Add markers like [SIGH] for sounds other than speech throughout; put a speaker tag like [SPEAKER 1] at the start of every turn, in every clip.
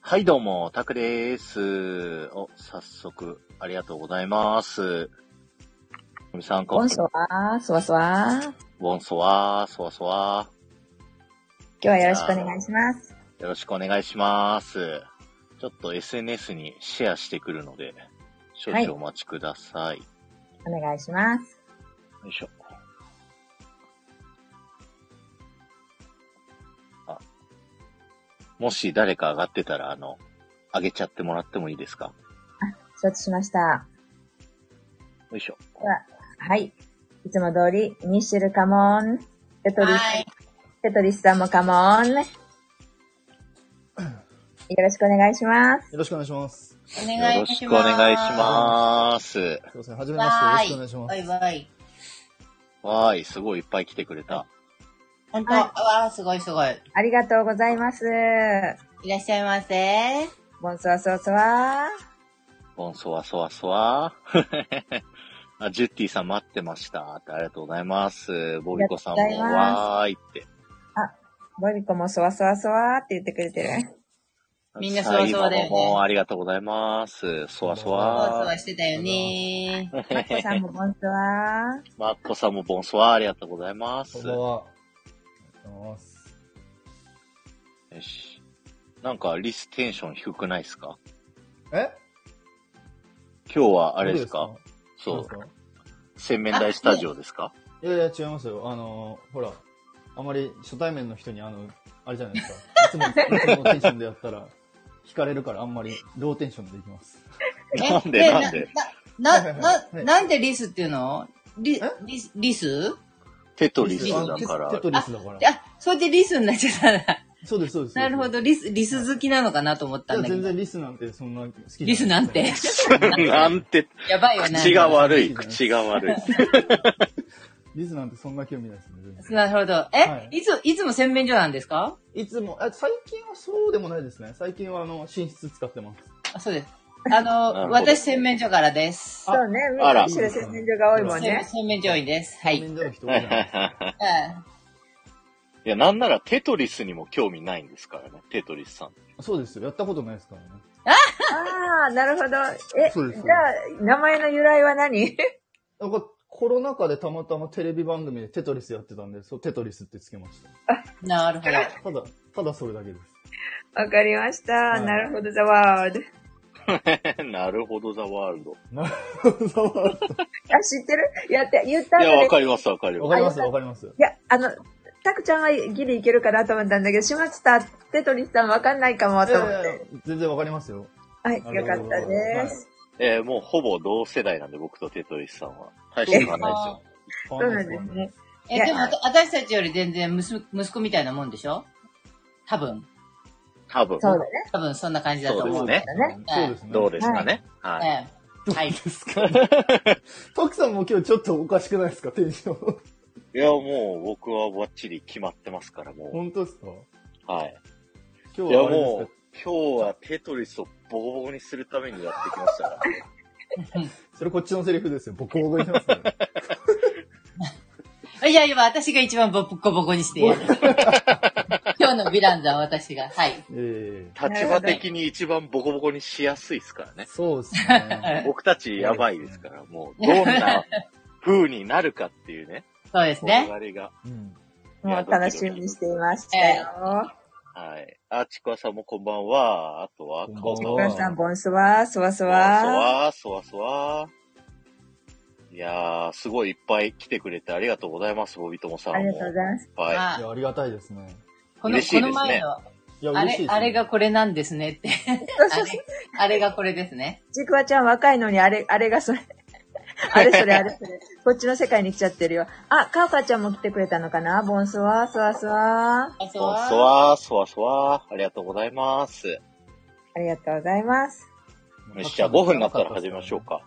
[SPEAKER 1] はい、どうも、タクでーす。お、早速、ありがとうございます。みさん、こ
[SPEAKER 2] こ
[SPEAKER 1] ん
[SPEAKER 2] ん
[SPEAKER 1] にち
[SPEAKER 2] そ
[SPEAKER 1] は。
[SPEAKER 2] わー、そわそわー。今
[SPEAKER 1] ボンソワー、ソワソワ
[SPEAKER 2] 日はよろしくお願いします。
[SPEAKER 1] ー。よろしくお願いします。ちょっと SNS にシェアしてくるので、少
[SPEAKER 2] はい
[SPEAKER 1] 々お待ちください。
[SPEAKER 2] お願いします。
[SPEAKER 1] よいしょ。あ、もし誰か上がってたら、あの、上げちゃってもらってもいいですか
[SPEAKER 2] 承知しました。
[SPEAKER 1] よいしょ。
[SPEAKER 2] はい。いつも通り、ミッシェルカモン。テトリス、テトリスさんもカモン。よろしくお願いします。
[SPEAKER 3] よろしくお願いします。
[SPEAKER 4] お
[SPEAKER 1] よ
[SPEAKER 4] 願
[SPEAKER 1] ろ
[SPEAKER 4] いし
[SPEAKER 1] し
[SPEAKER 4] ます。
[SPEAKER 1] くお願いします。
[SPEAKER 3] すいません。はじめまして。よろしくお願いしま
[SPEAKER 4] わい
[SPEAKER 3] す。
[SPEAKER 4] わい。
[SPEAKER 1] わーい、すごいいっぱい来てくれた。
[SPEAKER 4] 本当、
[SPEAKER 2] はい
[SPEAKER 4] わあ、すごいすごい。
[SPEAKER 2] ありがとうございます。
[SPEAKER 4] いらっしゃいませ。
[SPEAKER 2] ボンソワソワソワ
[SPEAKER 1] ボンソワソワソワ。 [LAUGHS] あ、ジュッティさん待ってました。ってありがとうございます。ボビコさん
[SPEAKER 2] あり
[SPEAKER 1] も
[SPEAKER 2] がとうございます
[SPEAKER 1] わーいって。
[SPEAKER 2] ー。ボビコもソワソワソワーって言ってくれてる。
[SPEAKER 4] みんなそわそわだよ
[SPEAKER 1] 最
[SPEAKER 4] ね
[SPEAKER 1] 後ももうありがとうございます。そわそ
[SPEAKER 4] そ
[SPEAKER 1] わ。
[SPEAKER 4] わそわしてたよね。
[SPEAKER 2] マッコさんもボンソワー。
[SPEAKER 1] マッコさんもボンソワありがとうございます
[SPEAKER 3] こん。ばんは。ありがとうございます。
[SPEAKER 1] よし。なんかリステンション低くないですか
[SPEAKER 3] え
[SPEAKER 1] 今日はあれです
[SPEAKER 3] ど
[SPEAKER 1] か
[SPEAKER 3] うで
[SPEAKER 1] そう。
[SPEAKER 3] どうですか
[SPEAKER 1] 洗面台スタジオですか
[SPEAKER 3] いやいや、違いますよ。あのー、ほら、あまり初対面の人に、あの、あれじゃない
[SPEAKER 4] [LAUGHS]
[SPEAKER 3] ですか。いつも、いつものテンションでやったら、惹かれるからあんまりローテンションでいきます。
[SPEAKER 1] なん
[SPEAKER 4] え
[SPEAKER 1] でなんで
[SPEAKER 4] な、な、な、
[SPEAKER 3] はい
[SPEAKER 4] なんでリスっていうのリ
[SPEAKER 3] え、
[SPEAKER 4] リス、リス
[SPEAKER 1] テトリスだか
[SPEAKER 3] あのテト
[SPEAKER 1] ら。
[SPEAKER 3] リスだから
[SPEAKER 4] で。あ、それでリスになっちゃったんだ。
[SPEAKER 3] そうです、そうです。
[SPEAKER 4] なるほ
[SPEAKER 3] い
[SPEAKER 4] ど、リス、リス好きなのかなと思った
[SPEAKER 3] や。
[SPEAKER 4] んだけ
[SPEAKER 3] 全
[SPEAKER 4] ど。
[SPEAKER 3] 然リスなんてそんな好きじゃい
[SPEAKER 4] リスなんて。 [LAUGHS]
[SPEAKER 1] なんて、
[SPEAKER 4] やばいよね。
[SPEAKER 1] 口が悪い、口が悪い。
[SPEAKER 3] リスなんてそんな興味ないですね。全然
[SPEAKER 4] なるほど。え、
[SPEAKER 3] はい
[SPEAKER 4] い、つ、いつも洗面所なんですか
[SPEAKER 3] いつも、あ最近はそうでもないですね。最近はあの、寝室使ってます。
[SPEAKER 4] あ、そうです。あ
[SPEAKER 1] なる
[SPEAKER 4] の、
[SPEAKER 1] ほど
[SPEAKER 4] 私洗面所からです。
[SPEAKER 2] そうね、ミ
[SPEAKER 1] あら
[SPEAKER 2] ッシェル洗面所が多いもん
[SPEAKER 4] 洗
[SPEAKER 2] ね。
[SPEAKER 4] 洗面所員です。は。
[SPEAKER 3] はい面所の人多
[SPEAKER 1] はいい
[SPEAKER 3] じゃ
[SPEAKER 1] は
[SPEAKER 3] ない
[SPEAKER 1] いはい。
[SPEAKER 4] うん
[SPEAKER 1] いや、なんならテトリスにも興味ないんですからね、テトリスさん。 [LAUGHS]
[SPEAKER 3] そうですよ。やったことないですからね。
[SPEAKER 2] ああ、なるほど。え、
[SPEAKER 3] そうです
[SPEAKER 2] じゃあ、名前の由来は何
[SPEAKER 3] なんか、コロナ禍でたまたまテレビ番組でテトリスやってたんで、そう、テトリスってつけました。
[SPEAKER 4] なるほど。
[SPEAKER 3] ただ、ただそれだけです。
[SPEAKER 2] わかりました。
[SPEAKER 3] い
[SPEAKER 2] なるほど、ザワード。
[SPEAKER 1] なるほど、ザワールド。
[SPEAKER 3] なるほ
[SPEAKER 2] [LAUGHS]
[SPEAKER 3] ど。わ
[SPEAKER 2] あ、知ってるやって、言ったん
[SPEAKER 1] い
[SPEAKER 2] だ
[SPEAKER 1] や、わ
[SPEAKER 2] ね。
[SPEAKER 1] かります、わかりま
[SPEAKER 3] かります、わかります。
[SPEAKER 2] いや、あの、たくちゃんはギリいけるかなと思ったんだけど、島津さん、テトリスさんわかんないかも
[SPEAKER 3] い
[SPEAKER 2] と思
[SPEAKER 3] や
[SPEAKER 2] っ
[SPEAKER 3] い
[SPEAKER 2] て。
[SPEAKER 3] やいや全然わかりますよ。
[SPEAKER 2] はい、
[SPEAKER 3] な
[SPEAKER 2] よ
[SPEAKER 3] るほ
[SPEAKER 2] か
[SPEAKER 3] ど
[SPEAKER 2] ったです。
[SPEAKER 1] す。えーもうほぼ同世代なんで、僕とテトリスさんは。大して変わんないですよ。
[SPEAKER 3] そ
[SPEAKER 2] そうなんですね。い
[SPEAKER 4] え、
[SPEAKER 2] や
[SPEAKER 4] でもわた私たちより全然息息子みたいなもんでしょ多分。
[SPEAKER 1] 多分。
[SPEAKER 2] そうだね。
[SPEAKER 4] 多分そんな感じだと思う。
[SPEAKER 1] そうです
[SPEAKER 2] ね
[SPEAKER 3] そうですね。
[SPEAKER 1] どうですかね。はい。
[SPEAKER 4] ええはい。
[SPEAKER 3] たくさんも今日ちょっとおかしくないですか、テンション。 [LAUGHS]
[SPEAKER 1] いや、もう僕はバッチリ決まってますから、も
[SPEAKER 3] 本当ですか
[SPEAKER 1] う。はい。
[SPEAKER 3] 今
[SPEAKER 1] い
[SPEAKER 3] 日
[SPEAKER 1] や、
[SPEAKER 3] はあれです
[SPEAKER 1] もう、今日はテトリスをボコボコにするためにやってきましたから。
[SPEAKER 3] かそれこっちのセリフですよ。ボコボコにしますね。
[SPEAKER 4] [LAUGHS] いやいや、私が一番ボコボコにして
[SPEAKER 1] [LAUGHS]
[SPEAKER 4] やる。今日のヴィランザは私が。はい。
[SPEAKER 3] ええ
[SPEAKER 1] 立場的に一番ボコボコにしやすいですからね。
[SPEAKER 3] そうですね。
[SPEAKER 1] 僕たちやばいですから、もう、どんな風になるかっていうね、
[SPEAKER 4] そうですね。
[SPEAKER 1] 憧れが。
[SPEAKER 3] うん。
[SPEAKER 1] いや
[SPEAKER 2] もう楽しみにしていましたよ。
[SPEAKER 1] はい。あ、ちくわさんもこんばんは。あとは、
[SPEAKER 3] こんばん
[SPEAKER 1] かお
[SPEAKER 3] は
[SPEAKER 1] さん
[SPEAKER 3] ドキドキ
[SPEAKER 2] 皆さん、ボンスワー、そわそわ
[SPEAKER 1] そわそわ。いやー、すごいいっぱい来てくれてありがとうございます、ボビトモさん
[SPEAKER 2] ー。
[SPEAKER 1] も。
[SPEAKER 2] ありがとうございます。
[SPEAKER 1] はい。
[SPEAKER 4] あ
[SPEAKER 3] いや、ありがたいですね。
[SPEAKER 4] この、
[SPEAKER 1] 嬉しい
[SPEAKER 4] こ
[SPEAKER 1] です
[SPEAKER 4] の
[SPEAKER 1] ね
[SPEAKER 4] 前の、
[SPEAKER 3] いや、
[SPEAKER 4] あれ
[SPEAKER 3] 嬉しいで、す、ね。
[SPEAKER 4] あれがこれなんですねって。 [LAUGHS] あれ、あれがこれですね。
[SPEAKER 2] ちくわちゃん若いのに、あれ、あれがそれ。あれそれあれそれ。こっちの世界に来ちゃってるよ。あ、かおかちゃんも来てくれたのかなボンスワー、そわそわー。
[SPEAKER 4] あ、
[SPEAKER 1] そわそわ、そわそわ。ありがとうございます。
[SPEAKER 2] ありがとうございます。
[SPEAKER 1] よし、じゃあ5分になったら始めましょう。か。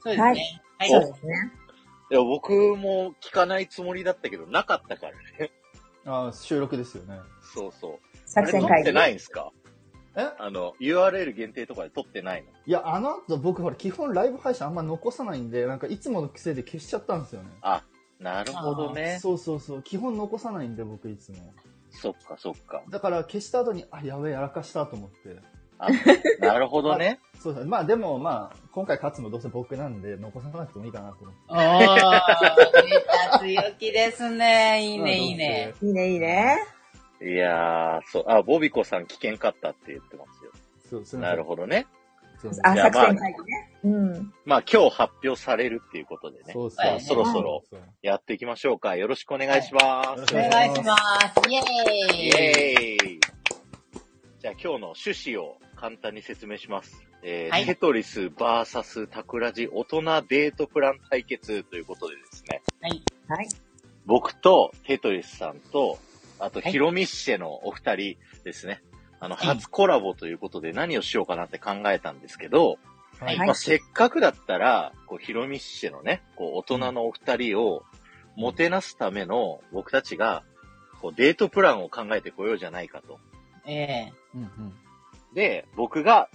[SPEAKER 4] そうですね。はい。
[SPEAKER 2] そうですね。
[SPEAKER 1] いや、僕も聞かないつもりだったけど、なかったからね。
[SPEAKER 3] あー収録ですよね。
[SPEAKER 1] そうそう。あ
[SPEAKER 2] 作
[SPEAKER 1] れ撮
[SPEAKER 2] 戦
[SPEAKER 1] っ
[SPEAKER 2] 会
[SPEAKER 1] て
[SPEAKER 2] 議。
[SPEAKER 1] ないんすか
[SPEAKER 3] え
[SPEAKER 1] あの、URL 限定とかで撮ってないの
[SPEAKER 3] いや、あの後僕ほら、基本ライブ配信あんま残さないんで、なんかいつもの癖で消しちゃったんですよね。
[SPEAKER 1] あ、なるほどね。
[SPEAKER 3] そうそうそう。基本残さないんで、僕いつも。
[SPEAKER 1] そっかそっか。
[SPEAKER 3] だから消した後に、あ、やべえ、やらかしたと思って。
[SPEAKER 1] あ、なるほどね。
[SPEAKER 3] そうですね。まあでもまあ、今回勝つのどうせ僕なんで、残さなくてもいいかなと思って。
[SPEAKER 4] おー、出た強気ですね。いい
[SPEAKER 3] まあ
[SPEAKER 4] ね、いいね。。
[SPEAKER 2] いいね、いいね。
[SPEAKER 1] いやー、そう、あ、ボビコさん危険かったって言ってますよ。
[SPEAKER 3] どうせそう、すみま
[SPEAKER 1] な
[SPEAKER 3] せん
[SPEAKER 1] るほどね。
[SPEAKER 3] そうですね
[SPEAKER 2] あ、
[SPEAKER 1] じゃあ
[SPEAKER 2] 作
[SPEAKER 1] まあ
[SPEAKER 2] 戦会議ね。うん。
[SPEAKER 1] まあ今日発表されるっていうことでね、
[SPEAKER 3] そうです
[SPEAKER 4] まあ
[SPEAKER 3] ね。
[SPEAKER 4] そ
[SPEAKER 1] ろそろ
[SPEAKER 3] そう。
[SPEAKER 1] やっていきましょうか。よろしくお願いします。
[SPEAKER 4] お願いします。イ
[SPEAKER 1] イ
[SPEAKER 4] エーイ
[SPEAKER 1] エーイじゃあ今日の趣旨を簡単に説明します。えー
[SPEAKER 4] はい
[SPEAKER 1] テトリス VS タクラジ大人デートプラン対決ということでですね、
[SPEAKER 4] はい。
[SPEAKER 2] はい。
[SPEAKER 1] 僕とテトリスさんと、あと
[SPEAKER 4] はい
[SPEAKER 1] ヒロミッシェのお二人ですね、あの、
[SPEAKER 4] はい
[SPEAKER 1] 初コラボということで何をしようかなって考えたんですけど、
[SPEAKER 3] はい。
[SPEAKER 4] は
[SPEAKER 1] まあ、せっかくだったら、こう、ヒロミッシェのね、こう、大人のお二人を、もてなすための僕たちが、こう、デートプランを考えてこようじゃないかと。
[SPEAKER 4] え
[SPEAKER 3] うんうん。
[SPEAKER 1] で、僕が、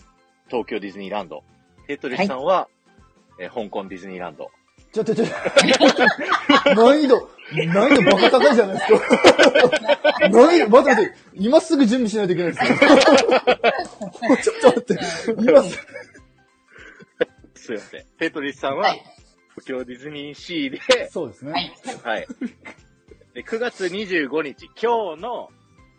[SPEAKER 1] 東京ディズニーランド。テトリスさんは、えー香港ディズニーランド。
[SPEAKER 3] ちょ、ちょ、ちょ。難易度、難易度バカ高いじゃないですか。難易度、待って待って、今すぐ準備しないといけないですよ。ちょっと待って、今す
[SPEAKER 1] すいません。テトリスさん
[SPEAKER 4] え
[SPEAKER 1] は、
[SPEAKER 4] はい。
[SPEAKER 1] 東京ディズニーシーで、
[SPEAKER 3] ぐ、そうです
[SPEAKER 4] は
[SPEAKER 3] ね。
[SPEAKER 4] い。
[SPEAKER 1] はい。で、9月25日、今日の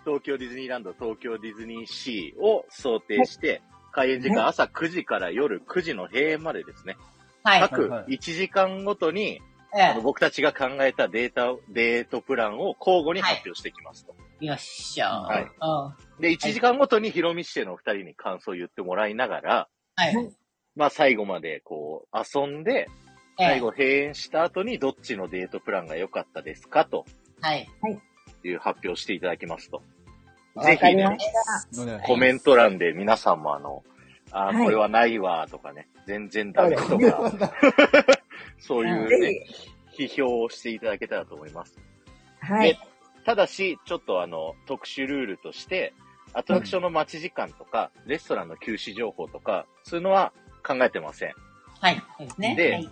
[SPEAKER 1] 東京ディズニーランド、東京ディズニーシーを想定して、開園時間朝9時から夜9時の閉園までですね。
[SPEAKER 4] はい。
[SPEAKER 1] 各
[SPEAKER 3] はいはい
[SPEAKER 1] 1時間ごとに、
[SPEAKER 4] え
[SPEAKER 1] あの僕たちが考えたデータを、デートプランを交互に発表していきますと。
[SPEAKER 4] えよっしゃー。
[SPEAKER 1] はい
[SPEAKER 4] うん
[SPEAKER 1] で、1時間ごとにヒロミシェのお二人に感想を言ってもらいながら、
[SPEAKER 4] はい。
[SPEAKER 1] まあ最後までこう遊んで、
[SPEAKER 4] え
[SPEAKER 1] 最
[SPEAKER 4] え
[SPEAKER 1] 後閉園した後にどっちのデートプランが良かったですかと
[SPEAKER 4] はい。
[SPEAKER 1] いう発表をしていただきますと。ぜ
[SPEAKER 2] わか
[SPEAKER 1] ひ
[SPEAKER 2] り
[SPEAKER 1] ね
[SPEAKER 2] ま、した。
[SPEAKER 3] お願い
[SPEAKER 1] コメント欄で皆さんもあの、あー、
[SPEAKER 2] はい
[SPEAKER 1] これはないわとかね、全然ダメと
[SPEAKER 3] これは
[SPEAKER 1] か、そういうね、
[SPEAKER 2] ぜひ。
[SPEAKER 1] 批評をしていただけたらと思います。
[SPEAKER 2] は
[SPEAKER 1] で
[SPEAKER 2] い。
[SPEAKER 1] ただし、ちょっとあの、特殊ルールとして、アトラクションの待ち時間とか、レストランの休止情報とか、そういうのは考えてません。
[SPEAKER 4] はい。そうですね。
[SPEAKER 1] で
[SPEAKER 4] はい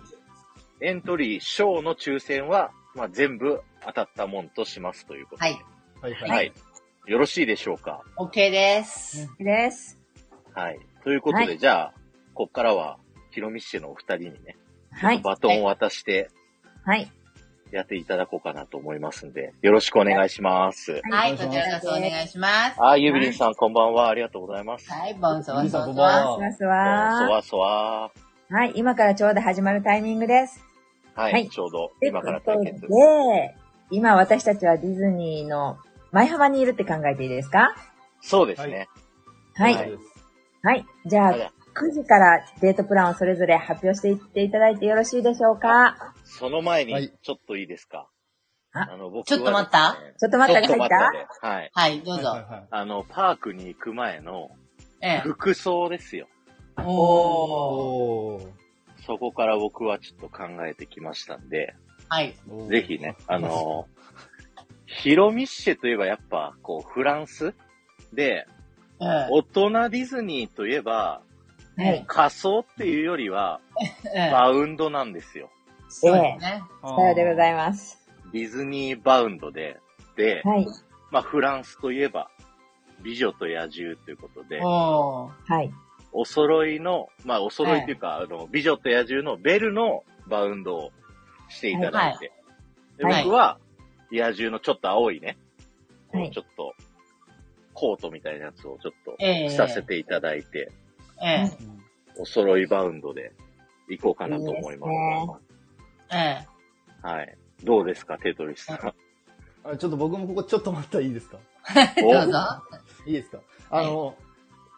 [SPEAKER 1] エントリー、賞の抽選は、まあ、全部当たったもんとしますということで。
[SPEAKER 4] はい。
[SPEAKER 3] はいはい。
[SPEAKER 1] はい。よろしいでしょうか
[SPEAKER 4] OK です。
[SPEAKER 2] です。
[SPEAKER 1] はい。ということで、
[SPEAKER 2] はい
[SPEAKER 1] じゃあ、こっからは、ヒロミッシェのお二人にね、
[SPEAKER 2] はい。
[SPEAKER 1] バトンを渡して
[SPEAKER 2] はい。
[SPEAKER 1] やっていただこうかなと思いますんで、よろしくお願いします。
[SPEAKER 4] は
[SPEAKER 3] お願い
[SPEAKER 4] い。
[SPEAKER 3] し
[SPEAKER 4] こ
[SPEAKER 3] ます
[SPEAKER 4] ちらこそお願いします。
[SPEAKER 1] あー、ゆびりんさん、こんばんは。ありがとうございます。
[SPEAKER 4] はい。ボンソワ
[SPEAKER 3] ゆり
[SPEAKER 4] ソ
[SPEAKER 3] さ
[SPEAKER 4] ワソ
[SPEAKER 3] んこんばん
[SPEAKER 4] ワ。
[SPEAKER 3] は
[SPEAKER 2] し。ます
[SPEAKER 1] そ
[SPEAKER 2] わ。
[SPEAKER 1] わそわ。
[SPEAKER 2] はい。今からちょうど始まるタイミングです。
[SPEAKER 1] はい、
[SPEAKER 2] はい
[SPEAKER 1] ちょうど
[SPEAKER 2] とい
[SPEAKER 1] 今
[SPEAKER 2] うこ
[SPEAKER 1] から
[SPEAKER 2] と
[SPEAKER 1] 対決。
[SPEAKER 2] で、今私たちはディズニーの舞浜にいるって考えていいですか
[SPEAKER 1] そうですね。
[SPEAKER 2] は
[SPEAKER 3] そう
[SPEAKER 2] い。
[SPEAKER 3] です
[SPEAKER 2] はい。じゃあ
[SPEAKER 1] た、だ
[SPEAKER 2] 9時からデートプランをそれぞれ発表していっていただいてよろしいでしょうか
[SPEAKER 1] その前
[SPEAKER 3] は
[SPEAKER 1] に
[SPEAKER 3] い、
[SPEAKER 1] ちょっといいですか、
[SPEAKER 2] あ
[SPEAKER 1] の、僕
[SPEAKER 4] ちょっと待った
[SPEAKER 1] はですね
[SPEAKER 2] ちょっと待った
[SPEAKER 1] ちょっと
[SPEAKER 2] が入っ
[SPEAKER 1] 待った
[SPEAKER 2] た
[SPEAKER 1] で。はい。
[SPEAKER 4] はい。どう
[SPEAKER 3] はい
[SPEAKER 4] ぞ。
[SPEAKER 3] は
[SPEAKER 1] あの、パークに行く前の
[SPEAKER 4] ええ。
[SPEAKER 1] 服装ですよ。
[SPEAKER 3] い。
[SPEAKER 4] おー。
[SPEAKER 3] おー
[SPEAKER 1] そこから僕はちょっと考えてきましたんで、
[SPEAKER 4] はい。
[SPEAKER 3] おー
[SPEAKER 1] ぜひね、あの、ヒロミッシェといえばやっぱ、こう、フランスで、
[SPEAKER 4] え
[SPEAKER 1] 大人ディズニーといえば、
[SPEAKER 4] え。
[SPEAKER 2] はい
[SPEAKER 1] 仮装っていうよりは、
[SPEAKER 4] ええ。
[SPEAKER 1] バウンドなんですよ。
[SPEAKER 4] そうですね。
[SPEAKER 3] あー
[SPEAKER 2] さようでございます。
[SPEAKER 1] ディズニーバウンドで、で、
[SPEAKER 2] はい。
[SPEAKER 1] まあ、フランスといえば、美女と野獣ということで、
[SPEAKER 4] おー。
[SPEAKER 2] はい。
[SPEAKER 1] お揃いの、まあ、お揃いというか、あの、美女と野獣のベルのバウンドをしていただいて、で
[SPEAKER 4] はい
[SPEAKER 1] 僕は、野獣のちょっと青いね、こ
[SPEAKER 2] は
[SPEAKER 1] の
[SPEAKER 2] い
[SPEAKER 1] ちょっと、コートみたいなやつをちょっと
[SPEAKER 4] ええ。
[SPEAKER 1] 着させていただいて、
[SPEAKER 4] ええ。
[SPEAKER 3] うん
[SPEAKER 1] お揃いバウンドで行こうかなと思います。
[SPEAKER 2] いいで
[SPEAKER 4] ええ。
[SPEAKER 1] はい。どうですか、テトリスさん。
[SPEAKER 3] あちょっと僕もここちょっと待ったらいいですか
[SPEAKER 4] どうぞ。
[SPEAKER 3] いいですかあの、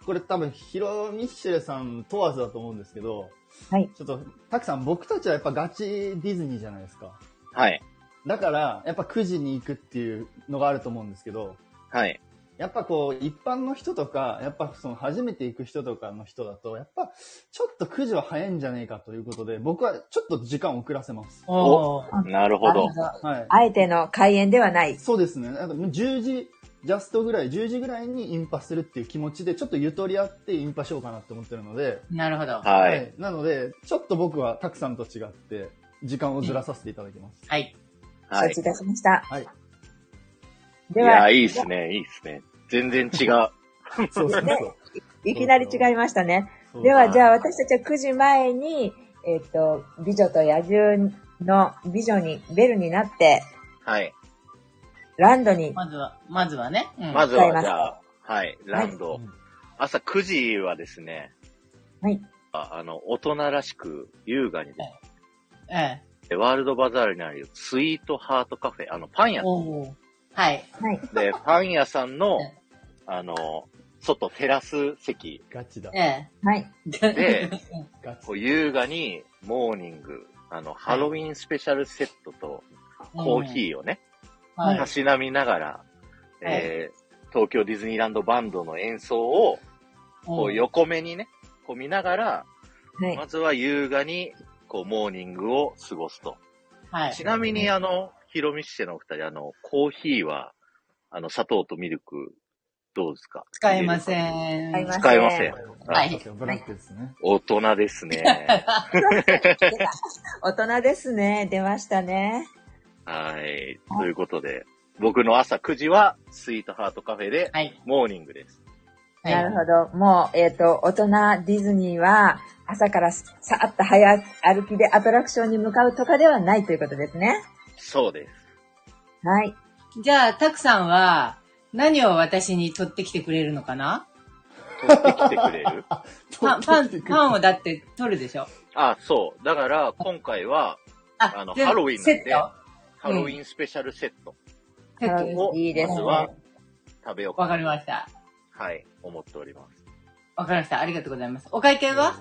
[SPEAKER 3] これ多分、ヒロミッシェルさん問わずだと思うんですけど、
[SPEAKER 2] はい。
[SPEAKER 3] ちょっと、たくさん僕たちはやっぱガチディズニーじゃないですか。
[SPEAKER 1] はい。
[SPEAKER 3] だから、やっぱ9時に行くっていうのがあると思うんですけど、
[SPEAKER 1] はい。
[SPEAKER 3] やっぱこう、一般の人とか、やっぱその初めて行く人とかの人だと、やっぱちょっと9時は早いんじゃねえかということで、僕はちょっと時間遅らせます。
[SPEAKER 4] おー。
[SPEAKER 1] なるほど。
[SPEAKER 3] はい。
[SPEAKER 2] あえての開演ではない。
[SPEAKER 3] そうですね。あともう10時、ジャストぐらい、10時ぐらいにインパするっていう気持ちで、ちょっとゆとりあってインパしようかなって思ってるので、
[SPEAKER 4] なるほど。
[SPEAKER 1] はい。
[SPEAKER 3] なので、ちょっと僕はたくさんと違って、時間をずらさせていただきます。
[SPEAKER 4] はい。
[SPEAKER 1] は
[SPEAKER 2] 承
[SPEAKER 1] い
[SPEAKER 2] 知い。たしました。
[SPEAKER 3] はい。
[SPEAKER 1] い
[SPEAKER 2] で
[SPEAKER 1] や、
[SPEAKER 2] は、
[SPEAKER 1] いいっすね、いいっすね。全然違う。
[SPEAKER 3] そうそうそう。
[SPEAKER 2] いきなり違いましたね。
[SPEAKER 3] そう
[SPEAKER 2] では、じゃあ私たちは9時前に、えっ、と、美女と野獣の美女に、ベルになって、
[SPEAKER 1] はい。
[SPEAKER 2] ランドに、
[SPEAKER 4] まずは、まずはね。うん
[SPEAKER 1] まずは、じゃ
[SPEAKER 2] わ
[SPEAKER 1] あ、はい、ランド。朝9時はですね、
[SPEAKER 2] はい。
[SPEAKER 1] ああの、大人らしく優雅にで
[SPEAKER 4] え
[SPEAKER 1] すね、ワールドバザールにあるスイートハートカフェ、あの、パン
[SPEAKER 4] え
[SPEAKER 1] 屋。
[SPEAKER 4] おーはい。
[SPEAKER 2] はい。
[SPEAKER 4] [LAUGHS]
[SPEAKER 1] で、パン屋さんの
[SPEAKER 4] うん、
[SPEAKER 1] あの、外テラス席、
[SPEAKER 3] ガチだ
[SPEAKER 4] え。え。
[SPEAKER 2] はい。
[SPEAKER 4] [LAUGHS]
[SPEAKER 1] で
[SPEAKER 3] ガチ
[SPEAKER 1] こう優雅にモーニング、あの、ハロウィンスペシャルセットとコーヒーをね、
[SPEAKER 4] ー。はい
[SPEAKER 1] た。しなみながら、えー東京ディズニーランドバンドの演奏を、こ
[SPEAKER 4] う
[SPEAKER 1] うん横目にね、こう見ながら、
[SPEAKER 2] はい。
[SPEAKER 1] まずは優雅に、こう、モーニングを過ごすと。
[SPEAKER 4] はい。
[SPEAKER 1] ちなみに、あの、ヒロミシェのお二人、あの、コーヒーは、あの、砂糖とミルク、どうですか
[SPEAKER 4] 使えま
[SPEAKER 1] ん。
[SPEAKER 4] せん。
[SPEAKER 2] 使えません
[SPEAKER 1] 使えません。
[SPEAKER 4] はい
[SPEAKER 3] ブラックですね。
[SPEAKER 1] 大人です
[SPEAKER 4] [LAUGHS]
[SPEAKER 1] ね。
[SPEAKER 2] 大人ですね。出ましたね。
[SPEAKER 1] はい。ということで、僕の朝9時は、スイートハートカフェで、
[SPEAKER 4] はい。
[SPEAKER 1] モーニングです。
[SPEAKER 4] はい
[SPEAKER 2] なるほど。もう、えっ、と、大人ディズニーは、朝からさーっと早歩きでアトラクションに向かうとかではないということですね。
[SPEAKER 1] そうです。
[SPEAKER 2] はい。
[SPEAKER 4] じゃあ、たくさんは、何を私に取ってきてくれるのかな
[SPEAKER 1] 取ってきてくれる
[SPEAKER 3] [LAUGHS]
[SPEAKER 4] パン、パン、パン
[SPEAKER 3] を。
[SPEAKER 4] をだって取るでしょ
[SPEAKER 1] あ、そう。だから、今回は、
[SPEAKER 4] あ
[SPEAKER 1] あの
[SPEAKER 4] 全部
[SPEAKER 1] ハロウィンなんで
[SPEAKER 4] セット
[SPEAKER 1] ハロウィンスペシャルセット
[SPEAKER 4] セッ
[SPEAKER 2] ハ
[SPEAKER 4] ト
[SPEAKER 2] ロウィン
[SPEAKER 4] を
[SPEAKER 1] を、
[SPEAKER 2] いいです
[SPEAKER 1] ま
[SPEAKER 2] ね
[SPEAKER 1] ずは、食べよう
[SPEAKER 4] わ
[SPEAKER 1] か
[SPEAKER 4] か
[SPEAKER 1] な。
[SPEAKER 4] りました。
[SPEAKER 1] はい。思っておりま
[SPEAKER 4] わかりました。ありがとうございます。お会計は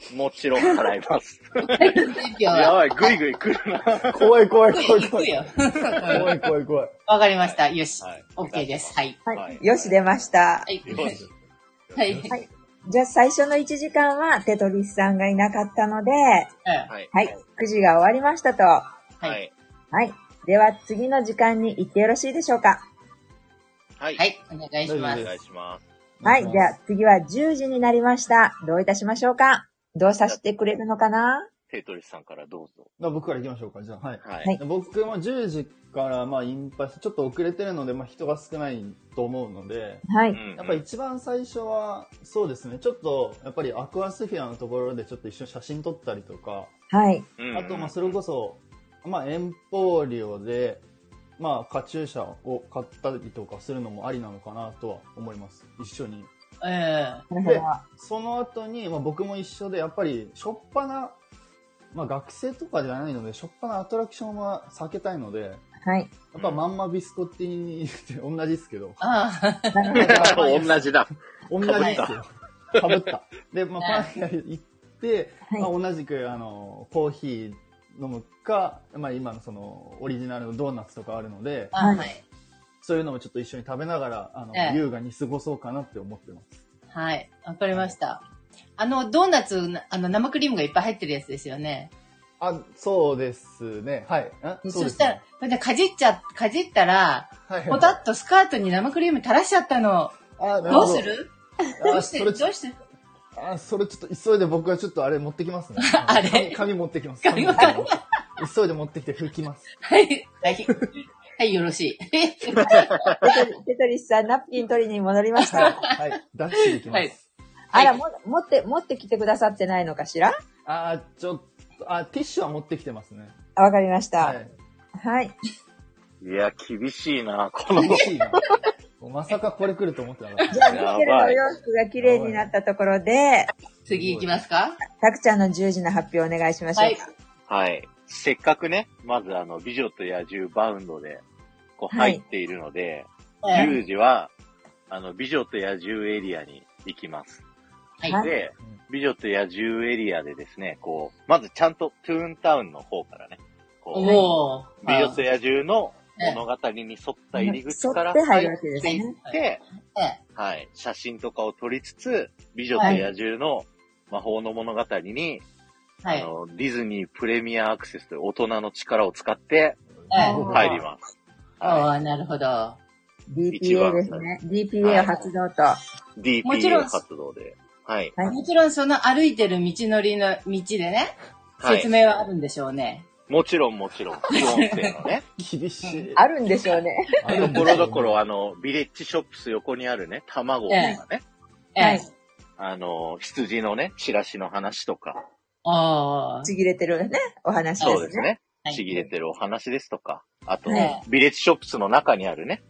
[SPEAKER 1] す。もちろん払います。
[SPEAKER 4] 選挙
[SPEAKER 1] や
[SPEAKER 4] は
[SPEAKER 1] ばい、ぐいぐい来るな。
[SPEAKER 3] 怖い怖い怖い
[SPEAKER 4] 行
[SPEAKER 3] 怖
[SPEAKER 4] く
[SPEAKER 3] い。
[SPEAKER 4] よ。
[SPEAKER 3] 怖い怖い怖い。
[SPEAKER 4] わかりました。よし
[SPEAKER 1] はい。
[SPEAKER 4] OK です。はい。
[SPEAKER 2] はい。
[SPEAKER 1] はい
[SPEAKER 2] よし、出ました。
[SPEAKER 4] はい。
[SPEAKER 1] よし
[SPEAKER 4] はい。
[SPEAKER 3] よし
[SPEAKER 4] はい
[SPEAKER 2] じゃあ、最初の1時間は、テトリスさんがいなかったので、
[SPEAKER 1] はい。
[SPEAKER 2] はい。9時が終わりましたと。は
[SPEAKER 1] は
[SPEAKER 4] はい。
[SPEAKER 1] い。
[SPEAKER 2] い。では、次の時間に行ってよろしいでしょうか。
[SPEAKER 1] はい。
[SPEAKER 4] はい。お願いしま
[SPEAKER 1] お
[SPEAKER 4] す。
[SPEAKER 1] 願いします。
[SPEAKER 2] はい。じゃあ、次は10時になりました。どういたしましょうかどうさせてくれるのかな
[SPEAKER 1] テトリスさんからどうぞ。
[SPEAKER 3] あ僕から行きましょうか、じゃあ。はい。
[SPEAKER 1] は。
[SPEAKER 2] はいい
[SPEAKER 3] 僕も10時から、まあ、インパス、ちょっと遅れてるので、まあ、人が少ないと思うので、
[SPEAKER 2] は
[SPEAKER 1] う
[SPEAKER 2] い。
[SPEAKER 1] ん
[SPEAKER 3] やっぱ一番最初は、そうですね、ちょっと、やっぱりアクアスフィアのところでちょっと一緒に写真撮ったりとか、
[SPEAKER 2] はい。
[SPEAKER 1] うん
[SPEAKER 3] あと、まあ、それこそ、まあ、遠方料で、まあ、カチューシャを買ったりとかするのもありなのかなとは思います。一緒に。
[SPEAKER 4] うん。
[SPEAKER 2] なるほ
[SPEAKER 3] で
[SPEAKER 2] ど。、
[SPEAKER 3] その後に、まあ、僕も一緒で、やっぱり、しょっぱな、まあ、学生とかじゃないので、しょっぱなアトラクションは避けたいので、
[SPEAKER 2] はい。
[SPEAKER 3] やっぱまんまビスコッティに [LAUGHS] って同じですけど、
[SPEAKER 4] ああ。
[SPEAKER 1] [LAUGHS] 同じだ。
[SPEAKER 3] 同じですよ。かぶった。で、まあ、パン屋行って、
[SPEAKER 2] はい
[SPEAKER 3] まあ、同じく、あの、コーヒー飲むか、まあ、今のその、オリジナルのドーナツとかあるので、
[SPEAKER 4] あはい。
[SPEAKER 3] そういうのもちょっと一緒に食べながら、あの、
[SPEAKER 4] ええ
[SPEAKER 3] 優雅に過ごそうかなって思ってます。
[SPEAKER 4] はい。わかりました。あの、ドーナツ、あの、生クリームがいっぱい入ってるやつですよね。
[SPEAKER 3] あ、そうですね。はい。あ
[SPEAKER 4] そう
[SPEAKER 3] です
[SPEAKER 4] したら
[SPEAKER 3] ね、
[SPEAKER 4] それでかじっちゃ、かじったら、
[SPEAKER 3] はいはい
[SPEAKER 4] ポタッとスカートに生クリーム垂らしちゃったの。
[SPEAKER 3] あな
[SPEAKER 4] ど
[SPEAKER 3] ほ
[SPEAKER 4] うするど
[SPEAKER 3] あ
[SPEAKER 4] うして
[SPEAKER 3] そ
[SPEAKER 4] ど
[SPEAKER 3] れ
[SPEAKER 4] うして
[SPEAKER 3] あ、それちょっと急いで僕はちょっとあれ持ってきますね。
[SPEAKER 4] [LAUGHS] あれ
[SPEAKER 3] 紙紙持ってきます。
[SPEAKER 4] 紙
[SPEAKER 3] 持ってきます急いで持ってきて拭きます。
[SPEAKER 4] はい。はい。はい、よろしい。 [LAUGHS]
[SPEAKER 2] テトリテトリスさん、ナプキン取りに戻りまし
[SPEAKER 3] はい
[SPEAKER 2] た。。
[SPEAKER 3] はい。出していきます。
[SPEAKER 4] はい
[SPEAKER 2] あら、も持って、持ってきてくださってないのかしら
[SPEAKER 3] あーちょっと、あ、ティッシュは持ってきてますね。
[SPEAKER 2] あわかりました。
[SPEAKER 3] は
[SPEAKER 2] はい。
[SPEAKER 3] い。
[SPEAKER 1] いや、厳しいな、この。
[SPEAKER 3] 嬉し
[SPEAKER 2] [LAUGHS]
[SPEAKER 3] いな。まさかこれ来ると思ってなかっ
[SPEAKER 2] じゃあ、ミ
[SPEAKER 1] やばい
[SPEAKER 2] ケルのお洋服が綺麗になったところで、
[SPEAKER 4] 次行きますか
[SPEAKER 2] タクちゃんの10時の発表お願いしましょう。
[SPEAKER 4] はい。
[SPEAKER 1] はい。せっかくね、まずあの、美女と野獣バウンドで、こう
[SPEAKER 2] は
[SPEAKER 1] 入
[SPEAKER 2] い
[SPEAKER 1] っているので、
[SPEAKER 4] ええ
[SPEAKER 1] 10時は、あの、美女と野獣エリアに行きます。
[SPEAKER 4] はい。
[SPEAKER 1] で
[SPEAKER 3] うん、
[SPEAKER 1] 美女と野獣エリアでですね、こう、まずちゃんとトゥーンタウンの方からね、こう、
[SPEAKER 4] おー。
[SPEAKER 1] 美女と野獣の
[SPEAKER 4] ええ
[SPEAKER 1] 物語に沿った入り口から
[SPEAKER 2] 沿って入
[SPEAKER 1] 入
[SPEAKER 2] るわけで
[SPEAKER 1] っ
[SPEAKER 2] す
[SPEAKER 1] て
[SPEAKER 2] ね
[SPEAKER 1] いって、
[SPEAKER 4] ええ
[SPEAKER 1] はい、写真とかを撮りつつ、美女と野獣の魔法の物語に、
[SPEAKER 4] は
[SPEAKER 1] あ
[SPEAKER 4] い。
[SPEAKER 1] の、ディズニープレミアアクセスという大人の力を使って
[SPEAKER 4] ええ
[SPEAKER 3] おー
[SPEAKER 1] 入ります。
[SPEAKER 4] あ
[SPEAKER 1] は
[SPEAKER 4] あ、なるほど。
[SPEAKER 1] 一番
[SPEAKER 2] DPA ですね。
[SPEAKER 1] は
[SPEAKER 2] DPA
[SPEAKER 1] い。
[SPEAKER 2] 発動と。はい
[SPEAKER 4] もちろ
[SPEAKER 1] DPA
[SPEAKER 4] ん
[SPEAKER 1] 活動で。はい。
[SPEAKER 2] い。
[SPEAKER 4] もちろんその歩いてる道のりの道でね、
[SPEAKER 1] は
[SPEAKER 4] 説
[SPEAKER 1] い。
[SPEAKER 4] 明はあるんでしょうね。
[SPEAKER 1] もちろんもちろん、副音声の
[SPEAKER 4] [LAUGHS]
[SPEAKER 1] ね。
[SPEAKER 3] た。厳しい。
[SPEAKER 2] あるんでしょうね。
[SPEAKER 1] ところどころ、あの、ビレッジショップス横にあるね、卵とかね、
[SPEAKER 4] ええ
[SPEAKER 2] は
[SPEAKER 4] え
[SPEAKER 2] い。
[SPEAKER 1] あの、羊のね、チラシの話とか、
[SPEAKER 4] ああ。
[SPEAKER 2] ちぎれてるね、お話ですね。
[SPEAKER 1] そうですね。
[SPEAKER 4] はい
[SPEAKER 1] ちぎれてるお話ですとか、あと、
[SPEAKER 4] ね
[SPEAKER 1] ビレッジショップスの中にあるね、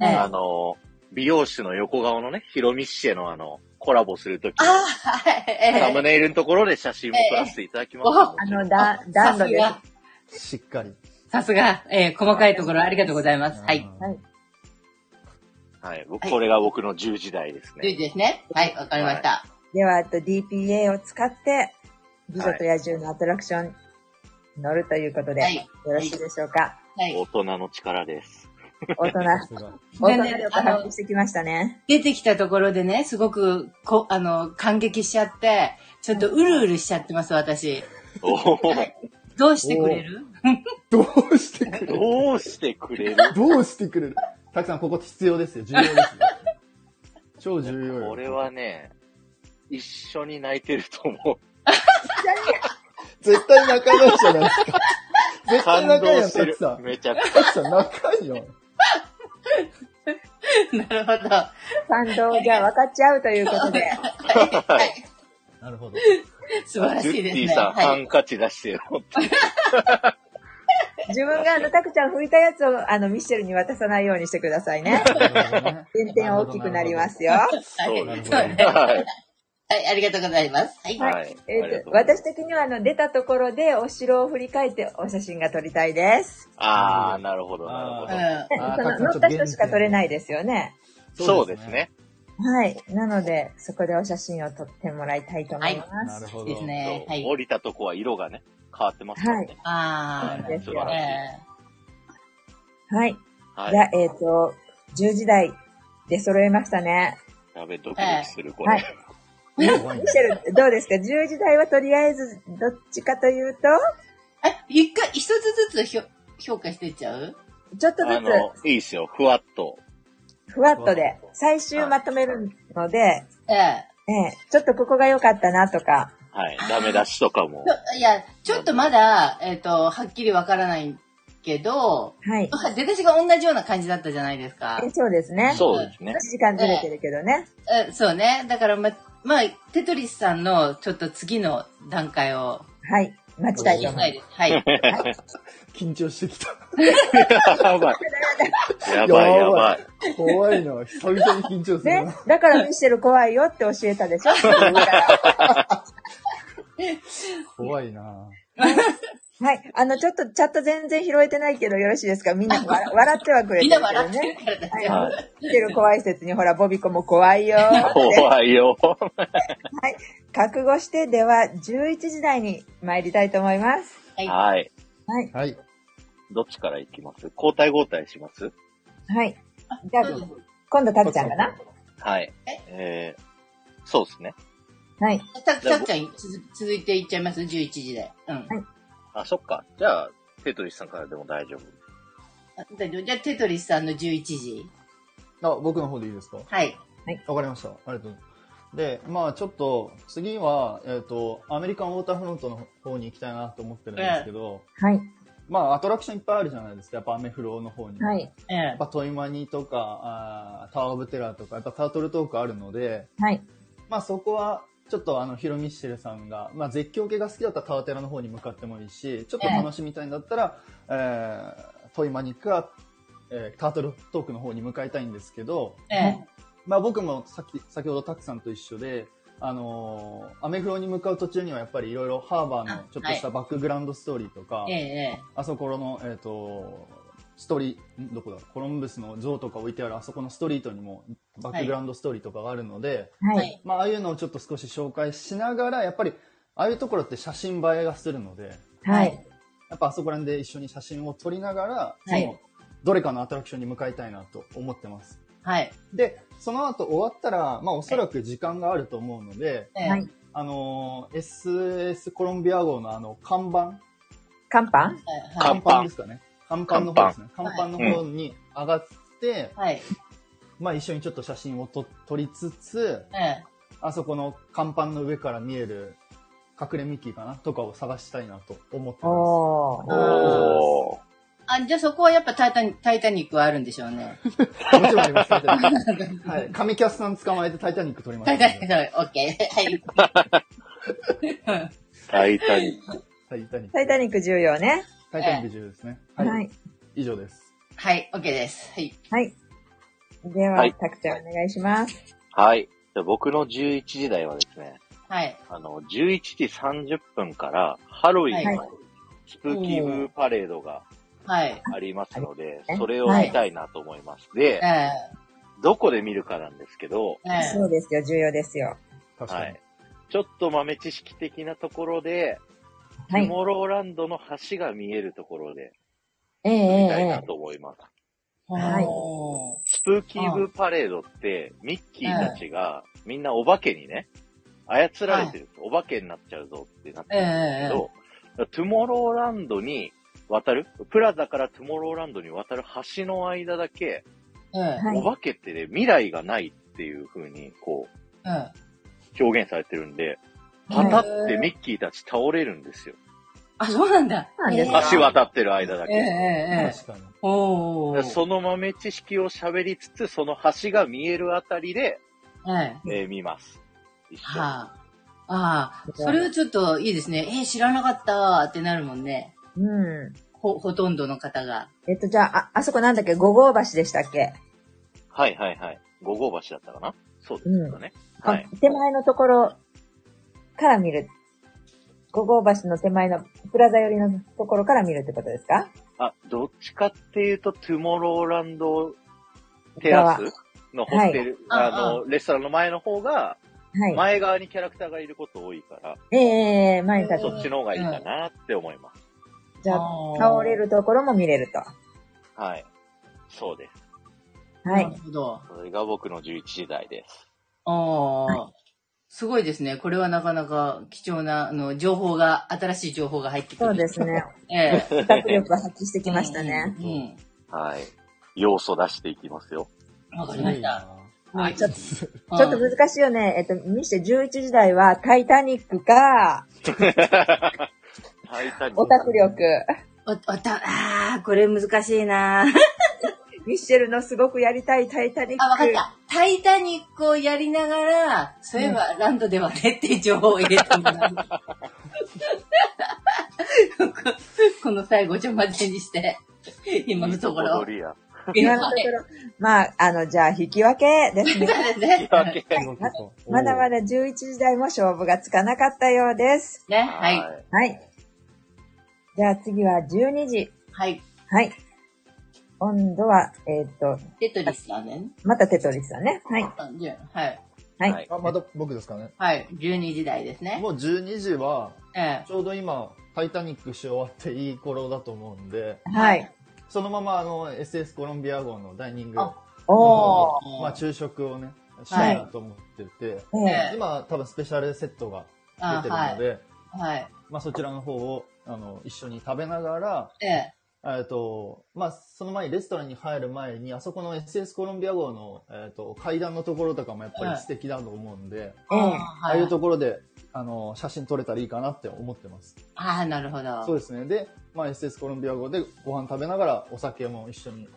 [SPEAKER 4] ええ
[SPEAKER 1] あの、美容師の横顔のね、ヒロミッシェのあの、コラボするとき、
[SPEAKER 4] ああ、はい。
[SPEAKER 1] [LAUGHS]
[SPEAKER 4] え
[SPEAKER 1] サム
[SPEAKER 4] え
[SPEAKER 1] ネイルのところで写真も撮らせていただきますの
[SPEAKER 2] あ
[SPEAKER 1] で。
[SPEAKER 2] の、だ、暖
[SPEAKER 4] さ
[SPEAKER 2] 炉
[SPEAKER 4] す
[SPEAKER 2] です。
[SPEAKER 4] が、
[SPEAKER 3] しっかり。
[SPEAKER 4] さすが、ええ細かいところありがとうございます。はい。
[SPEAKER 2] はい
[SPEAKER 1] はい、僕これが僕の10時代です
[SPEAKER 4] 10時
[SPEAKER 1] ね。
[SPEAKER 4] ですね。はい、わかりました。
[SPEAKER 2] では、あと DPA を使って、美女と野獣のアトラクションに乗るということで、
[SPEAKER 4] はい
[SPEAKER 2] よろしいでしょうか。
[SPEAKER 4] はい
[SPEAKER 1] 大。人の力です。 [LAUGHS]
[SPEAKER 2] 大人、
[SPEAKER 3] さすが
[SPEAKER 2] 大
[SPEAKER 4] 全
[SPEAKER 2] 人
[SPEAKER 4] 然
[SPEAKER 2] 力発揮してきましたね。
[SPEAKER 4] 出てきたところでね、すごく、こ、あの、感激しちゃって、ちょっとうるうるしちゃってます、私。
[SPEAKER 1] おー
[SPEAKER 4] どうしてくれる
[SPEAKER 3] どうしてくれる
[SPEAKER 1] [LAUGHS] どうしてくれる
[SPEAKER 3] どうしてくれるたくさんここ必要ですよ。重要ですよ。超重要よ。
[SPEAKER 1] これはね、一緒に泣いてると思
[SPEAKER 3] 絶対仲良いじゃないですか。
[SPEAKER 1] う。
[SPEAKER 3] 絶対
[SPEAKER 1] 感
[SPEAKER 3] 仲良
[SPEAKER 1] 動
[SPEAKER 3] いやん、
[SPEAKER 1] したて
[SPEAKER 3] く
[SPEAKER 1] る
[SPEAKER 3] さ。ん。
[SPEAKER 1] めちゃくちゃ。
[SPEAKER 3] たくさん仲良いよ。
[SPEAKER 4] [LAUGHS] なるほど。
[SPEAKER 2] 感動が分かっちゃうということで、
[SPEAKER 4] はい。
[SPEAKER 3] なるほど。
[SPEAKER 4] 素晴らし
[SPEAKER 1] ジュ
[SPEAKER 4] い
[SPEAKER 1] ッ
[SPEAKER 4] です
[SPEAKER 1] ティ
[SPEAKER 4] ね。
[SPEAKER 1] さん、ハ
[SPEAKER 4] はい。
[SPEAKER 1] ンカチ出してる。本当に
[SPEAKER 2] 自分があの、タクちゃん拭いたやつを、あの、ミッシェルに渡さないようにしてくださいね。減点大きくなりますよ。
[SPEAKER 1] そう
[SPEAKER 4] は
[SPEAKER 1] で
[SPEAKER 4] い
[SPEAKER 1] す
[SPEAKER 4] そう
[SPEAKER 1] ね
[SPEAKER 4] ね。
[SPEAKER 1] はい。
[SPEAKER 4] はい、ありがとうございます。はい。
[SPEAKER 1] は。
[SPEAKER 4] はい
[SPEAKER 1] あり
[SPEAKER 2] え
[SPEAKER 1] が
[SPEAKER 2] っ
[SPEAKER 1] とう
[SPEAKER 2] と
[SPEAKER 1] ございます
[SPEAKER 2] 私的にはあの出たところでお城を振り返ってお写真が撮りたいです。
[SPEAKER 1] あー、なるほど、なるほど。
[SPEAKER 4] うん。
[SPEAKER 2] そ
[SPEAKER 3] あー
[SPEAKER 2] の
[SPEAKER 3] ちょ
[SPEAKER 2] 乗
[SPEAKER 3] っと
[SPEAKER 2] った人しか撮れないですよね。
[SPEAKER 1] そうですね。。
[SPEAKER 2] はい。なので、そこでお写真を撮ってもらいたいと思いま
[SPEAKER 3] な
[SPEAKER 2] す。
[SPEAKER 3] るほど。
[SPEAKER 4] ですね。は
[SPEAKER 1] そう
[SPEAKER 4] い。
[SPEAKER 1] 降りたとこは色がね、変わってますからね。
[SPEAKER 4] ああ、
[SPEAKER 2] です
[SPEAKER 1] 素
[SPEAKER 2] よ
[SPEAKER 1] 晴らしい。
[SPEAKER 4] ね
[SPEAKER 2] はい。
[SPEAKER 1] は
[SPEAKER 2] じゃ
[SPEAKER 1] い。
[SPEAKER 2] あ、えっ、と、10時台で揃えましたね。
[SPEAKER 1] やべ、ドキドキする、こ
[SPEAKER 2] は
[SPEAKER 1] れ
[SPEAKER 2] い。
[SPEAKER 3] いい怖い
[SPEAKER 2] ミ
[SPEAKER 3] ね
[SPEAKER 2] シェル、どうですか ?10 時台はとりあえず、どっちかというと、
[SPEAKER 4] え、一回、一つずつひょ評価していっちゃう
[SPEAKER 2] ちょっと
[SPEAKER 1] あの、 [LAUGHS] いいですよ、ふわっと。
[SPEAKER 2] ずつ、ふわっとで、最終まとめるので、
[SPEAKER 4] ええ。
[SPEAKER 2] ええちょっとここが良かったなとか、
[SPEAKER 1] はい。ダメ出しとか [LAUGHS] も。
[SPEAKER 4] ちょいや、ちょっとまだ、えっ、と、はっきりわからないけど、
[SPEAKER 2] はい。
[SPEAKER 4] 出だしが同じような感じだったじゃないですか
[SPEAKER 2] え。そうですね。
[SPEAKER 1] そうですね
[SPEAKER 2] 1。時間ずれてるけどね。
[SPEAKER 4] えそうね。だから、ま、まあ、テトリスさんのちょっと次の段階を
[SPEAKER 2] はい。待ちたいと
[SPEAKER 4] 聞き
[SPEAKER 2] 思
[SPEAKER 4] た
[SPEAKER 2] い
[SPEAKER 4] いです。
[SPEAKER 2] [LAUGHS]
[SPEAKER 4] はい。
[SPEAKER 3] 緊張してきた。
[SPEAKER 1] [LAUGHS] やばい。 [LAUGHS] やばい、やばい。
[SPEAKER 3] 怖いな。久々に緊張する
[SPEAKER 2] ます。ね
[SPEAKER 3] な。。
[SPEAKER 2] だからミシェル怖いよって教えたでし [LAUGHS] ょ
[SPEAKER 3] 怖いな。
[SPEAKER 2] はい。あの、ちょっとチャット全然拾えてないけどよろしいですかみんな [LAUGHS] 笑笑ってはくれ
[SPEAKER 4] み
[SPEAKER 2] て
[SPEAKER 4] ん
[SPEAKER 2] るけ
[SPEAKER 4] な
[SPEAKER 2] ど
[SPEAKER 4] 笑ってる
[SPEAKER 2] ね。
[SPEAKER 4] から大丈夫。
[SPEAKER 1] は
[SPEAKER 2] ミシェル怖い説にほら、ボビコも怖いよ。
[SPEAKER 1] 怖い [LAUGHS] よ。
[SPEAKER 2] 覚悟して、では、11時台に参りたいと思います。
[SPEAKER 4] はい。
[SPEAKER 1] はい。
[SPEAKER 2] はい。
[SPEAKER 3] はい。
[SPEAKER 1] どっちから行きます交代交代します
[SPEAKER 2] はい。じゃあ、今度タクちゃんかな
[SPEAKER 1] はい。えー、そうですね。
[SPEAKER 2] はい。
[SPEAKER 4] たたっちゃん、続続いていっちゃいます。11時で。うん。
[SPEAKER 1] あ、そっか。じゃあ、テトリスさんからでも大丈夫。
[SPEAKER 4] 大丈夫じゃあ、テトリスさんの11時。
[SPEAKER 3] あ、僕の方でいいですか
[SPEAKER 4] はい。
[SPEAKER 3] わかりました。ありがとうございます。で、まあちょっと、次は、えっ、と、アメリカンウォーターフロントの方に行きたいなと思ってるんですけど、
[SPEAKER 2] はい。
[SPEAKER 3] まあアトラクションいっぱいあるじゃないですか。やっぱアメフロの方に。
[SPEAKER 2] はい。
[SPEAKER 4] え
[SPEAKER 3] や
[SPEAKER 4] え
[SPEAKER 3] っぱトイマニとか、あータワーオブテラーとか、やっぱタートルトークあるので、
[SPEAKER 2] はい。
[SPEAKER 3] まあそこは、ちょっとあの、ヒロミッシェルさんが、まあ絶叫系が好きだったらタワテラの方に向かってもいいし、ちょっと楽しみたいんだったら、えートイマニか、えータートルトークの方に向かいたいんですけど、
[SPEAKER 4] ええ
[SPEAKER 3] まあ僕もさっき、先ほどタクさんと一緒で、あのーアメフロに向かう途中にはやっぱりいろいろハーバーのちょっとしたバックグラウンドストーリーとか、
[SPEAKER 4] ええ
[SPEAKER 3] あそこの、えっ、と、ストーリー、んどこだコロンブスの像とか置いてあるあそこのストリートにもバックグラウンドストーリーとかがあるので、
[SPEAKER 4] え
[SPEAKER 2] は。
[SPEAKER 4] はいい。
[SPEAKER 3] まあ、ああいうのをちょっと少し紹介しながら、やっぱり、ああいうところって写真映えがするので、
[SPEAKER 2] はい。
[SPEAKER 3] やっぱあそこら辺で一緒に写真を撮りながら、そ
[SPEAKER 4] はい
[SPEAKER 3] の、どれかのアトラクションに向かいたいなと思ってます。
[SPEAKER 4] はい。
[SPEAKER 3] で、その後終わったら、まあおそらく時間があると思うので、
[SPEAKER 4] ええ
[SPEAKER 2] はい
[SPEAKER 3] あのー SS コロンビア号のあの、看板
[SPEAKER 2] 乾パ
[SPEAKER 1] 看
[SPEAKER 2] ン
[SPEAKER 4] はい。
[SPEAKER 3] 看
[SPEAKER 1] 板
[SPEAKER 3] 板ですかね。看板の方ですね。看
[SPEAKER 4] 板
[SPEAKER 3] 板の方に上がって、
[SPEAKER 4] はい。
[SPEAKER 3] まあ一緒にちょっと写真をと撮りつつ、
[SPEAKER 4] ええ
[SPEAKER 3] あそこの看板の上から見える隠れミッキーかなとかを探したいなと思ってます。
[SPEAKER 2] おー。
[SPEAKER 1] おー。
[SPEAKER 4] あ、じゃあそこはやっぱタイタニタイタニックはあるんでしょう
[SPEAKER 3] [LAUGHS]
[SPEAKER 4] ね。
[SPEAKER 3] もちろんあります、タイタニック。はい。神キャスさん捕まえてタイタニック撮りま
[SPEAKER 4] タ
[SPEAKER 3] し
[SPEAKER 4] イタ
[SPEAKER 3] た
[SPEAKER 4] ニッ
[SPEAKER 3] ね。
[SPEAKER 4] ク、オッケー。はい。
[SPEAKER 1] タイタ [LAUGHS] ニック。
[SPEAKER 3] タイタニック。
[SPEAKER 2] タイタニック重要ね。
[SPEAKER 3] タイタニック重要ですね。
[SPEAKER 2] はい。
[SPEAKER 3] は。
[SPEAKER 2] はいい。
[SPEAKER 3] 以上です。
[SPEAKER 4] はい、オッケーです。はい。
[SPEAKER 2] では、
[SPEAKER 1] はい
[SPEAKER 2] たくちゃんお願いします。
[SPEAKER 1] はい。じゃあ僕の11時台はですね、
[SPEAKER 4] はい。
[SPEAKER 1] あの、11時30分からハロウィン
[SPEAKER 4] は
[SPEAKER 1] のスプーキーブーパレードが
[SPEAKER 4] はい。
[SPEAKER 1] ありますので
[SPEAKER 2] は、い
[SPEAKER 1] それを見たいなと思います。で
[SPEAKER 4] え、え
[SPEAKER 1] どこで見るかなんですけど、
[SPEAKER 4] ええ
[SPEAKER 2] そうですよ、重要ですよ。
[SPEAKER 3] 確
[SPEAKER 1] は
[SPEAKER 3] かに
[SPEAKER 1] い。。ちょっと豆知識的なところで、ト
[SPEAKER 2] は
[SPEAKER 1] ゥ
[SPEAKER 2] い。
[SPEAKER 1] モローランドの橋が見えるところで
[SPEAKER 2] えええ
[SPEAKER 1] 見たい
[SPEAKER 2] え
[SPEAKER 1] な
[SPEAKER 2] ええ
[SPEAKER 1] と思います。
[SPEAKER 2] はい
[SPEAKER 4] お
[SPEAKER 1] スプーキーブーパレードって、ミッキーたちがみんなお化けにね、操られてるんです。お化けになっちゃうぞってなって
[SPEAKER 4] ーえ
[SPEAKER 1] るんですけ
[SPEAKER 4] え
[SPEAKER 1] ど、トゥモローランドに渡る、プラザからトゥモローランドに渡る橋の間だけ、
[SPEAKER 4] ええ
[SPEAKER 2] はい
[SPEAKER 1] お化けってね、未来がないっていう風に、こう、
[SPEAKER 4] ええ
[SPEAKER 1] 表現されてるんで、
[SPEAKER 2] は
[SPEAKER 1] パ
[SPEAKER 2] い
[SPEAKER 1] タってミッキーたち倒れるんですよ。
[SPEAKER 4] あ、そうなんだ。
[SPEAKER 2] そうなんです
[SPEAKER 4] ええ
[SPEAKER 1] 橋渡ってる間だ
[SPEAKER 4] ええ
[SPEAKER 1] け。
[SPEAKER 4] ええええ
[SPEAKER 3] 確かに。
[SPEAKER 4] おー。
[SPEAKER 1] その豆知識を喋りつつ、その橋が見えるあたりで、
[SPEAKER 4] ええ
[SPEAKER 1] えー見ます。一緒に
[SPEAKER 4] はあ。ああ、それはちょっといいですね。えー、知らなかったってなるもんね。
[SPEAKER 2] う
[SPEAKER 4] ほ、ほとんどの方が。
[SPEAKER 2] ん。えっと、じゃあ、あ、あそこなんだっけ五号橋でしたっけ
[SPEAKER 1] はいはいはい。五号橋だったかなそうですかね。
[SPEAKER 2] あ
[SPEAKER 1] はい。
[SPEAKER 2] 手前のところから見る。五号橋の手前の、プラザ寄りのところから見るってことですか
[SPEAKER 1] あ、どっちかっていうと、トゥモローランドテラスのホテル、
[SPEAKER 4] はい
[SPEAKER 1] あの、レストランの前の方が、
[SPEAKER 2] はい。
[SPEAKER 1] 前側にキャラクターがいること多いから、
[SPEAKER 2] ええええ前に立
[SPEAKER 1] そ
[SPEAKER 2] つ。
[SPEAKER 1] っちの方がいいかなって思います。
[SPEAKER 2] じゃあ、
[SPEAKER 4] あー
[SPEAKER 2] 倒れるところも見れると。
[SPEAKER 1] はい。そうです。
[SPEAKER 2] は
[SPEAKER 4] ないる。ほど。
[SPEAKER 1] それが僕の11時台です。
[SPEAKER 4] ああ、すごいですね。これはなかなか貴重な、あの、情報が、新しい情報が入ってくる。
[SPEAKER 2] そうです
[SPEAKER 4] [LAUGHS]
[SPEAKER 2] ね。
[SPEAKER 4] ええ。
[SPEAKER 2] 企画力が発揮してきましたね。
[SPEAKER 4] うん。
[SPEAKER 1] はい。要素出していきますよ。
[SPEAKER 4] うんわかりました。はい。
[SPEAKER 2] ちょっ
[SPEAKER 4] うん
[SPEAKER 2] ちょっと難しいよね。えっと、見して11時台はタイタニックか、
[SPEAKER 1] タイタニッ
[SPEAKER 2] オ
[SPEAKER 1] ク
[SPEAKER 2] タク力。
[SPEAKER 4] お、おた、ああ、これ難しい
[SPEAKER 2] [LAUGHS]
[SPEAKER 4] な
[SPEAKER 2] ミッシェルのすごくやりたいタイタニック。
[SPEAKER 4] あ、わかった。タイタニックをやりながら、そういえばランドではねっていう情報を入れたんだ。 [LAUGHS] この最後ちょまでにして、今のところ。
[SPEAKER 1] 踊りや。
[SPEAKER 2] 今のところ。まあ、あの、じゃあ、引き分けですね。
[SPEAKER 4] [LAUGHS] そうですね。
[SPEAKER 2] まだまだ11時台も勝負がつかなかったようです。
[SPEAKER 4] ね、はい。
[SPEAKER 1] い。
[SPEAKER 2] はい。じゃあ次は12時。
[SPEAKER 4] はい。
[SPEAKER 2] はい。今度は、えーっ、と、
[SPEAKER 4] テトリスだね。
[SPEAKER 2] またテトリスだね。はい。
[SPEAKER 4] はい。
[SPEAKER 2] はい。
[SPEAKER 1] はい
[SPEAKER 3] あ、また僕ですかね。
[SPEAKER 4] はい。12時台ですね。
[SPEAKER 3] もう12時は、
[SPEAKER 4] ええ。
[SPEAKER 3] ちょうど今、タイタニックし終わっていい頃だと思うんで、
[SPEAKER 2] はい。
[SPEAKER 3] そのままあの SS コロンビア号のダイニング
[SPEAKER 4] あ
[SPEAKER 2] おー。
[SPEAKER 3] まあ昼食をね、したいなと思ってて、
[SPEAKER 2] え
[SPEAKER 4] ね
[SPEAKER 2] え
[SPEAKER 3] 今多分スペシャルセットが
[SPEAKER 4] あ
[SPEAKER 3] 出てるの
[SPEAKER 4] はい。
[SPEAKER 3] で、
[SPEAKER 4] はい。
[SPEAKER 3] まあそちらの方をあの一緒に食べながら、
[SPEAKER 4] ええ。
[SPEAKER 3] えっと、まあその前にレストランに入る前に、あそこの SS コロンビア号の、えっと階段のところとかもやっぱり素敵だと思うんで、
[SPEAKER 2] ええ
[SPEAKER 3] ああいうと
[SPEAKER 4] こ。
[SPEAKER 3] ころで、あの、写真撮れたらいいかなって思ってます。
[SPEAKER 4] ああ、なるほど。
[SPEAKER 3] そうですね。で、まあ、SS コロンビア号でご飯食べながらお酒も一緒に飲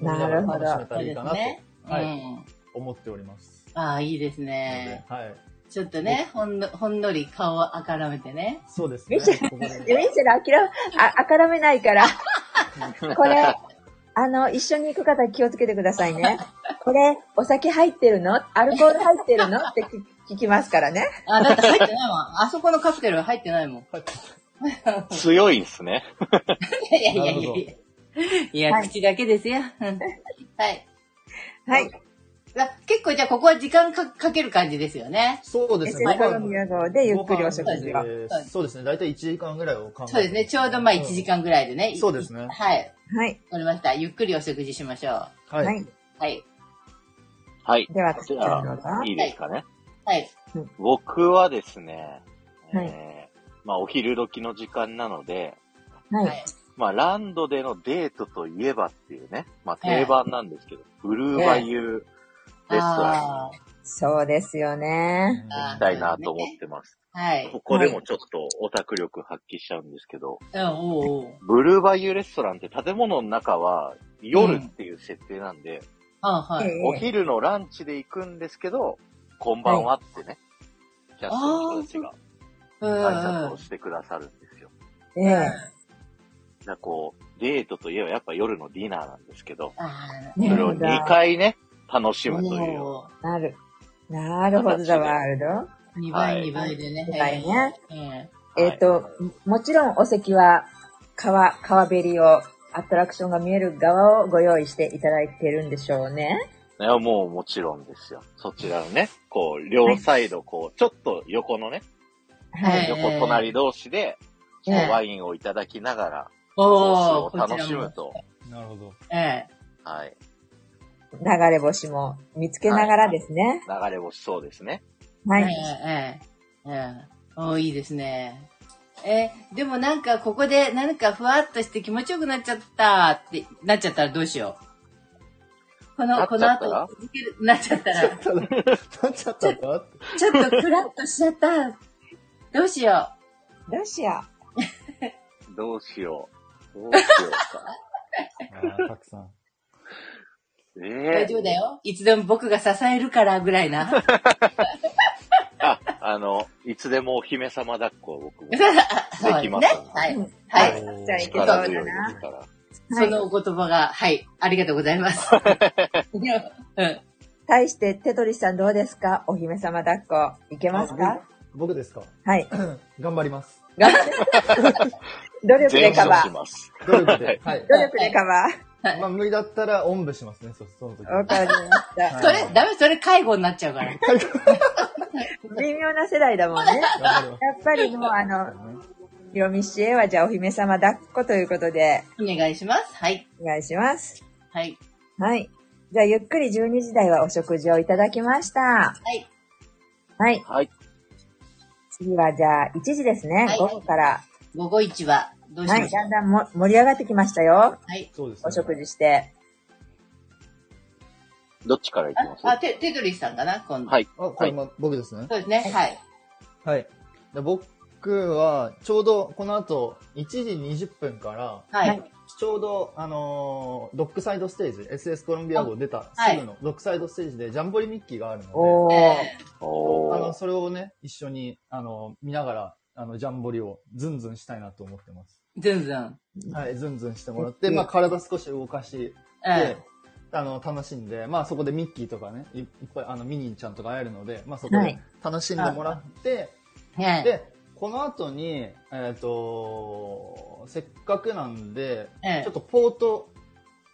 [SPEAKER 3] みながら楽しめたらいいかなと、
[SPEAKER 4] なる
[SPEAKER 3] は
[SPEAKER 4] う
[SPEAKER 3] い、
[SPEAKER 4] ん。
[SPEAKER 3] 思っております。
[SPEAKER 4] ああ、いいですね。
[SPEAKER 3] はい。
[SPEAKER 4] ちょっとね、ほんの、ほんのり顔をあからめてね。
[SPEAKER 3] そうです
[SPEAKER 2] ミ
[SPEAKER 3] ね
[SPEAKER 2] ッシェ。
[SPEAKER 3] ここで
[SPEAKER 2] でミッシェル、あきら、あ、あからめないから。これ、あの、一緒に行く方気をつけてくださいね。これ、お酒入ってるのアルコール入ってるのって聞聞きますからね。
[SPEAKER 4] あ、だって入ってない
[SPEAKER 3] [LAUGHS]
[SPEAKER 4] もん。あそこのカクテル入ってないもん。
[SPEAKER 1] 強いんすね。
[SPEAKER 4] いやいやいやいや。いや、
[SPEAKER 2] はい
[SPEAKER 4] 口だけですよ。
[SPEAKER 2] [LAUGHS]
[SPEAKER 4] うんはい。
[SPEAKER 2] はい。
[SPEAKER 4] あ結構じゃあここは時間かかける感じですよね。
[SPEAKER 3] [LAUGHS] そうですね。
[SPEAKER 2] SS コロンビア号でゆっくりお食事を。
[SPEAKER 3] ご飯でそうですね。大体1時間ぐらいを考えて
[SPEAKER 4] そうですね。ちょうどまあ1時。間ぐらいでね。
[SPEAKER 3] そうですね
[SPEAKER 4] はい。
[SPEAKER 2] はい。
[SPEAKER 4] わかりました。ゆっくりお食事しましょう。
[SPEAKER 3] うんは
[SPEAKER 2] はいい。。
[SPEAKER 4] はい。
[SPEAKER 1] はい。
[SPEAKER 2] では、
[SPEAKER 1] じ
[SPEAKER 2] 次
[SPEAKER 1] ゃ
[SPEAKER 2] はどうぞ。
[SPEAKER 1] あ、いいですかね。
[SPEAKER 4] はい。
[SPEAKER 1] 僕はですね、
[SPEAKER 2] はい
[SPEAKER 1] えーまあ、お昼時の時間なので、
[SPEAKER 2] は。
[SPEAKER 4] はいい。
[SPEAKER 1] まあ、ランドでのデートといえばっていうね、まあ、定番なんですけど、ブルーバユーレストランに
[SPEAKER 4] あ
[SPEAKER 2] そうですよね。
[SPEAKER 1] 行きたいなと思ってます。
[SPEAKER 4] ーはい。
[SPEAKER 1] ここでもちょっとオタク力発揮しちゃうんですけど、
[SPEAKER 4] うん、おうおう。
[SPEAKER 1] ブルーバイユーレストランって建物の中は夜っていう設定なんで、
[SPEAKER 4] あーは
[SPEAKER 2] え
[SPEAKER 4] い。
[SPEAKER 2] え
[SPEAKER 1] お昼のランチで行くんですけど、こんばんはってね、キャストの人たちが
[SPEAKER 4] うんうん。
[SPEAKER 1] 挨拶をしてくださるんですよ。
[SPEAKER 2] ええ。
[SPEAKER 1] だからこう、デートといえばやっぱ夜のディナーなんですけど、
[SPEAKER 4] あ
[SPEAKER 1] そ
[SPEAKER 2] な
[SPEAKER 1] れ
[SPEAKER 2] る
[SPEAKER 1] を
[SPEAKER 2] ほど。
[SPEAKER 1] 2回ね、楽し
[SPEAKER 4] ー
[SPEAKER 1] むという。
[SPEAKER 4] も
[SPEAKER 2] なる。なるほどだわ、アルド。
[SPEAKER 4] う2倍、
[SPEAKER 1] はい
[SPEAKER 4] 2倍でね。
[SPEAKER 2] 二倍ね
[SPEAKER 4] ええ。
[SPEAKER 1] はい
[SPEAKER 2] えっ、と、ももちろんお席は川、川べりを、アトラクションが見える側をご用意していただいてるんでしょうね。
[SPEAKER 1] いや、もうもちろんですよ。そちらのね、こう、両サイド、こう、ちょっと横のね、
[SPEAKER 2] は
[SPEAKER 4] ええ
[SPEAKER 2] い。
[SPEAKER 1] 横隣同士で、こう
[SPEAKER 2] ええ
[SPEAKER 1] ワインをいただきながら、
[SPEAKER 4] お
[SPEAKER 1] コ
[SPEAKER 4] お
[SPEAKER 1] ースを楽しむ。と。
[SPEAKER 3] なるほど。
[SPEAKER 4] ええ。
[SPEAKER 1] はい。
[SPEAKER 2] 流れ星も見つけながらですね。
[SPEAKER 1] 流れ星そうですね。
[SPEAKER 2] はい。
[SPEAKER 4] ええ、ええ、ええ。おいいですね。え、でもなんかここでなんかふわっとして気持ちよくなっちゃったってなっちゃったらどうしよう。こ
[SPEAKER 1] なっ
[SPEAKER 4] の、
[SPEAKER 1] ちゃ
[SPEAKER 4] こ
[SPEAKER 1] った
[SPEAKER 4] の
[SPEAKER 1] ら
[SPEAKER 4] 後続ける、なっち
[SPEAKER 1] [LAUGHS]
[SPEAKER 4] ゃったら、
[SPEAKER 3] ただ、なっちゃったんだって。
[SPEAKER 4] ちょっとクラッとしちゃった。どうしよ
[SPEAKER 2] どうしよ
[SPEAKER 1] どうしよう。どうしよう
[SPEAKER 3] ああ、たくさん。
[SPEAKER 1] か。[LAUGHS]
[SPEAKER 4] う。
[SPEAKER 1] え
[SPEAKER 4] 大
[SPEAKER 1] え
[SPEAKER 4] 丈夫だよ。いつでも僕が支えるからぐらいな。
[SPEAKER 1] あ、あの、いつでもお姫様抱っこを [LAUGHS] 僕もで
[SPEAKER 4] そう
[SPEAKER 1] き
[SPEAKER 4] です
[SPEAKER 1] ま
[SPEAKER 4] ね
[SPEAKER 1] す。。
[SPEAKER 4] はい。はい。
[SPEAKER 3] おー
[SPEAKER 2] じゃあ行けそう
[SPEAKER 1] 力
[SPEAKER 2] だ
[SPEAKER 1] 強いで
[SPEAKER 2] な。
[SPEAKER 1] すから。
[SPEAKER 4] そのお言葉が、はい。ありがとうございます。うん。
[SPEAKER 2] 対して、テトリスさんどうですかお姫様抱っこ。いけますか
[SPEAKER 3] あ僕僕ですか
[SPEAKER 2] はい。
[SPEAKER 3] 頑張ります。
[SPEAKER 2] 頑
[SPEAKER 3] [LAUGHS]
[SPEAKER 2] 張って努力で
[SPEAKER 1] 全
[SPEAKER 2] カ
[SPEAKER 1] 勝
[SPEAKER 2] バ
[SPEAKER 1] し
[SPEAKER 2] ー。
[SPEAKER 1] ます。
[SPEAKER 3] 努力で。はい。
[SPEAKER 2] 努力でカバ
[SPEAKER 3] まあ、無理だったら、おんぶしますね、そその時
[SPEAKER 2] ー。。わかりました。
[SPEAKER 4] それ、ダメ、それ介護になっちゃうから。
[SPEAKER 2] 微妙な世代だもんね。や
[SPEAKER 3] 頑張りま
[SPEAKER 2] っぱりもうあの、
[SPEAKER 3] す。
[SPEAKER 2] よみしえはじゃあお姫様抱っこということで、
[SPEAKER 4] お願いします。はい。
[SPEAKER 2] お願いします。
[SPEAKER 4] はい。
[SPEAKER 2] はい。じゃあゆっくり12時台はお食事をいただきました。
[SPEAKER 4] はい。
[SPEAKER 2] はい。
[SPEAKER 1] はい。
[SPEAKER 2] 次はじゃあ1時ですね
[SPEAKER 4] は。い
[SPEAKER 2] 午後から。
[SPEAKER 4] 午後一は、どうし
[SPEAKER 2] は
[SPEAKER 4] ま
[SPEAKER 2] い。
[SPEAKER 4] しょ
[SPEAKER 2] だんだんも盛り上がってきましたよ。
[SPEAKER 4] うはい。
[SPEAKER 3] そうですね。
[SPEAKER 2] お食事して。
[SPEAKER 1] どっちから行き
[SPEAKER 4] あ、
[SPEAKER 1] ます
[SPEAKER 4] テテトリスさんかな今度。
[SPEAKER 1] はい
[SPEAKER 3] あ、これ、ま、僕ですね。
[SPEAKER 4] そうですね。はい。
[SPEAKER 3] はい。で僕は、ちょうど、この後、1時20分から、
[SPEAKER 4] はい。
[SPEAKER 3] ちょうど、あのードックサイドステージ、SS コロンビア号出た
[SPEAKER 4] はい
[SPEAKER 3] すぐのドックサイドステージでジャンボリミッキーがあるので、
[SPEAKER 2] おー。
[SPEAKER 4] え
[SPEAKER 1] お
[SPEAKER 3] あの、
[SPEAKER 1] ー。
[SPEAKER 3] それをね、一緒に、あの、見ながら、あの、ジャンボリをズンズンしたいなと思ってます。
[SPEAKER 4] ー、ずんずん。
[SPEAKER 3] はい、ズンズンしてもらって、まあ、体少し動かして、
[SPEAKER 4] え
[SPEAKER 3] あの、楽しんで、まあ、そこでミッキーとかね、いいっぱい、あの、ミニーちゃんとか会えるので、まあ、そこ
[SPEAKER 2] は
[SPEAKER 3] で
[SPEAKER 2] い
[SPEAKER 3] 楽しんでもらって、
[SPEAKER 4] え。え
[SPEAKER 3] で、この後に、えっ、と、せっかくなんで、
[SPEAKER 4] え
[SPEAKER 3] ちょっとポート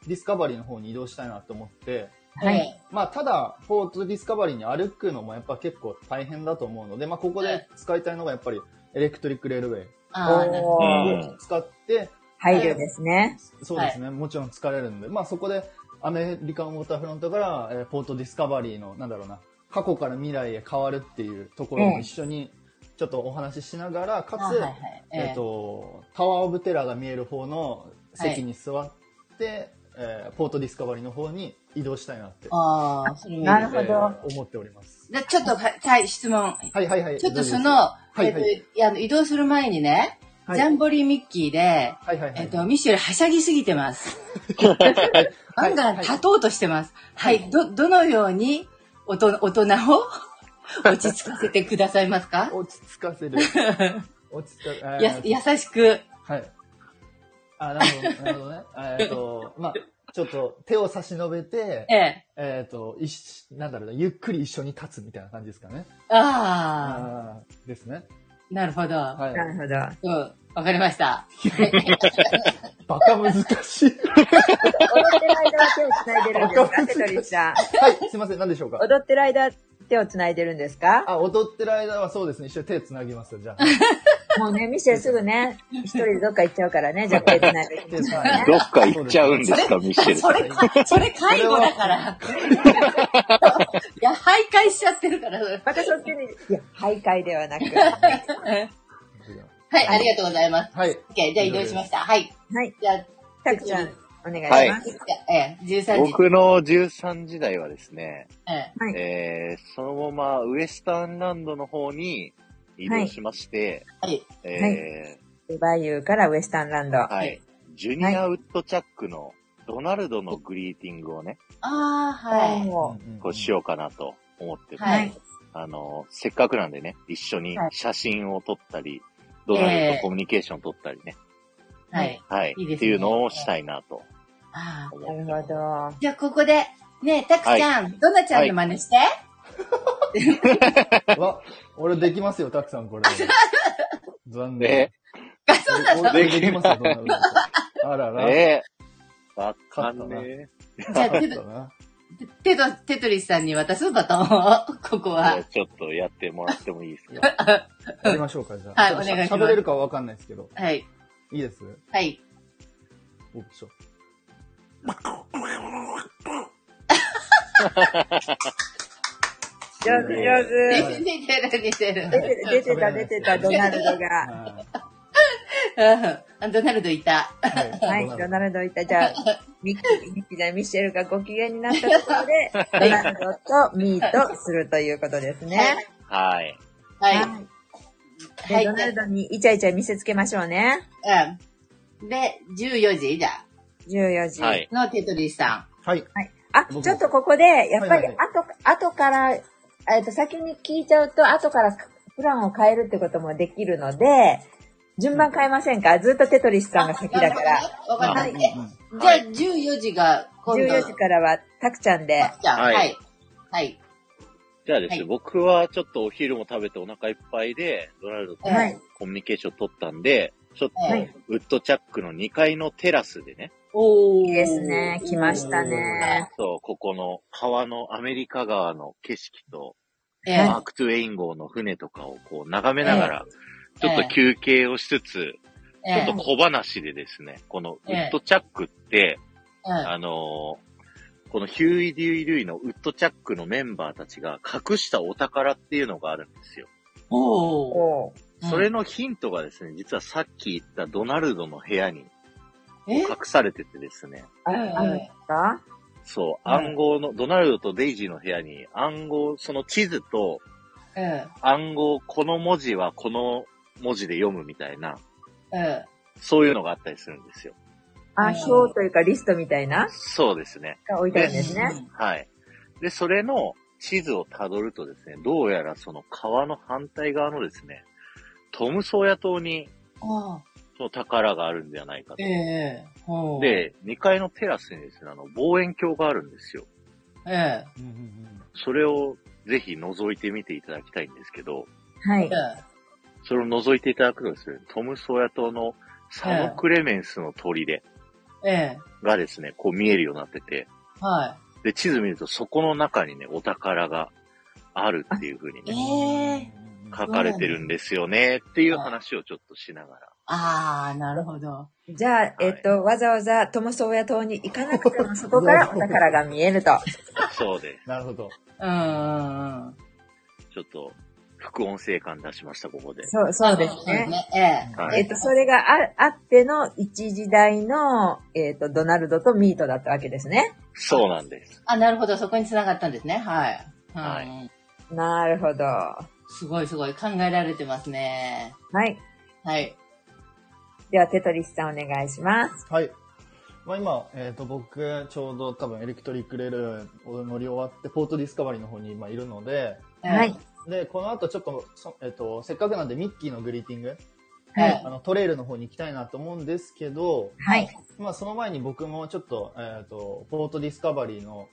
[SPEAKER 3] ディスカバリーの方に移動したいなと思って、
[SPEAKER 4] え。
[SPEAKER 2] はい。
[SPEAKER 3] まあ、ただ、ポートディスカバリーに歩くのもやっぱ結構大変だと思うので、まあ、ここで使いたいのがやっぱり、エレクトリックレールウェイ
[SPEAKER 4] あーなるほど
[SPEAKER 2] お
[SPEAKER 1] う
[SPEAKER 2] ー。
[SPEAKER 1] ん
[SPEAKER 3] を使って、
[SPEAKER 2] 配慮ですね。
[SPEAKER 3] そうですね、もちろん疲れるんで、まあ、そこでアメリカンウォーターフロントから、えーポートディスカバリーの、なんだろうな、過去から未来へ変わるっていうところも一緒にちょっとお話ししながら、か
[SPEAKER 4] あ
[SPEAKER 3] つ、
[SPEAKER 4] ーはいはい。え
[SPEAKER 3] えっ、
[SPEAKER 4] え。
[SPEAKER 3] と、タワーオブテラーが見える方の席に座って、えーポートディスカバリーの方に移動したいなって、
[SPEAKER 4] ああ、それもいい
[SPEAKER 2] なるほど
[SPEAKER 3] えー思っております。
[SPEAKER 4] でちょっと、はいはい、質問。
[SPEAKER 3] はいはいはい。
[SPEAKER 4] ちょっとその、
[SPEAKER 3] はい
[SPEAKER 4] えっ、
[SPEAKER 3] はい
[SPEAKER 4] といやあの、移動する前にね、
[SPEAKER 3] はい
[SPEAKER 4] ジャンボリーミッキーで、
[SPEAKER 3] はいはいはい。
[SPEAKER 4] えっ、と、ミシェルはしゃぎすぎてます。ガンガン立とうとしてます。はい、ど、どのように、おと、大人を [LAUGHS] 落ち着かせてくださいますか
[SPEAKER 3] 落ち着か
[SPEAKER 4] [LAUGHS]
[SPEAKER 3] せる。落ち着かせる。
[SPEAKER 4] や、優しく。
[SPEAKER 3] はい。あ、なるほど、なるほどね。えっと、まあ、ちょっと手を差し伸べて
[SPEAKER 4] え、え。
[SPEAKER 3] えっと、いし、なんだろうな、ゆっくり一緒に立つみたいな感じですかね。
[SPEAKER 4] ああ、
[SPEAKER 3] あーですね。
[SPEAKER 4] なるほど。
[SPEAKER 3] はい。
[SPEAKER 2] なるほど。
[SPEAKER 4] うん、わかりました。
[SPEAKER 3] バカ難しい。
[SPEAKER 2] 踊ってる間は手を繋いでるんですか、テトリス
[SPEAKER 4] [LAUGHS]
[SPEAKER 2] さん。
[SPEAKER 3] はい、すいません、何でしょうか。
[SPEAKER 2] 踊ってる間手を繋いでるんですか
[SPEAKER 3] [LAUGHS] あ、踊ってる間はそうですね、一緒に手つなぎます
[SPEAKER 4] [LAUGHS]
[SPEAKER 3] よ、じゃあ。
[SPEAKER 2] もうね、ミシェルすぐね、一人でどっか行っちゃうからね、じゃあ手繋いで
[SPEAKER 3] 手
[SPEAKER 2] る
[SPEAKER 4] [LAUGHS]
[SPEAKER 3] つなぎ
[SPEAKER 1] どっか行っちゃうんですか、ミシェルさ
[SPEAKER 4] そ
[SPEAKER 1] ん。
[SPEAKER 4] れ、それ介護だから。 [LAUGHS] いや、徘徊しちゃってるから。は
[SPEAKER 2] またそっちに、いや、徘徊ではなく。
[SPEAKER 4] い、ありがとうございます。
[SPEAKER 3] はい。
[SPEAKER 4] OK、じゃあ移動しました。はい。
[SPEAKER 2] はい。
[SPEAKER 4] じゃあ、
[SPEAKER 2] たくちゃん、お願いしま
[SPEAKER 1] は
[SPEAKER 2] す。
[SPEAKER 1] い
[SPEAKER 4] ええ、13時。
[SPEAKER 1] 僕の13時台はですね、
[SPEAKER 4] ええ
[SPEAKER 2] はい
[SPEAKER 1] えー、そのままウエスタンランドの方に移動しまして、
[SPEAKER 4] はい。
[SPEAKER 1] え
[SPEAKER 2] デバイユーからウエスタンランド。
[SPEAKER 1] ー、はい、
[SPEAKER 4] はい
[SPEAKER 1] ジュニアウッドチャックのドナルドのグリーティングをね、
[SPEAKER 4] ああ、はい。
[SPEAKER 2] おー
[SPEAKER 1] こうしようかなと思ってます、
[SPEAKER 4] はい。
[SPEAKER 1] あの、せっかくなんでね、一緒に
[SPEAKER 4] はい
[SPEAKER 1] 写真を撮ったり、ドナルドとコミュニケーションを撮ったりね、
[SPEAKER 4] はい。
[SPEAKER 1] はい、
[SPEAKER 4] いいで
[SPEAKER 1] っ
[SPEAKER 4] すね
[SPEAKER 1] ていうのをしたいなと
[SPEAKER 4] ああ
[SPEAKER 1] 思
[SPEAKER 2] な
[SPEAKER 1] って
[SPEAKER 2] る
[SPEAKER 1] ます
[SPEAKER 2] ほど。
[SPEAKER 4] じゃあ、ここで、ねえ、たくちゃん、どんなちゃんの真似して、
[SPEAKER 3] うん。わ、俺できますよ、たくさんこれ。残念
[SPEAKER 1] え。
[SPEAKER 4] [LAUGHS] そうなの
[SPEAKER 3] 俺できますよ、ドナルド
[SPEAKER 1] [LAUGHS]
[SPEAKER 3] あらら。
[SPEAKER 1] えー、わかんね
[SPEAKER 4] じゃあ、テ
[SPEAKER 3] だ
[SPEAKER 4] ト
[SPEAKER 3] な
[SPEAKER 4] テト、テトリスさんに渡すバトンを、 [LAUGHS] ここ
[SPEAKER 1] え。
[SPEAKER 4] は。
[SPEAKER 1] ちょっとやってもらってもいいですか
[SPEAKER 3] やりましょうか、じゃあ。
[SPEAKER 4] はいお願いします
[SPEAKER 3] 喋れるかはわかんないですけど。
[SPEAKER 4] はい。
[SPEAKER 3] いいです
[SPEAKER 4] はい。
[SPEAKER 3] オプション。
[SPEAKER 2] 上手、上
[SPEAKER 4] 出
[SPEAKER 2] 手。
[SPEAKER 4] てる、出て
[SPEAKER 2] 出て
[SPEAKER 4] る。
[SPEAKER 2] る出てた、出てた、ドナルドが。
[SPEAKER 3] は
[SPEAKER 4] [LAUGHS] うん。ドナルドいた。
[SPEAKER 3] いは
[SPEAKER 2] はいい、
[SPEAKER 3] ド
[SPEAKER 2] ド
[SPEAKER 3] ナル
[SPEAKER 2] ナルドいた。じ
[SPEAKER 4] [LAUGHS]
[SPEAKER 2] ゃあ、ミッキー、ミッキーじゃないミッシェルがご機嫌になったところで、ドナルドとミーとするということですね。
[SPEAKER 1] はい。
[SPEAKER 4] はい。
[SPEAKER 2] はで
[SPEAKER 4] はい
[SPEAKER 2] ドナルドにイチャイチャ見せつけましょうね。
[SPEAKER 4] うん。で、14時だ。
[SPEAKER 2] 14時。
[SPEAKER 1] はい。
[SPEAKER 4] のテトリスさ
[SPEAKER 3] ドはい。
[SPEAKER 2] はい。あ、
[SPEAKER 3] 僕も
[SPEAKER 2] ちょっとここで、やっぱり
[SPEAKER 3] はいはい
[SPEAKER 2] 後、後から、えっと、先に聞いちゃうと、後からプランを変えるってこともできるので、順番変えませんかずっとテトリスさんが
[SPEAKER 4] ん。
[SPEAKER 2] 先だから。。
[SPEAKER 4] わかった。
[SPEAKER 1] は
[SPEAKER 4] はいい。
[SPEAKER 3] うん
[SPEAKER 4] じゃあ、14時が、今度。
[SPEAKER 2] 14時からは、タクちゃんで。
[SPEAKER 4] じゃあ、
[SPEAKER 1] はい
[SPEAKER 4] はい。はい。
[SPEAKER 1] じゃあですね、
[SPEAKER 4] はい
[SPEAKER 1] 僕はちょっとお昼も食べてお腹いっぱいで、ドナルドと
[SPEAKER 4] はい
[SPEAKER 1] コミュニケーション取ったんで、ちょっと
[SPEAKER 4] はい
[SPEAKER 1] ウッドチャックの2階のテラスでね、
[SPEAKER 4] お
[SPEAKER 2] い
[SPEAKER 4] ー
[SPEAKER 2] いですね。来ましたね。
[SPEAKER 1] そう、ここの川のアメリカ川の景色と、
[SPEAKER 4] ええ
[SPEAKER 1] マーク・トゥ・エイン号の船とかをこう眺めながら、ち
[SPEAKER 4] え
[SPEAKER 1] ょっ
[SPEAKER 4] え
[SPEAKER 1] と休憩をしつつ、
[SPEAKER 4] え
[SPEAKER 1] ちょっと小話でですね、このウッドチャックって、あのーこのヒューイ・デュイ・ルイのウッドチャックのメンバーたちが隠したお宝っていうのがあるんですよ。
[SPEAKER 4] おお。
[SPEAKER 2] おう
[SPEAKER 1] それのヒントがですね、実はさっき言ったドナルドの部屋に
[SPEAKER 4] え
[SPEAKER 1] 隠されててですね、
[SPEAKER 2] あ、あるんですか
[SPEAKER 1] そう、
[SPEAKER 4] うん
[SPEAKER 1] 暗号の、ドナルドとデイジーの部屋に暗号、その地図と
[SPEAKER 4] うん。
[SPEAKER 1] 暗号、この文字はこの文字で読むみたいな、
[SPEAKER 4] うん。
[SPEAKER 1] そういうのがあったりするんですよ。
[SPEAKER 2] あ、表というかリストみたいな
[SPEAKER 1] そうですね。
[SPEAKER 2] が置いてあるんですね。
[SPEAKER 1] はい。で、それの地図をたどるとですね、どうやらその川の反対側のですね、トムソーヤ島に
[SPEAKER 4] ああ。
[SPEAKER 1] その宝があるんじゃないかと
[SPEAKER 4] え。え。ほう、
[SPEAKER 1] で、2階のテラスにですね、あの、望遠鏡があるんですよ。
[SPEAKER 4] ええ。
[SPEAKER 3] うんうん
[SPEAKER 1] それをぜひ覗いてみていただきたいんですけど、
[SPEAKER 2] はい。
[SPEAKER 1] それを覗いていただくとですね、トムソーヤ島のサノクレメンスの砦
[SPEAKER 4] ええ。
[SPEAKER 1] がですね、こう見えるようになってて、
[SPEAKER 4] は
[SPEAKER 1] で、地図見るとそこの中にね、お宝があるっていう風に
[SPEAKER 4] い。
[SPEAKER 1] ね、
[SPEAKER 4] ええ。
[SPEAKER 3] うん
[SPEAKER 1] 書かれてるんですよね、っていう話をちょっとしながら。
[SPEAKER 4] ああ、なるほど。
[SPEAKER 2] じゃあ、えっと、わざわざトムソーヤ島に行かなくても、そこからお宝が見えると。
[SPEAKER 1] そうです。
[SPEAKER 3] なるほど。
[SPEAKER 4] うんうんうん。
[SPEAKER 1] ちょっと、副音声感出しました、ここで。
[SPEAKER 2] そう、そうですね。。
[SPEAKER 4] ええ。
[SPEAKER 1] は
[SPEAKER 2] え
[SPEAKER 1] い
[SPEAKER 2] っ。と、それがああっての一時代の、えっと、ドナルドとミートだったわけですね。
[SPEAKER 1] そうなんです。
[SPEAKER 4] あ、なるほど。そこに繋がったんですね。はい。うん
[SPEAKER 1] はい。
[SPEAKER 2] なるほど。は
[SPEAKER 4] すごいすごい。考えられてますね。
[SPEAKER 2] い。
[SPEAKER 4] はい。
[SPEAKER 2] では、テトリスさんお願いします。
[SPEAKER 3] はい。まあ今、えっ、と、僕、ちょうど多分エレクトリックレールを乗り終わって、ポートディスカバリーの方に今いるので、
[SPEAKER 2] はい。
[SPEAKER 3] で、この後ちょっと、そえっ、と、せっかくなんでミッキーのグリーティング、
[SPEAKER 4] は
[SPEAKER 3] あ
[SPEAKER 4] い。
[SPEAKER 3] の、トレイルの方に行きたいなと思うんですけど、
[SPEAKER 2] はい。
[SPEAKER 3] まあその前に僕もちょっと、えっ、と、ポートディスカバリーの、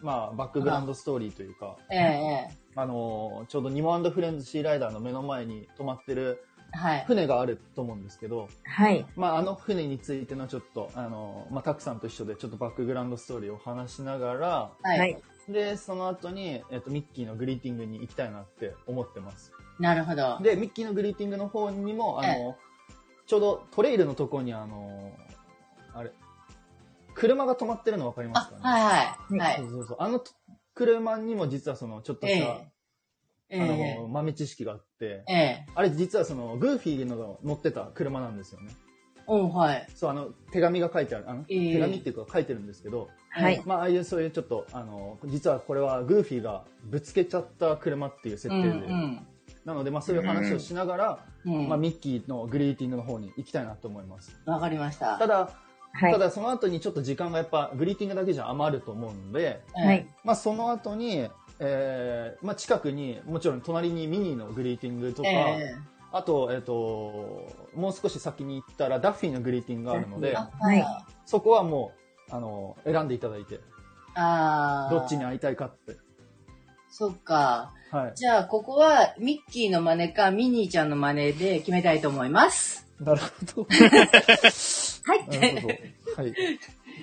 [SPEAKER 3] まあバックグラウンドストーリーというか、
[SPEAKER 4] ええ、え
[SPEAKER 3] あの、ちょうどニモフレンズシーライダーの目の前に止まってる
[SPEAKER 4] え。はい。
[SPEAKER 3] 船があると思うんですけど、
[SPEAKER 2] はい。
[SPEAKER 3] まあ、あの船についてのちょっと、あの、まあ、たくさんと一緒で、ちょっとバックグラウンドストーリーを話しながら、
[SPEAKER 4] は。
[SPEAKER 2] はいい。
[SPEAKER 3] で、その後に、えっと、ミッキーのグリーティングに行きたいなって思ってます。
[SPEAKER 4] なるほど。
[SPEAKER 3] で、ミッキーのグリーティングの方にも、あの、ちょうどトレイルのとこに、あの、あれ、車が止まってるの分かりま
[SPEAKER 4] あ
[SPEAKER 3] すか、ね
[SPEAKER 4] はいはい。は
[SPEAKER 3] そ
[SPEAKER 4] い。
[SPEAKER 3] うそうそう。あのと車にも実はその、ちょっと
[SPEAKER 4] え
[SPEAKER 3] した、
[SPEAKER 4] え。え
[SPEAKER 3] あの、
[SPEAKER 4] え。
[SPEAKER 3] 豆知識があって、
[SPEAKER 4] ええ。
[SPEAKER 3] あれ実はその、グーフィーの乗ってた車なんですよね。
[SPEAKER 4] うん、はい。
[SPEAKER 3] そう、あの、手紙が書いてある、あの、
[SPEAKER 4] ええ
[SPEAKER 3] 手紙っていうか書いてるんですけど、
[SPEAKER 2] はい。
[SPEAKER 3] まあ、ああいうそういうちょっと、あの、実はこれはグーフィーがぶつけちゃった車っていう設
[SPEAKER 4] うん、
[SPEAKER 3] 定
[SPEAKER 4] う
[SPEAKER 3] で、
[SPEAKER 4] ん。
[SPEAKER 3] なので、まあそういう話をしながら、
[SPEAKER 4] うん、
[SPEAKER 3] まあミッキーのグリーティングの方に行きたいなと思います。
[SPEAKER 4] わかりました。
[SPEAKER 3] ただ、
[SPEAKER 2] はい
[SPEAKER 3] た。だその後にちょっと時間がやっぱ、グリーティングだけじゃ余ると思うので、
[SPEAKER 2] は
[SPEAKER 4] はい
[SPEAKER 2] い。
[SPEAKER 3] まあその後に、えーまあ近くに、もちろん隣にミニーのグリーティングとか、
[SPEAKER 4] ええ
[SPEAKER 3] あと、えっ、と、もう少し先に行ったらダッフィーのグリーティングがあるので
[SPEAKER 2] ダ、
[SPEAKER 4] あ
[SPEAKER 2] はい
[SPEAKER 3] そこはもう、あの、選んでいただいて、
[SPEAKER 4] ああ。
[SPEAKER 3] どっちに会いたいかって。
[SPEAKER 4] そっか。
[SPEAKER 3] はい。
[SPEAKER 4] じゃあ、ここは、ミッキーの真似か、ミニーちゃんの真似で決めたいと思います。
[SPEAKER 3] なるほど。
[SPEAKER 4] はいっ
[SPEAKER 3] な
[SPEAKER 4] て。
[SPEAKER 3] るほど。はい。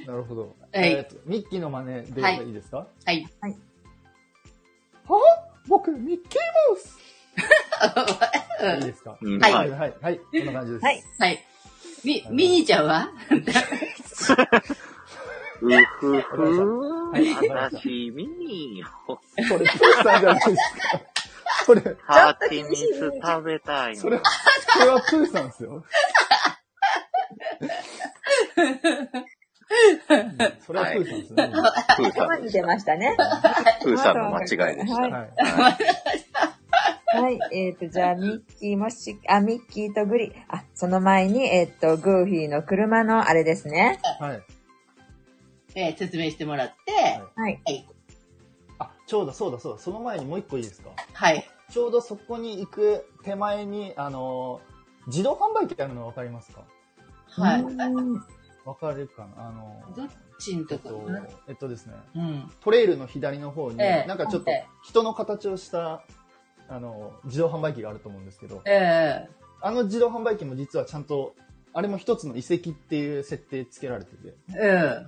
[SPEAKER 3] なるほど。
[SPEAKER 4] はい
[SPEAKER 3] えっと、ミッキーの真似
[SPEAKER 4] は
[SPEAKER 3] で
[SPEAKER 4] い
[SPEAKER 3] いいですか、は
[SPEAKER 4] はい。 [LAUGHS]
[SPEAKER 3] 僕、ミッキーマウスいいですか、
[SPEAKER 1] うん
[SPEAKER 4] はい
[SPEAKER 3] はい、はい、はい。こんな感じです。
[SPEAKER 2] はい
[SPEAKER 4] はい。み、ミニーちゃんは
[SPEAKER 1] うふふ
[SPEAKER 3] はい
[SPEAKER 1] ー、悲しみよ。
[SPEAKER 3] それ、トシさんじゃないですか。それ、
[SPEAKER 1] ハチミツ食べたい
[SPEAKER 3] それ
[SPEAKER 1] の。
[SPEAKER 3] は、それはプーさんですよ。うんそれはプーさんですね。
[SPEAKER 1] プーさ
[SPEAKER 2] 頭
[SPEAKER 1] ん
[SPEAKER 2] に
[SPEAKER 1] でした。
[SPEAKER 2] 出ましたね。
[SPEAKER 1] プーさんの間違いでした。
[SPEAKER 3] はい。
[SPEAKER 2] はい。えっ、と、じゃあ、ミッキーもし、あ、ミッキーとグリ、あ、その前に、えっ、と、グーフィーの車のあれですね。
[SPEAKER 3] はい。
[SPEAKER 4] えー説明してもらって、
[SPEAKER 2] はい。
[SPEAKER 3] あ、ちょうどそうだそうだ。その前にもう一個いいですか
[SPEAKER 4] はい。
[SPEAKER 3] ちょうどそこに行く手前に、あのー自動販売機ってあるの分かりますか
[SPEAKER 4] はい。
[SPEAKER 2] う
[SPEAKER 4] あ
[SPEAKER 2] ーん
[SPEAKER 3] 分かるかなあのー
[SPEAKER 4] どっちん
[SPEAKER 3] え
[SPEAKER 4] と
[SPEAKER 3] っ
[SPEAKER 4] ことかな、
[SPEAKER 3] えっとですね、
[SPEAKER 4] うん。
[SPEAKER 3] トレイルの左の方に、
[SPEAKER 4] ええ
[SPEAKER 3] なんかちょっと
[SPEAKER 4] え
[SPEAKER 3] 人の形をした、あのー自動販売機があると思うんですけど、
[SPEAKER 4] え
[SPEAKER 3] あの自動販売機も実はちゃんと、あれも一つの遺跡っていう設定つけられてて、
[SPEAKER 4] えうん。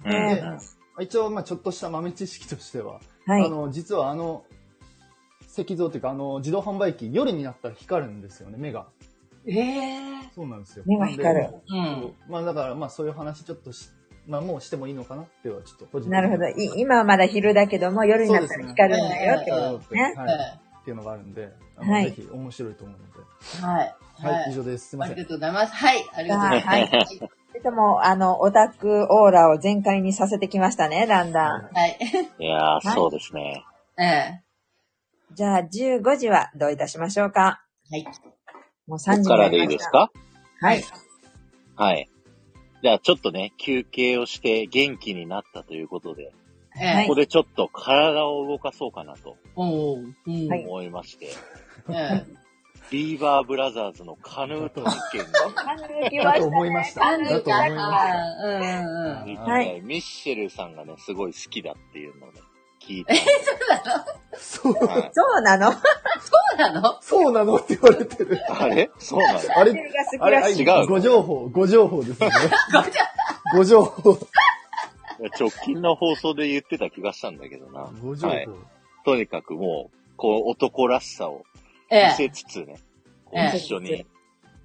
[SPEAKER 1] う
[SPEAKER 2] ね
[SPEAKER 1] ん
[SPEAKER 3] 一応まあちょっとした豆知識としては、
[SPEAKER 2] は
[SPEAKER 3] あ
[SPEAKER 2] い。
[SPEAKER 3] の、実はあの、石像というか、あの、自動販売機、夜になったら光るんですよね、目が。
[SPEAKER 4] ええ
[SPEAKER 3] そうなんですよ。
[SPEAKER 2] 目が光る
[SPEAKER 4] うん。
[SPEAKER 3] まあだから、まあそういう話ちょっとし、まあもうしてもいいのかなってはちょっと個人的に
[SPEAKER 2] なるほど。い今はまだ昼だけども、夜になったら光るんだよって
[SPEAKER 4] そ
[SPEAKER 2] こ
[SPEAKER 4] うですね
[SPEAKER 2] とですね。
[SPEAKER 3] は
[SPEAKER 4] え
[SPEAKER 3] い。っていうのがあるんで、あの
[SPEAKER 2] はい
[SPEAKER 3] ぜひ面白いと思うので。
[SPEAKER 4] えはい。
[SPEAKER 3] はい、以上です。すいま
[SPEAKER 4] あ
[SPEAKER 3] せ
[SPEAKER 4] りが
[SPEAKER 3] ん。
[SPEAKER 4] とうございます。はい。ありがとうございます。
[SPEAKER 2] はいそれとも、あの、オタクオーラを全開にさせてきましたね、だんだん。
[SPEAKER 4] はい。
[SPEAKER 1] いやー、そうですね。
[SPEAKER 4] ええ
[SPEAKER 2] じゃあ、15時はどういたしましょうか
[SPEAKER 4] はい。
[SPEAKER 2] もう
[SPEAKER 1] こ
[SPEAKER 2] 3
[SPEAKER 1] っ
[SPEAKER 2] 時
[SPEAKER 1] か
[SPEAKER 2] にな
[SPEAKER 1] らでい
[SPEAKER 2] り
[SPEAKER 1] い
[SPEAKER 2] ま
[SPEAKER 1] で
[SPEAKER 2] し
[SPEAKER 1] す
[SPEAKER 2] た。
[SPEAKER 1] か
[SPEAKER 4] はい。
[SPEAKER 1] はい。じゃあちょっとね、休憩をして元気になったということで、
[SPEAKER 4] え
[SPEAKER 2] は
[SPEAKER 4] え
[SPEAKER 2] い
[SPEAKER 1] ここでちょっと体を動かそうかなと
[SPEAKER 4] おーうん。
[SPEAKER 2] はい
[SPEAKER 1] 思いまして、
[SPEAKER 4] ええ
[SPEAKER 1] ビーバーブラザーズのカヌー体験
[SPEAKER 2] はい。きま
[SPEAKER 3] だ
[SPEAKER 2] し
[SPEAKER 3] と
[SPEAKER 2] た
[SPEAKER 3] 思いました。
[SPEAKER 4] あ
[SPEAKER 3] だと思いま
[SPEAKER 4] うんうんうん。
[SPEAKER 1] に、
[SPEAKER 3] はい
[SPEAKER 1] ねミッシェルさんがね、すごい好きだっていうのをね、聞いて、
[SPEAKER 3] した。そう、
[SPEAKER 1] はい
[SPEAKER 2] そうなの [LAUGHS]
[SPEAKER 4] そうなの
[SPEAKER 3] そうなのって言われて [LAUGHS] る。
[SPEAKER 1] あれそうなの
[SPEAKER 3] あ
[SPEAKER 2] テレ
[SPEAKER 3] れ、
[SPEAKER 2] ビが好き
[SPEAKER 3] あれ、
[SPEAKER 2] らしい。
[SPEAKER 1] 違う
[SPEAKER 3] ご情報、ご情報ですね。ご情報。
[SPEAKER 1] 直近の放送で言ってた気がしたんだけどな。
[SPEAKER 3] ご情報。
[SPEAKER 1] はいとにかくもう、こう男らしさを
[SPEAKER 4] え
[SPEAKER 1] 見せ
[SPEAKER 4] え。
[SPEAKER 1] つつね、こ
[SPEAKER 4] え
[SPEAKER 1] う
[SPEAKER 4] え
[SPEAKER 1] 一緒に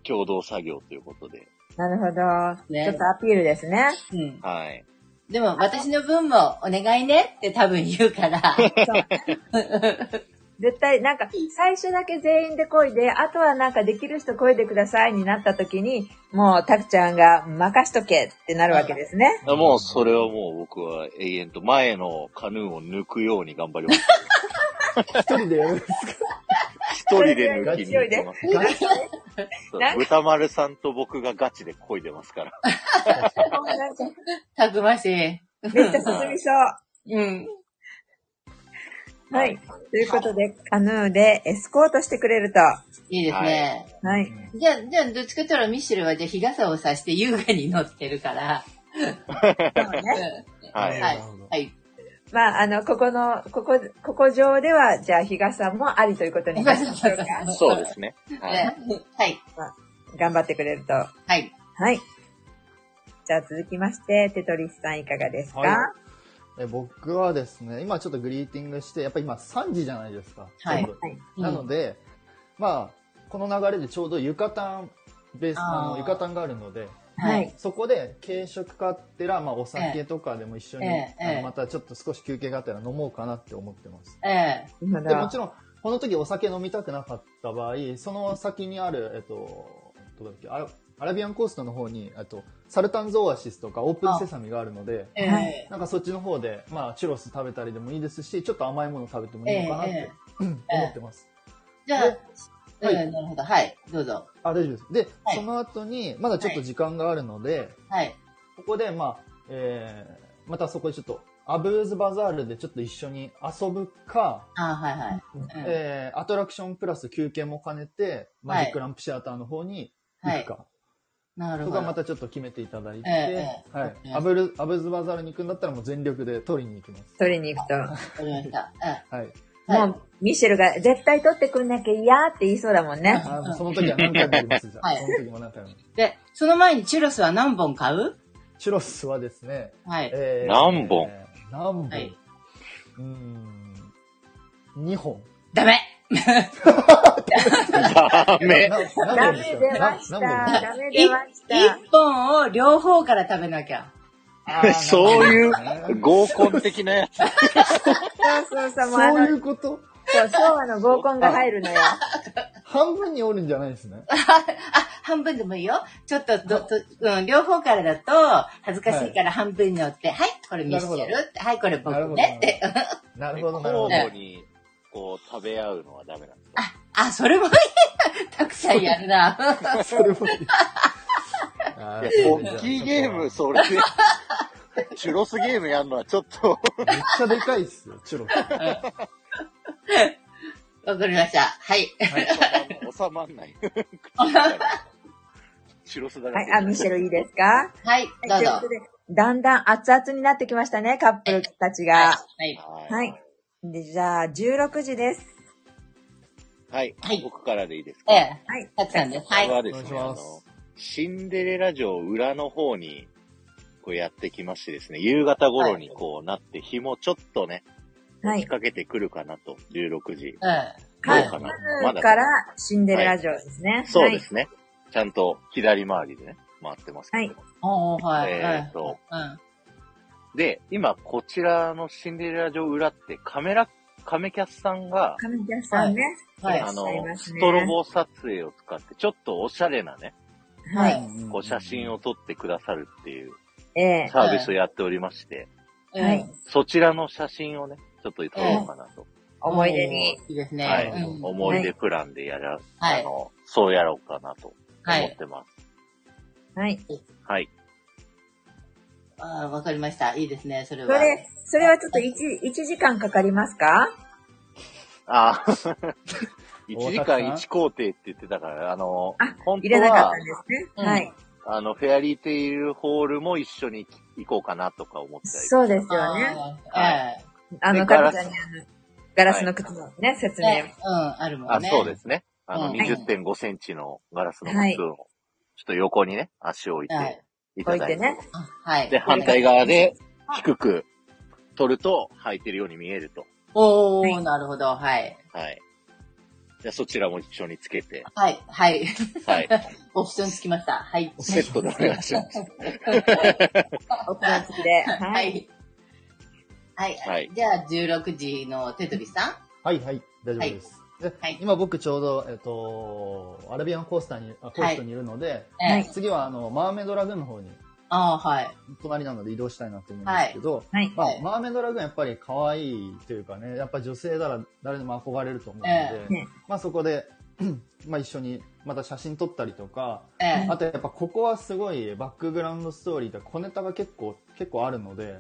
[SPEAKER 1] 共同作業ということで、
[SPEAKER 2] なるほど。
[SPEAKER 4] ね
[SPEAKER 2] ちょっとアピールですね。
[SPEAKER 4] うん。
[SPEAKER 1] はい。
[SPEAKER 4] でも、私の分もお願いねって多分言うから。
[SPEAKER 2] 絶対、なんか、最初だけ全員で漕いで、あとはなんかできる人漕いでくださいになった時に、もう、タクちゃんが任しとけってなるわけで
[SPEAKER 1] [LAUGHS]
[SPEAKER 2] すね。
[SPEAKER 1] もうそれはもう僕は永遠と前のカヌーを抜くように頑張ります。
[SPEAKER 3] 一人でやるんですか
[SPEAKER 1] 一人で抜きに行きます。
[SPEAKER 3] ガチ
[SPEAKER 1] そう豚丸さんと僕がガチで漕いでますから。
[SPEAKER 2] もうなんか
[SPEAKER 4] たくましい。
[SPEAKER 2] めっちゃ進みそう。
[SPEAKER 4] うん。
[SPEAKER 2] はい。ということで、カヌーでエスコートしてくれると。はい
[SPEAKER 4] いですね。
[SPEAKER 3] [LAUGHS]
[SPEAKER 2] い。
[SPEAKER 4] じゃあ、じゃあ、どっちかというとミッシェルは、じゃあ、日傘を差して優雅に乗ってるから。
[SPEAKER 2] そうね。
[SPEAKER 1] はい。
[SPEAKER 4] はい
[SPEAKER 3] なるほど。
[SPEAKER 4] はい。
[SPEAKER 2] まあ、あの、ここの、ここ、ここ上では、じゃあ、日傘もありということにいたしましょう
[SPEAKER 3] [LAUGHS]
[SPEAKER 2] か。
[SPEAKER 1] そうですね。はい。
[SPEAKER 4] ねはい。
[SPEAKER 2] 頑張ってくれると。は
[SPEAKER 4] はい。
[SPEAKER 2] い。じゃあ、続きまして、テトリスさんいかがですか、
[SPEAKER 3] はいえ僕はですね、今ちょっとグリーティングして、やっぱ今3時じゃないですか。
[SPEAKER 4] はい
[SPEAKER 3] ちょうど
[SPEAKER 2] はい
[SPEAKER 4] うん
[SPEAKER 3] なので、まあ、この流れでちょうど浴衣ベース、あ
[SPEAKER 4] あ
[SPEAKER 3] の
[SPEAKER 4] ー
[SPEAKER 3] 浴衣があるので、
[SPEAKER 2] は
[SPEAKER 4] はいい。
[SPEAKER 3] そこで軽食買ってら、まあお酒とかでも一緒に、
[SPEAKER 4] ええええ
[SPEAKER 3] あのまたちょっと少し休憩があったら飲もうかなって思ってます。
[SPEAKER 4] ええ。
[SPEAKER 2] なる
[SPEAKER 3] でも
[SPEAKER 2] ほ
[SPEAKER 3] ちろん、この時お酒飲みたくなかった場合、その先にある、えっと、どこだっけあれアラビアンコーストの方に、あと、サルタンゾーアシスとかオープンセサミがあるので、
[SPEAKER 4] え
[SPEAKER 2] は
[SPEAKER 4] え
[SPEAKER 3] なんかそっちの方で、まあ、チュロス食べたりでもいいですし、ちょっと甘いもの食べてもいいのかなっ
[SPEAKER 4] えええ
[SPEAKER 3] て、うん
[SPEAKER 4] ええ
[SPEAKER 3] 思ってます。
[SPEAKER 4] じゃあ、
[SPEAKER 3] え
[SPEAKER 4] うん
[SPEAKER 3] は
[SPEAKER 4] なるほど。はい。どうぞ。
[SPEAKER 3] あ、大丈夫です。で、
[SPEAKER 4] はい
[SPEAKER 3] その後に、まだちょっと時間があるので、
[SPEAKER 4] はい。
[SPEAKER 3] ここで、まあ、えー、またそこでちょっと、アブーズバザールでちょっと一緒に遊ぶか、
[SPEAKER 4] あはいはい。うん
[SPEAKER 3] えー、アトラクションプラス休憩も兼ねて、マジックランプシアターの方に行くか、
[SPEAKER 4] なる
[SPEAKER 3] そ
[SPEAKER 4] ほ
[SPEAKER 3] こは
[SPEAKER 4] ど。
[SPEAKER 3] またちょっと決めていただいて、
[SPEAKER 4] ええ
[SPEAKER 3] はい
[SPEAKER 4] ええ
[SPEAKER 3] アブルアブズバザールに行くんだったらもう全力で取りに行きます。
[SPEAKER 2] 取りに行くと。
[SPEAKER 4] わかりました。
[SPEAKER 3] はい。
[SPEAKER 4] うん。は
[SPEAKER 2] も
[SPEAKER 4] い。
[SPEAKER 2] う、ミシェルが絶対取ってくんなきゃ嫌って言いそうだもんね。
[SPEAKER 3] あのその時は何回も行きます、じゃあ。
[SPEAKER 4] はい
[SPEAKER 3] その時も何回も。
[SPEAKER 4] で、その前にチュロスは何本買う
[SPEAKER 3] チュロスはですね、
[SPEAKER 4] はい。
[SPEAKER 3] え
[SPEAKER 1] 何本
[SPEAKER 3] えー何本、
[SPEAKER 4] はいう
[SPEAKER 3] ーん、2本。
[SPEAKER 4] ダメ
[SPEAKER 1] ダメ。
[SPEAKER 3] な何
[SPEAKER 2] ダ
[SPEAKER 3] 本
[SPEAKER 2] メ
[SPEAKER 3] です
[SPEAKER 2] 出
[SPEAKER 3] か
[SPEAKER 2] ました。
[SPEAKER 3] な何本
[SPEAKER 2] ダメ
[SPEAKER 4] い
[SPEAKER 2] 出まし
[SPEAKER 4] 一
[SPEAKER 2] た。
[SPEAKER 4] 本を両方から食べなきゃ。
[SPEAKER 3] あー
[SPEAKER 1] そういう
[SPEAKER 3] なるほどね
[SPEAKER 1] 合コン的なやつ。
[SPEAKER 2] そうそうそう、もうあ
[SPEAKER 3] そうい
[SPEAKER 2] の、
[SPEAKER 3] うこと
[SPEAKER 2] そう昭和の合コンが入るのよ。
[SPEAKER 3] 半分に折るんじゃないんですね。
[SPEAKER 4] あ、半分でもいいよ。ちょっとど、どうん、両方からだと、恥ずかしいから半分に折って、はい、これ見せ
[SPEAKER 3] な
[SPEAKER 4] て
[SPEAKER 3] る
[SPEAKER 4] るって、はい、これ僕
[SPEAKER 3] なるほど
[SPEAKER 4] ねって。。
[SPEAKER 3] なる
[SPEAKER 1] 交
[SPEAKER 3] ほど、なるほど。
[SPEAKER 1] 互に、こう、食べ合うのはダメなんですか
[SPEAKER 4] あ、それもいい。 [LAUGHS] たくさんやるな。
[SPEAKER 3] それもいい。あ
[SPEAKER 1] いや、
[SPEAKER 3] ー
[SPEAKER 1] ポッキーゲーム、それで、チュロスゲームやるのはちょっと、
[SPEAKER 3] めっちゃでかいっすよ、チュロス。
[SPEAKER 4] わかりました。はい。
[SPEAKER 1] 収まんない。口の中にチュロスだ
[SPEAKER 2] は
[SPEAKER 1] ら
[SPEAKER 2] い、あ、ミシェルいいですか
[SPEAKER 4] はい、どう
[SPEAKER 2] というこ
[SPEAKER 4] ぞ
[SPEAKER 2] と。で、だんだん熱々になってきましたね、カップルたち
[SPEAKER 4] はい
[SPEAKER 2] が。。
[SPEAKER 4] はい
[SPEAKER 2] はい。で、じゃあ、16時です。
[SPEAKER 1] はい。
[SPEAKER 4] はい
[SPEAKER 1] 僕からでいいです
[SPEAKER 4] え
[SPEAKER 1] か
[SPEAKER 4] え、
[SPEAKER 2] はい。
[SPEAKER 4] たくさんです。は
[SPEAKER 1] これ
[SPEAKER 4] い。
[SPEAKER 1] はですね、
[SPEAKER 3] お願
[SPEAKER 1] あ
[SPEAKER 3] いしま
[SPEAKER 1] の
[SPEAKER 3] す、
[SPEAKER 1] シンデレラ城裏の方に、こうやってきましてですね、夕方頃にこうなって、日もちょっとね、
[SPEAKER 2] は
[SPEAKER 1] 引っ
[SPEAKER 2] い。
[SPEAKER 1] 掛けてくるかなと、16時。どう
[SPEAKER 4] うん。
[SPEAKER 2] カ
[SPEAKER 1] か
[SPEAKER 2] ン
[SPEAKER 1] な
[SPEAKER 2] ヌ
[SPEAKER 1] ま
[SPEAKER 2] ー
[SPEAKER 1] だ
[SPEAKER 2] からシンデレラ城ですね。
[SPEAKER 1] そうですね。ちゃんと左回りでね、回ってますけど。
[SPEAKER 2] はい
[SPEAKER 4] おーはい。
[SPEAKER 1] えーっと
[SPEAKER 4] うん。
[SPEAKER 1] で、今、こちらのシンデレラ城裏って、カメラ、カメキャスさんが、
[SPEAKER 2] はい。神谷さんね。
[SPEAKER 4] はい
[SPEAKER 2] らっ
[SPEAKER 1] あ
[SPEAKER 2] しゃいま
[SPEAKER 1] の、
[SPEAKER 2] す
[SPEAKER 1] ス
[SPEAKER 2] ね
[SPEAKER 1] トロボ撮影を使って、ちょっとおしゃれなね、
[SPEAKER 4] は
[SPEAKER 2] はいい。
[SPEAKER 1] こう写真を。撮ってくださるっていう
[SPEAKER 2] ええ。
[SPEAKER 1] サービスをやっておりまして、
[SPEAKER 4] うん
[SPEAKER 2] はい
[SPEAKER 1] そちらの写真をね、ちょっと撮ろうかなと。
[SPEAKER 2] 思い出に。。
[SPEAKER 4] いいですね。
[SPEAKER 1] はい、
[SPEAKER 4] うん
[SPEAKER 1] 思い出プランでやら、
[SPEAKER 4] はい
[SPEAKER 1] あの、そうやろうかなと
[SPEAKER 4] は
[SPEAKER 1] 思っ
[SPEAKER 4] い。
[SPEAKER 1] てます。
[SPEAKER 2] はい。
[SPEAKER 1] はい。
[SPEAKER 4] あーわかりました。いいですね、それ
[SPEAKER 2] そ
[SPEAKER 4] は。
[SPEAKER 2] れ、それはちょっと1、一時間かかりますか
[SPEAKER 1] ああ、1
[SPEAKER 2] [LAUGHS]
[SPEAKER 3] 大
[SPEAKER 1] 時
[SPEAKER 3] 田さん
[SPEAKER 1] 間1工程って言ってたから、あの、
[SPEAKER 2] あ
[SPEAKER 1] 本
[SPEAKER 2] 入
[SPEAKER 1] 当
[SPEAKER 2] れなかった
[SPEAKER 1] は
[SPEAKER 2] ん、です
[SPEAKER 4] う
[SPEAKER 2] ね。
[SPEAKER 4] ん
[SPEAKER 2] はい。
[SPEAKER 1] あの、フェアリーテイルホールも一緒に行こうかなとか思ったり。
[SPEAKER 2] そうですよね。
[SPEAKER 4] あーえ
[SPEAKER 2] あの、
[SPEAKER 1] で
[SPEAKER 2] カルちゃんにあの、ガラスの靴のね、説
[SPEAKER 4] え
[SPEAKER 2] 明を
[SPEAKER 4] ね。うん、あるも
[SPEAKER 1] あ、
[SPEAKER 4] んね。
[SPEAKER 1] そうですね。あの、
[SPEAKER 4] うん
[SPEAKER 1] 20.5センチのガラスの
[SPEAKER 2] はい
[SPEAKER 1] 靴を、ちょっと横にね、足を置い
[SPEAKER 4] は
[SPEAKER 1] てい
[SPEAKER 4] い
[SPEAKER 2] 置
[SPEAKER 1] た
[SPEAKER 2] い
[SPEAKER 1] だ
[SPEAKER 2] て
[SPEAKER 1] い
[SPEAKER 2] ね
[SPEAKER 1] て。。
[SPEAKER 4] あはい。
[SPEAKER 1] で、反対側で
[SPEAKER 2] はい
[SPEAKER 1] 低く取ると履いてるように見えると。
[SPEAKER 4] お
[SPEAKER 2] は
[SPEAKER 4] ー、
[SPEAKER 2] い
[SPEAKER 4] なるほど。はい。
[SPEAKER 1] はい。じゃあそちらも一緒につけて、
[SPEAKER 4] はい、はい。 [LAUGHS]
[SPEAKER 1] はい。
[SPEAKER 4] オプションつきました。はい。
[SPEAKER 1] セットでお願いします。
[SPEAKER 2] お風呂付きで。は。
[SPEAKER 4] はいい。はい。
[SPEAKER 1] はい
[SPEAKER 4] じゃあ、16時のテトリさん。
[SPEAKER 3] はいはい、大丈夫です。で
[SPEAKER 4] はい
[SPEAKER 3] 今僕ちょうど、えっと、アラビアンコースターに、あコーストにいるので、
[SPEAKER 2] は
[SPEAKER 4] え
[SPEAKER 2] い
[SPEAKER 4] え。
[SPEAKER 3] 次はあの、マーメイドラグーンの方に、
[SPEAKER 4] ああ、はい。
[SPEAKER 3] 隣なので移動したいなと思うんですけど、
[SPEAKER 2] はい。
[SPEAKER 3] ま
[SPEAKER 4] は
[SPEAKER 3] あ
[SPEAKER 4] い、
[SPEAKER 3] マーメイドラグーンやっぱり可愛いというかね、やっぱ女性なら誰でも憧れると思うの
[SPEAKER 4] え
[SPEAKER 2] え
[SPEAKER 3] で、まあそこで、 [CLEARS THROAT] まあ一緒にまた写真撮ったりとか、
[SPEAKER 4] ええ。
[SPEAKER 3] あとやっぱここはすごいバックグラウンドストーリーとか小ネタが結構、結構あるので、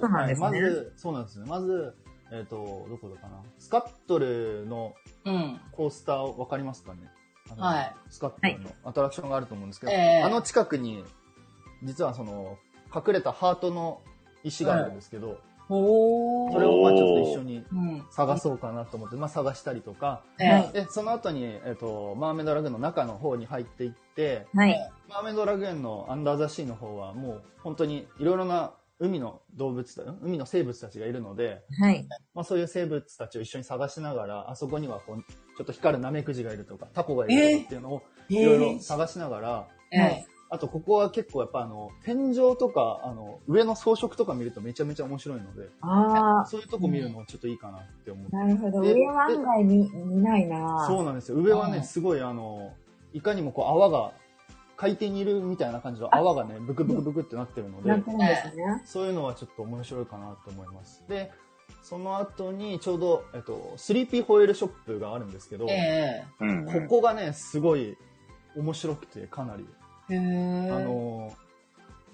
[SPEAKER 2] そう
[SPEAKER 4] ー。
[SPEAKER 2] なんです
[SPEAKER 3] ま
[SPEAKER 2] ね。
[SPEAKER 3] ず、そうなんですね。まず、えっ、と、どこだかな。スカットルの
[SPEAKER 4] うん。
[SPEAKER 3] コースターわかりますかねあの
[SPEAKER 4] はい
[SPEAKER 3] スカットルのアトラクションがあると思うんですけど、
[SPEAKER 4] ええ
[SPEAKER 3] あの近くに、実はその、隠れたハートの石があるんですけど、
[SPEAKER 4] おー。
[SPEAKER 3] それをまあちょっと一緒に
[SPEAKER 4] うん。
[SPEAKER 3] 探そうかなと思って、まあ探したりとか、
[SPEAKER 4] え
[SPEAKER 2] はい
[SPEAKER 4] え。
[SPEAKER 3] で、その後に、えっ、と、マーメイドラグーンの中の方に入っていって、
[SPEAKER 2] はい。
[SPEAKER 3] マーメイドラグーンのアンダーザシーの方はもう本当にいろいろな海の動物た、ん海の生物たちがいるので、
[SPEAKER 2] はい。
[SPEAKER 3] まあ、そういう生物たちを一緒に探しながら、あそこにはこう、ちょっと光るナメクジがいるとか、タコがいるとかっていうのをいろいろ探しながら、
[SPEAKER 4] ええ。
[SPEAKER 3] あとここは結構やっぱあの、天井とか、あの、上の装飾とか見るとめちゃめちゃ面白いので、
[SPEAKER 2] ああ。
[SPEAKER 3] そういうとこ見るのちょっといいかなって思う。
[SPEAKER 2] なるほど。
[SPEAKER 3] で
[SPEAKER 2] 上は案外見、見ないな
[SPEAKER 3] そうなんですよ。上は
[SPEAKER 4] うん
[SPEAKER 3] ね、すごいあの、いかにもこう泡が海底にいるみたいな感じの泡がね、ブクブクブクってなってるので
[SPEAKER 2] なっ、てるんですね。
[SPEAKER 3] そういうのはちょっと面白いかなと思います。で、その後にちょうど、えっと、スリーピーホイールショップがあるんですけど、
[SPEAKER 4] ええ
[SPEAKER 1] うん
[SPEAKER 3] ここがね、すごい面白くて、かなり。
[SPEAKER 4] へえ
[SPEAKER 3] あの、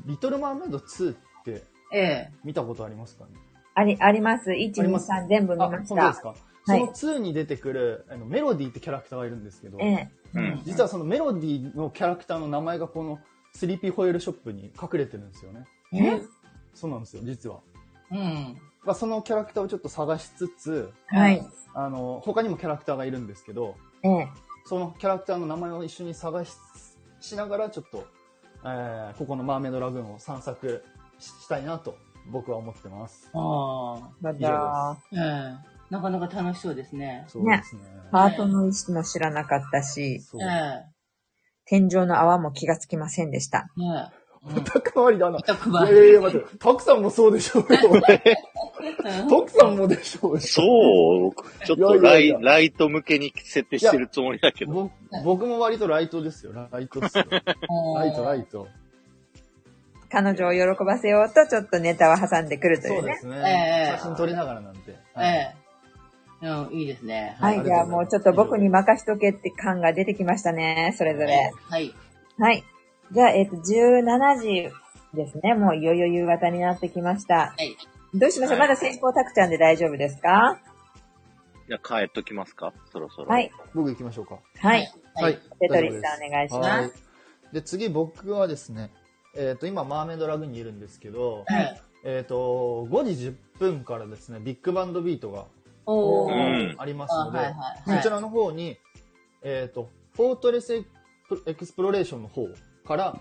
[SPEAKER 3] リトルマーメイド2って
[SPEAKER 4] ええ
[SPEAKER 3] 見たことありますかね
[SPEAKER 2] あり、あります。1、
[SPEAKER 3] あり
[SPEAKER 2] 2、
[SPEAKER 3] ます
[SPEAKER 2] 3全部見
[SPEAKER 3] あ、
[SPEAKER 2] まし
[SPEAKER 3] 本当で
[SPEAKER 2] た
[SPEAKER 3] す。か、
[SPEAKER 2] はい
[SPEAKER 3] その2に出てくるあのメロディーってキャラクターがいるんですけど、
[SPEAKER 2] ええ。
[SPEAKER 1] うん
[SPEAKER 3] 実はそのメロディーのキャラクターの名前がこのスリーピーホイールショップに隠れてるんですよね。
[SPEAKER 4] え
[SPEAKER 3] そうなんですよ、実は。
[SPEAKER 4] うん。
[SPEAKER 3] まあ、そのキャラクターをちょっと探しつつ、
[SPEAKER 2] はい。
[SPEAKER 3] あの、他にもキャラクターがいるんですけど、
[SPEAKER 2] ええ。
[SPEAKER 3] そのキャラクターの名前を一緒に探ししながら、ちょっと、えーここのマーメイドラグーンを散策ししたいなと、僕は思ってます。
[SPEAKER 4] ああ。
[SPEAKER 2] ま
[SPEAKER 3] 以上
[SPEAKER 2] た、
[SPEAKER 4] ええなかなか楽しそうですね。
[SPEAKER 3] そうですね。
[SPEAKER 2] パートの意思も知らなかったし、
[SPEAKER 3] そう
[SPEAKER 4] ええ。
[SPEAKER 3] [LAUGHS]
[SPEAKER 2] 天井の泡も気がつきませんでした。
[SPEAKER 4] ええ。
[SPEAKER 3] [LAUGHS]
[SPEAKER 4] うん
[SPEAKER 3] たくまりだな。
[SPEAKER 4] 全く
[SPEAKER 3] い
[SPEAKER 4] ば
[SPEAKER 3] やいやいや、待って、たくさんもそうでしょうよ。たくさんもでしょうよ。
[SPEAKER 1] そうちょっとライライト向けに設定してるつもりだけど。
[SPEAKER 3] ぼ僕も割とライトですよ。ライトっ [LAUGHS] すよ。ライト、ライト。
[SPEAKER 2] 彼女を喜ばせようと、ちょっとネタを挟んでくるとい
[SPEAKER 3] そううで
[SPEAKER 2] ね。
[SPEAKER 3] す
[SPEAKER 4] え
[SPEAKER 3] ね。
[SPEAKER 4] え
[SPEAKER 3] 写真撮りながらなんて。
[SPEAKER 4] ええ。うん、いいですね。
[SPEAKER 3] は
[SPEAKER 2] はいい、じゃあもうちょっと僕に任しとけって感が出てきましたね、それぞれ。
[SPEAKER 4] はい。
[SPEAKER 2] はい。じゃあ、えっ、と、17時ですね。もういよいよ夕方になってきました。
[SPEAKER 4] はい。
[SPEAKER 2] どうしましょう、まだ先行タクちゃんで大丈夫ですか
[SPEAKER 1] じゃあ帰っときますかそろそろ。
[SPEAKER 2] はい。。
[SPEAKER 3] 僕行きましょうか。
[SPEAKER 2] はい。。
[SPEAKER 4] はい。
[SPEAKER 2] ペトリスさんお願いします。
[SPEAKER 3] はい。で、次僕はですね、えっと、今、マーメイドラグーンにいるんですけど、
[SPEAKER 4] はい。
[SPEAKER 3] えっと、5時10分からですね、ビッグバンドビートが
[SPEAKER 4] お
[SPEAKER 1] う
[SPEAKER 4] ー。
[SPEAKER 1] ん。
[SPEAKER 3] あります
[SPEAKER 4] あ
[SPEAKER 3] の
[SPEAKER 4] はいは
[SPEAKER 3] で
[SPEAKER 4] い、は
[SPEAKER 3] そ
[SPEAKER 4] い。
[SPEAKER 3] ちらの方に、えっと、フォートレスエクエクスプロレーションの方から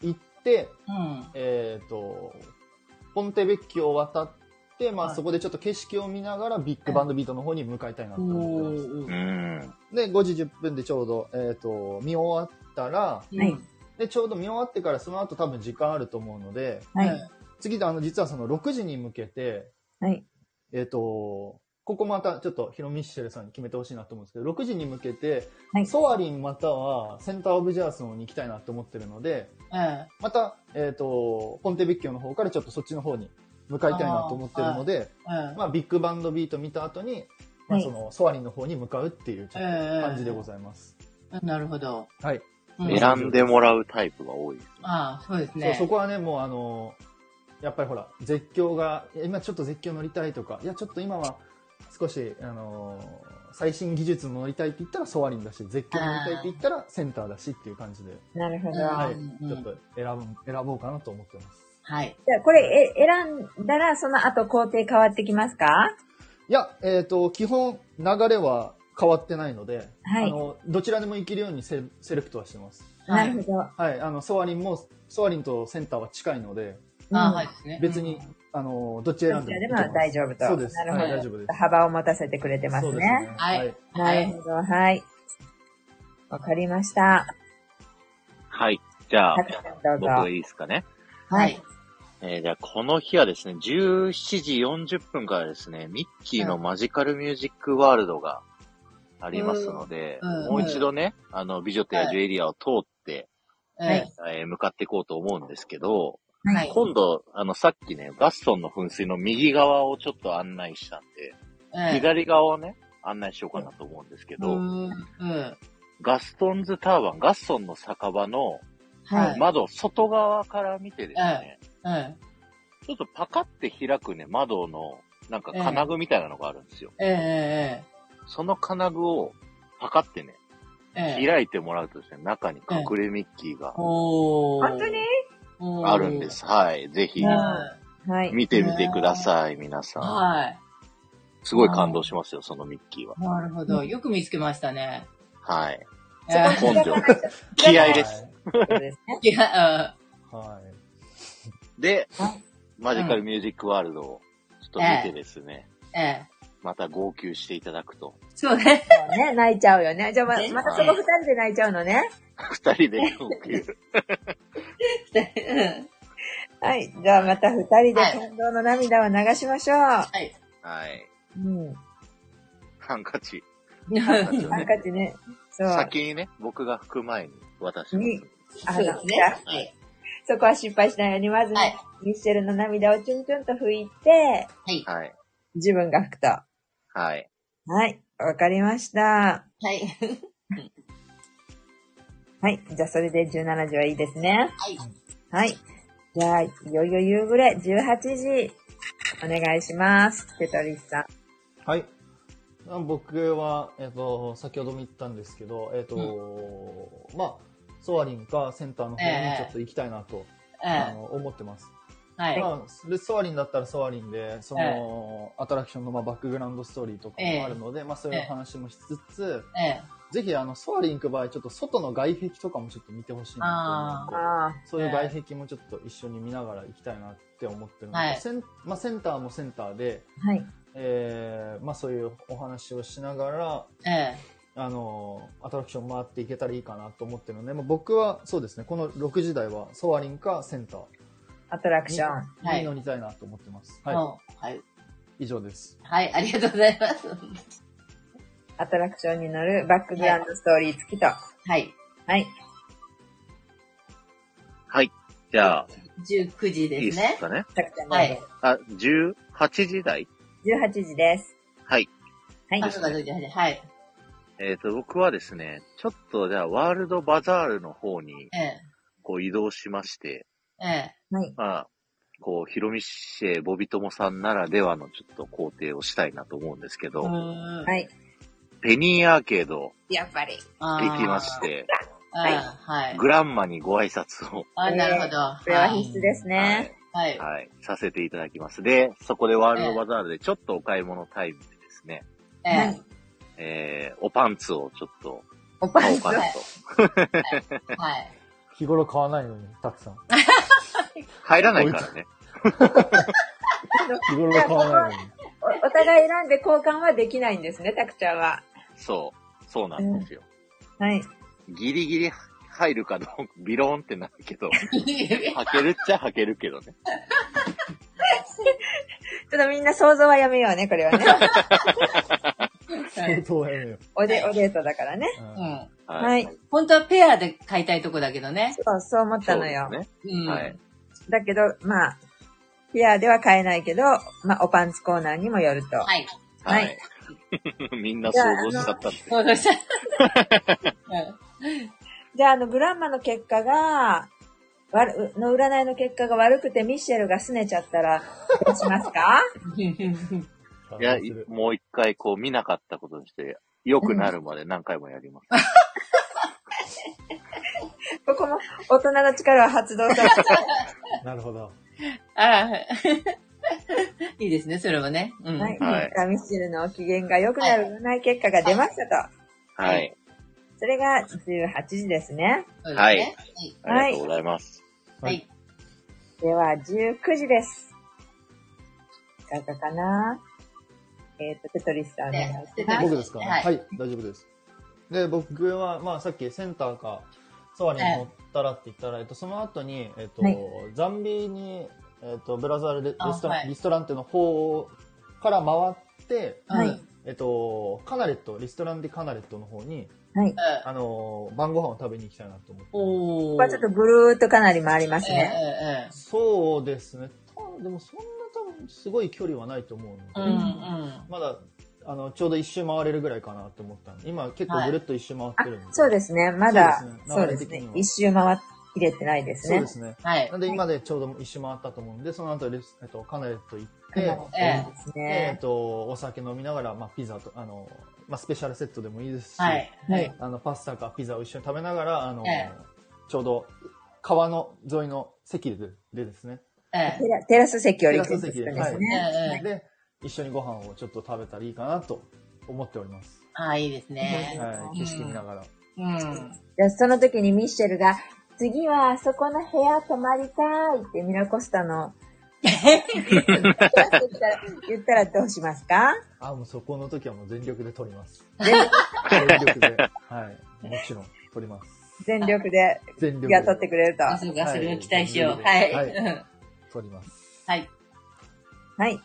[SPEAKER 3] 行って、
[SPEAKER 4] うん。
[SPEAKER 3] えっ、と、ポンテベッキを渡って、ま
[SPEAKER 4] は
[SPEAKER 3] あ
[SPEAKER 4] い
[SPEAKER 3] そこでちょっと景色を見ながらビッグバンドビートの方に向かいたいなと思ってます。
[SPEAKER 1] う
[SPEAKER 4] は
[SPEAKER 1] ん。
[SPEAKER 3] で、5時10分でちょうど、えっ、と、見終わったら、で、ちょうど見終わってからその後多分時間あると思うので、
[SPEAKER 2] はい。
[SPEAKER 3] 次、あの、実はその6時に向けて、
[SPEAKER 2] はい。
[SPEAKER 3] えっ、と、ここまたちょっとヒロミッシェルさんに決めてほしいなと思うんですけど、6時に向けて、
[SPEAKER 2] はい
[SPEAKER 3] ソアリンまたはセンターオブジャースの方に行きたいなと思ってるので、
[SPEAKER 4] え
[SPEAKER 3] また、えっ、と、ポンテビッキョの方からちょっとそっちの方に向かいたいなと思ってるので、
[SPEAKER 4] え。え
[SPEAKER 3] まあ、ビッグバンドビート見た後に、
[SPEAKER 2] は
[SPEAKER 3] まあ、
[SPEAKER 2] い
[SPEAKER 3] その、ソアリンの方に向かうっていうちょっ
[SPEAKER 4] ええ
[SPEAKER 3] と感じでございます。
[SPEAKER 4] え。なるほど。
[SPEAKER 3] はい。
[SPEAKER 4] うん
[SPEAKER 1] 選んでもらうタイプが多いですね。
[SPEAKER 4] ああ、そうです
[SPEAKER 3] そう
[SPEAKER 4] ね。
[SPEAKER 3] そこはね、もうあの、やっぱりほら、絶叫が、いや今ちょっと絶叫乗りたいとか、いや、ちょっと今は少し、あの、最新技術も乗りたいって言ったらソアリンだし、絶叫乗りたいって言ったらセンターだしっていう感じで、
[SPEAKER 2] なるほど。じ
[SPEAKER 4] あ
[SPEAKER 2] ゃ
[SPEAKER 3] は
[SPEAKER 4] ー
[SPEAKER 3] い。
[SPEAKER 4] うん
[SPEAKER 3] ちょっと選ぶ、選ぼうかなと思ってます。
[SPEAKER 4] はい。
[SPEAKER 2] あこれ、え、選んだら、その後工程変わってきますか
[SPEAKER 3] いや、えっ、と、基本流れは変わってないので、
[SPEAKER 2] はい
[SPEAKER 3] あの、どちらでも行けるようにセセレクトはしてます。
[SPEAKER 2] なるほど。
[SPEAKER 3] はい、あの、ソアリンも、ソアリンとセンターは近いので、
[SPEAKER 2] うん
[SPEAKER 4] ああ、はいですね。
[SPEAKER 3] 別に、あの、どっち選んでも
[SPEAKER 2] で
[SPEAKER 3] 行け
[SPEAKER 2] も
[SPEAKER 3] ます
[SPEAKER 2] 大丈夫と。
[SPEAKER 3] そうです。
[SPEAKER 2] なる
[SPEAKER 3] は
[SPEAKER 2] ほ
[SPEAKER 3] い、
[SPEAKER 2] ど。
[SPEAKER 3] 大丈夫です。
[SPEAKER 2] 幅を持たせてくれてます
[SPEAKER 3] そう
[SPEAKER 2] ね。
[SPEAKER 3] ですね。
[SPEAKER 4] はい
[SPEAKER 3] はい。
[SPEAKER 4] は
[SPEAKER 2] ないるほど。はい。わかりました。
[SPEAKER 1] はい。じゃあ、
[SPEAKER 2] タクちゃんど
[SPEAKER 1] 僕
[SPEAKER 2] う
[SPEAKER 1] が
[SPEAKER 2] ぞ。
[SPEAKER 1] いいですかね。
[SPEAKER 4] は
[SPEAKER 2] はいい。
[SPEAKER 1] えーじゃあ、この日はですね、17時40分からですね、ミッキーのマジカルミュージックワールドがありますので、
[SPEAKER 4] うんうん
[SPEAKER 1] もう一度ね、あの、美女と野獣エリアを通って、
[SPEAKER 4] はい。
[SPEAKER 1] えー向かっていこうと思うんですけど、
[SPEAKER 4] はい。
[SPEAKER 1] 今度、あの、さっきね、ガストンの噴水の右側をちょっと案内したんで、左側をね、案内しようかなと思うんですけど、
[SPEAKER 4] うん。うん。
[SPEAKER 1] ガストンズターバン、ガストンの酒場の
[SPEAKER 4] はい。
[SPEAKER 1] 窓、外側から見てですね、
[SPEAKER 4] うん。
[SPEAKER 1] ちょっとパカって開くね、窓の、なんか金具みたいなのがあるんですよ。
[SPEAKER 4] ええ
[SPEAKER 1] その金具をパカってね、
[SPEAKER 4] ええ。
[SPEAKER 1] 開いてもらうとですね、中に隠れミッキーが
[SPEAKER 4] お
[SPEAKER 2] 本当に
[SPEAKER 4] に
[SPEAKER 1] あるんで。す。はい。ぜひ、
[SPEAKER 2] はい。
[SPEAKER 1] 見てみてください、皆さん。
[SPEAKER 4] は
[SPEAKER 1] すごい感動しますよ、そのミッキーは。
[SPEAKER 4] い。なるほど。よく見つけましたね。
[SPEAKER 1] はい。
[SPEAKER 4] え
[SPEAKER 1] 根性。
[SPEAKER 2] 開
[SPEAKER 1] 気
[SPEAKER 2] か
[SPEAKER 1] 合
[SPEAKER 2] ない
[SPEAKER 1] です。
[SPEAKER 2] そうですね。
[SPEAKER 4] いや、
[SPEAKER 3] はい。
[SPEAKER 1] で
[SPEAKER 2] は、
[SPEAKER 1] マジカルミュージックワールドをちょっと見てですね、
[SPEAKER 4] ええ。
[SPEAKER 1] また号泣していただくと、
[SPEAKER 4] そうね。
[SPEAKER 2] そうね、泣いちゃうよね。じゃあま
[SPEAKER 4] ね
[SPEAKER 2] またそこ二人で泣いちゃうのね。
[SPEAKER 1] 二人で号泣。
[SPEAKER 2] はい。じゃあまた二人で感動の涙を流しましょう。
[SPEAKER 4] はい。
[SPEAKER 1] [LAUGHS] はい。
[SPEAKER 4] [LAUGHS]
[SPEAKER 2] うん。
[SPEAKER 1] ハンカチ。
[SPEAKER 4] うん
[SPEAKER 1] ハンカチを
[SPEAKER 2] ハン
[SPEAKER 1] ね、
[SPEAKER 2] カチね。そう。
[SPEAKER 1] 先にね、僕が拭く前に渡します。
[SPEAKER 2] に、あ
[SPEAKER 4] そうで
[SPEAKER 2] の、
[SPEAKER 4] すね
[SPEAKER 2] じゃあ。
[SPEAKER 4] はい。
[SPEAKER 2] そこは失敗しないように、まず、
[SPEAKER 4] はい
[SPEAKER 2] ミッシェルの涙をチュンチュンと拭いて、
[SPEAKER 4] はい。
[SPEAKER 1] はい。
[SPEAKER 2] 自分が拭くと。
[SPEAKER 1] はい。
[SPEAKER 2] はい、わかりました。
[SPEAKER 4] はい。
[SPEAKER 2] はい、じゃあそれで17時はいいですね。
[SPEAKER 4] はい。
[SPEAKER 2] はい。じゃあ、いよいよ夕暮れ、18時、お願いします。テトリスさん。
[SPEAKER 3] はい。あ僕は、えっ、と、先ほども言ったんですけど、えっ、と、まあ、ソアリンかセンターの方
[SPEAKER 4] え
[SPEAKER 3] に
[SPEAKER 4] え
[SPEAKER 3] ちょっと行きたいなと、
[SPEAKER 4] う
[SPEAKER 3] あ
[SPEAKER 4] ん。
[SPEAKER 3] の思ってます。
[SPEAKER 4] はい。
[SPEAKER 3] まあ、でソアリンだったらソアリンで、その、アトラクションの、まあ、バックグラウンドストーリーとかもあるので、まあ、そういう話もしつつ、
[SPEAKER 4] ええ。
[SPEAKER 3] ぜひ、あの、ソアリン行く場合、ちょっと外の外壁とかもちょっと見てほしいなと思って、
[SPEAKER 2] あ
[SPEAKER 3] そういう外壁もちょっと一緒に見ながら行きたいなって思ってるので、
[SPEAKER 4] はい
[SPEAKER 3] センまあ、センターもセンターで、
[SPEAKER 2] あ、はい。
[SPEAKER 3] えーまあ、そういうお話をしながら、
[SPEAKER 4] ええ。
[SPEAKER 3] あのアトラクション回っていけたらいいかなと思ってるので、まあ、僕はそうですね、この6時台はソアリンかセンター
[SPEAKER 2] アトラク
[SPEAKER 3] に
[SPEAKER 2] ション。
[SPEAKER 4] はい
[SPEAKER 3] に乗りたいなと思ってます。はい、
[SPEAKER 4] はい。はい。
[SPEAKER 3] 以上です。
[SPEAKER 4] はい。ありがとうございます。
[SPEAKER 2] アトラクションに乗るバックグラウンドストーリー付きと。は
[SPEAKER 4] はい。
[SPEAKER 2] い。
[SPEAKER 1] はい。じゃあ、
[SPEAKER 4] 19時
[SPEAKER 1] いい
[SPEAKER 4] で
[SPEAKER 1] ですす
[SPEAKER 4] ね。
[SPEAKER 1] かね。
[SPEAKER 2] さくちゃん
[SPEAKER 4] は
[SPEAKER 2] ま
[SPEAKER 4] い
[SPEAKER 2] で。
[SPEAKER 1] あ、18時台
[SPEAKER 2] 18時です。
[SPEAKER 1] はい。
[SPEAKER 2] はい。
[SPEAKER 4] あ、そうか、そうか。はい。
[SPEAKER 1] えっ、と、僕はですね、ちょっとじゃあ、ワールドバザールの方に、
[SPEAKER 4] ええ。
[SPEAKER 1] こう移動しまして、
[SPEAKER 4] ええ。
[SPEAKER 2] はい。
[SPEAKER 1] まあ、こう、ヒロミシェ・ボビトモさんならではのちょっと工程をしたいなと思うんですけど、
[SPEAKER 4] ん
[SPEAKER 2] はい。
[SPEAKER 1] ペニーアーケード
[SPEAKER 2] やっぱり。
[SPEAKER 4] あ
[SPEAKER 1] 行
[SPEAKER 4] ー
[SPEAKER 1] きまして、
[SPEAKER 4] はい。はい。
[SPEAKER 1] グランマにご挨拶を、
[SPEAKER 4] あ、なるほど。
[SPEAKER 2] これは
[SPEAKER 4] は
[SPEAKER 2] 必須ですね。
[SPEAKER 4] い。
[SPEAKER 1] はい、
[SPEAKER 4] はい。
[SPEAKER 1] はい、させていただきます。で、そこでワールドバザールでちょっとお買い物タイムでですね、
[SPEAKER 4] え
[SPEAKER 2] は
[SPEAKER 4] え
[SPEAKER 2] い。
[SPEAKER 1] えー、おパンツをちょっと
[SPEAKER 2] おパ
[SPEAKER 1] 買お
[SPEAKER 2] ン
[SPEAKER 1] う
[SPEAKER 2] ツ
[SPEAKER 1] か。なと。
[SPEAKER 4] はい。
[SPEAKER 3] 日頃買わないのに、たくさん。
[SPEAKER 1] 入らない
[SPEAKER 2] [LAUGHS]
[SPEAKER 1] からね。
[SPEAKER 3] 日頃買わないのに。
[SPEAKER 2] おお互い選んで交換はできないんですね、たくちゃんは。
[SPEAKER 1] そう、そうなんですよ。
[SPEAKER 2] はい。
[SPEAKER 1] ギリギリ入るかどうか、ビローンってなるけ
[SPEAKER 2] [LAUGHS]
[SPEAKER 1] ど、履けるっちゃ履けるけどね。
[SPEAKER 2] ちょっとみんな想像はやめようね、これはね。
[SPEAKER 3] 相当やめよ
[SPEAKER 2] おで、おデートだからね。
[SPEAKER 3] う。
[SPEAKER 4] う
[SPEAKER 3] うん
[SPEAKER 4] ん。
[SPEAKER 2] はい
[SPEAKER 4] 本当はペアで買いたいとこだけどね。
[SPEAKER 2] そう、そう思った
[SPEAKER 1] そう
[SPEAKER 2] の
[SPEAKER 1] で
[SPEAKER 2] よ
[SPEAKER 1] す。ね。
[SPEAKER 4] うん。
[SPEAKER 1] はい。
[SPEAKER 2] だけど、まあ、ピアでは買えないけど、まあ、おパンツコーナーにもよると。
[SPEAKER 4] はい。
[SPEAKER 2] は
[SPEAKER 1] はいい。 [LAUGHS] みんな想像しちゃったって。
[SPEAKER 4] そうそうした。うん
[SPEAKER 2] で、あの、グランマの結果が、わるの占いの結果が悪くてミッシェルが拗ねちゃったら、どうしますか
[SPEAKER 4] [LAUGHS]
[SPEAKER 1] いや、いもう一回こう見なかったことにして、良くなるまで何回もやります。
[SPEAKER 2] ここも大人の力を発動させて、
[SPEAKER 3] なるほど。
[SPEAKER 4] ああ。いいですね、それもね。うん。
[SPEAKER 2] はい。
[SPEAKER 1] はい
[SPEAKER 2] ミッシェルの機嫌が良くなる占い結果が出ましたと。
[SPEAKER 4] はい
[SPEAKER 1] はい。
[SPEAKER 2] それが18時ですね。
[SPEAKER 4] そうですね
[SPEAKER 1] は
[SPEAKER 4] はいい。
[SPEAKER 1] ありがとうございます。
[SPEAKER 4] はい。
[SPEAKER 2] では、19時です。いかがかなえっ、と、テトリスさんお願いします。
[SPEAKER 4] ねはい
[SPEAKER 3] 僕ですか、
[SPEAKER 4] はい
[SPEAKER 3] はい、大丈夫です。で、僕は、まあ、さっきセンターか、ソアに乗ったらって言ったら、えっと、その後に、えっと、
[SPEAKER 2] はい
[SPEAKER 3] ザンビに、えっと、ブラザールレレ
[SPEAKER 4] あ
[SPEAKER 3] ストラン、
[SPEAKER 4] はい
[SPEAKER 3] リストランテの方から回って、
[SPEAKER 2] はい
[SPEAKER 4] うん
[SPEAKER 3] えっと、カナレット、リストランテカナレットの方に、
[SPEAKER 2] はい。
[SPEAKER 3] あの、晩ご飯を食べに行きたいなと思ってます。
[SPEAKER 4] おー。
[SPEAKER 2] ここはちょっとぐるーっとかなり回ります
[SPEAKER 4] ええ
[SPEAKER 2] ね。
[SPEAKER 4] え
[SPEAKER 3] そうですね。たでも、そんな多分、すごい距離はないと思うので、
[SPEAKER 4] えうんうん。
[SPEAKER 3] まだ、あの、ちょうど一周回れるぐらいかなって思ったんで、今結構ぐるっと一周回って
[SPEAKER 2] あ
[SPEAKER 3] るんで。、
[SPEAKER 2] そうですね。まだ、そ
[SPEAKER 3] そうう
[SPEAKER 2] で
[SPEAKER 3] ですすね流れ的に
[SPEAKER 2] ね
[SPEAKER 3] は。
[SPEAKER 2] 一周回っきれてないです
[SPEAKER 3] そう
[SPEAKER 2] ね
[SPEAKER 3] で。すね。
[SPEAKER 4] はい
[SPEAKER 3] な。んで今でちょうど一周回ったと思うんで、その後レス、えっと、カナレット行っ
[SPEAKER 2] か
[SPEAKER 3] て、
[SPEAKER 2] なり
[SPEAKER 4] え
[SPEAKER 2] そうです
[SPEAKER 3] えっ
[SPEAKER 2] ね。
[SPEAKER 3] と、お酒飲みながら、まあ、ピザと、あの、まあ、スペシャルセットでもいいですし、
[SPEAKER 4] はい。はい。
[SPEAKER 3] あの、パスタかピザを一緒に食べながら、あの、
[SPEAKER 4] ええ
[SPEAKER 3] ちょうど川の沿いの席ででですね、
[SPEAKER 4] ええ
[SPEAKER 2] テラテラス席より
[SPEAKER 3] テラス席
[SPEAKER 2] で
[SPEAKER 3] です
[SPEAKER 4] ええ
[SPEAKER 2] ね。
[SPEAKER 4] ええ
[SPEAKER 3] で、一緒にご飯をちょっと食べたらいいかなと思っております。
[SPEAKER 4] ああ、いいですね。
[SPEAKER 3] はい、景色見ながら。
[SPEAKER 4] うん。
[SPEAKER 2] じゃあその時にミッシェルが、次はあそこの部屋泊まりたいってミラコスタの、 [LAUGHS]
[SPEAKER 4] [LAUGHS]
[SPEAKER 2] テラス席から言ったらどうしますか
[SPEAKER 3] あ、もうそこの時はもう全力で撮ります。
[SPEAKER 2] 全力
[SPEAKER 3] 全力で。はい。もちろん撮ります。
[SPEAKER 2] 全力で
[SPEAKER 3] 全力で。
[SPEAKER 2] 雇ってくれると。
[SPEAKER 4] あ、そうか、
[SPEAKER 3] はい
[SPEAKER 4] それを期待しよう。は。
[SPEAKER 3] はいい
[SPEAKER 4] うん
[SPEAKER 3] 撮ります。
[SPEAKER 4] はい。
[SPEAKER 2] はい。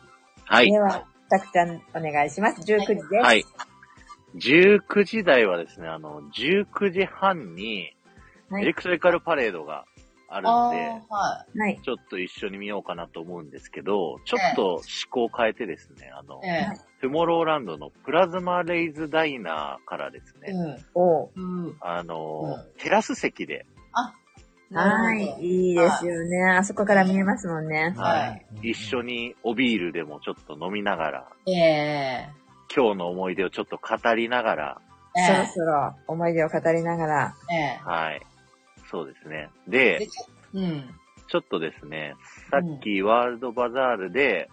[SPEAKER 1] はい
[SPEAKER 2] で。は、たくちゃんお願いします。19時です。
[SPEAKER 1] はい。19時台はですね、あの、19時半に、
[SPEAKER 2] はい
[SPEAKER 1] エレクトリカルパレードがあるので、
[SPEAKER 4] あーは
[SPEAKER 2] はい。
[SPEAKER 1] ちょっと一緒に見ようかなと思うんですけど、ちょっと思考を変えてですね、あの
[SPEAKER 4] い。、え
[SPEAKER 1] トゥモローランドのプラズマレイズダイナーからです
[SPEAKER 4] え
[SPEAKER 1] ね、
[SPEAKER 2] おう
[SPEAKER 4] うん。うん。
[SPEAKER 1] あのー
[SPEAKER 4] う、
[SPEAKER 1] テラス席で、
[SPEAKER 4] あ、な
[SPEAKER 2] は
[SPEAKER 4] るほど
[SPEAKER 2] い。いいですよね。あそこから見えますもんね。
[SPEAKER 4] はい
[SPEAKER 1] 一緒におビールでもちょっと飲みながら、
[SPEAKER 4] ええ
[SPEAKER 1] 今日の思い出をちょっと語りながら、
[SPEAKER 4] え
[SPEAKER 2] そろ
[SPEAKER 4] え
[SPEAKER 2] そろ思い出を語りながら。
[SPEAKER 4] え
[SPEAKER 1] はい。そうですね。
[SPEAKER 4] え
[SPEAKER 1] で
[SPEAKER 4] で、ちょうん。
[SPEAKER 1] ちょっとですね、さっきワールドバザールで、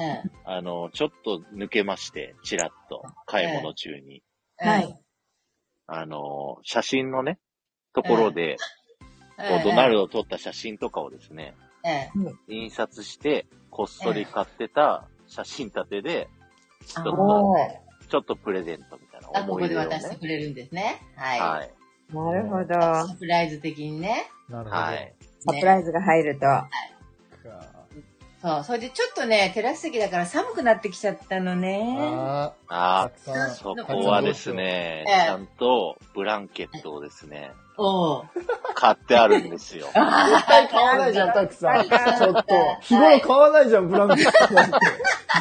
[SPEAKER 4] ええ
[SPEAKER 1] あの、ちょっと抜けまして、ちらっと、買い物中に、
[SPEAKER 4] ええ
[SPEAKER 2] はい。
[SPEAKER 1] あの、写真のね、ところで、
[SPEAKER 4] え
[SPEAKER 1] こ
[SPEAKER 4] え
[SPEAKER 1] うドナルドを撮った写真とかをですね、
[SPEAKER 4] ええ
[SPEAKER 1] 印刷して、こっそり買ってた写真立てで、ちょっ
[SPEAKER 4] あ
[SPEAKER 1] と、
[SPEAKER 2] おう
[SPEAKER 1] ちょっとプレゼントみたいな
[SPEAKER 4] あ、こ
[SPEAKER 1] 思
[SPEAKER 4] こ
[SPEAKER 1] い
[SPEAKER 4] で
[SPEAKER 1] 出を
[SPEAKER 4] 渡して
[SPEAKER 1] ね。
[SPEAKER 4] くれるんですね。はい。
[SPEAKER 1] はい。
[SPEAKER 2] なるほど。
[SPEAKER 4] サプライズ的にね。
[SPEAKER 3] なるほど。
[SPEAKER 1] はい。
[SPEAKER 2] サプライズが入ると。
[SPEAKER 4] そう。それでちょっとね、テラス席だから寒くなってきちゃったのね。
[SPEAKER 3] あー
[SPEAKER 1] あ
[SPEAKER 3] たくさん
[SPEAKER 1] あ、そこはですね、
[SPEAKER 4] ええ
[SPEAKER 1] ちゃんとブランケットをですね、
[SPEAKER 4] おお。
[SPEAKER 1] 買ってあるんです
[SPEAKER 4] [LAUGHS]
[SPEAKER 1] よ。
[SPEAKER 3] 絶対買わないじゃん、たくさん。ちょっと。日頃買わないじゃん、ブランド。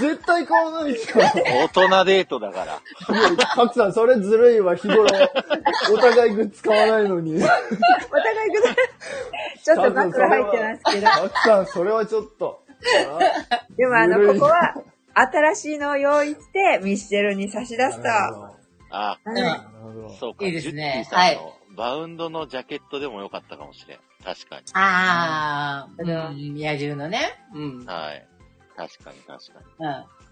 [SPEAKER 3] 絶対買わないじゃん。
[SPEAKER 1] 大人デートだから。
[SPEAKER 3] たくさん、それずるいわ、日頃。お互いグッズ買わないの
[SPEAKER 2] お
[SPEAKER 3] に。
[SPEAKER 2] 互いくだちょっとバッグ入ってますけど。
[SPEAKER 3] たくさん、それはちょっと。
[SPEAKER 2] でもあ
[SPEAKER 3] ずる
[SPEAKER 2] の、
[SPEAKER 3] い
[SPEAKER 2] ここは、新しいのを用意して、ミッシェルに差し出すと。は
[SPEAKER 1] あ、
[SPEAKER 4] うん
[SPEAKER 2] い。
[SPEAKER 3] と
[SPEAKER 1] そうか。
[SPEAKER 4] いいですね
[SPEAKER 1] ジュッティさんのバウンドのジャケットでもよかったかもしれん。確かに。
[SPEAKER 4] ああ、う、
[SPEAKER 2] うん
[SPEAKER 4] 野獣のね。うん。うん。
[SPEAKER 1] はい。確かに確かに。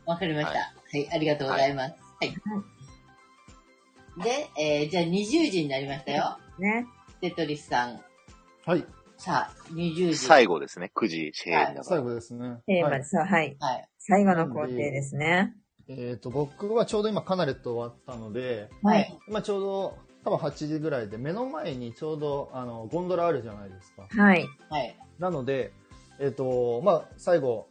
[SPEAKER 4] わかりました。
[SPEAKER 1] は
[SPEAKER 4] はい、ありがとうございます。はい。で、えーじゃあ20時になりましたよ。
[SPEAKER 2] ね。
[SPEAKER 4] テトリスさん。
[SPEAKER 3] はい、
[SPEAKER 4] さあ、20時。
[SPEAKER 1] 最後ですね。9時閉園だか
[SPEAKER 3] 最
[SPEAKER 1] ら。
[SPEAKER 3] 後ですね。
[SPEAKER 2] テー
[SPEAKER 3] は
[SPEAKER 2] マ、
[SPEAKER 3] い
[SPEAKER 2] そう、はい。
[SPEAKER 4] はい。
[SPEAKER 2] 最後の工程ですね。
[SPEAKER 3] えっと、僕はちょうど今、カナレット終わったので、
[SPEAKER 4] はい。
[SPEAKER 3] 今ちょうど、多分8時ぐらいで、目の前にちょうど、あの、ゴンドラあるじゃないですか。
[SPEAKER 2] はい。
[SPEAKER 4] はい。
[SPEAKER 3] なので、えっ、と、まあ、最後、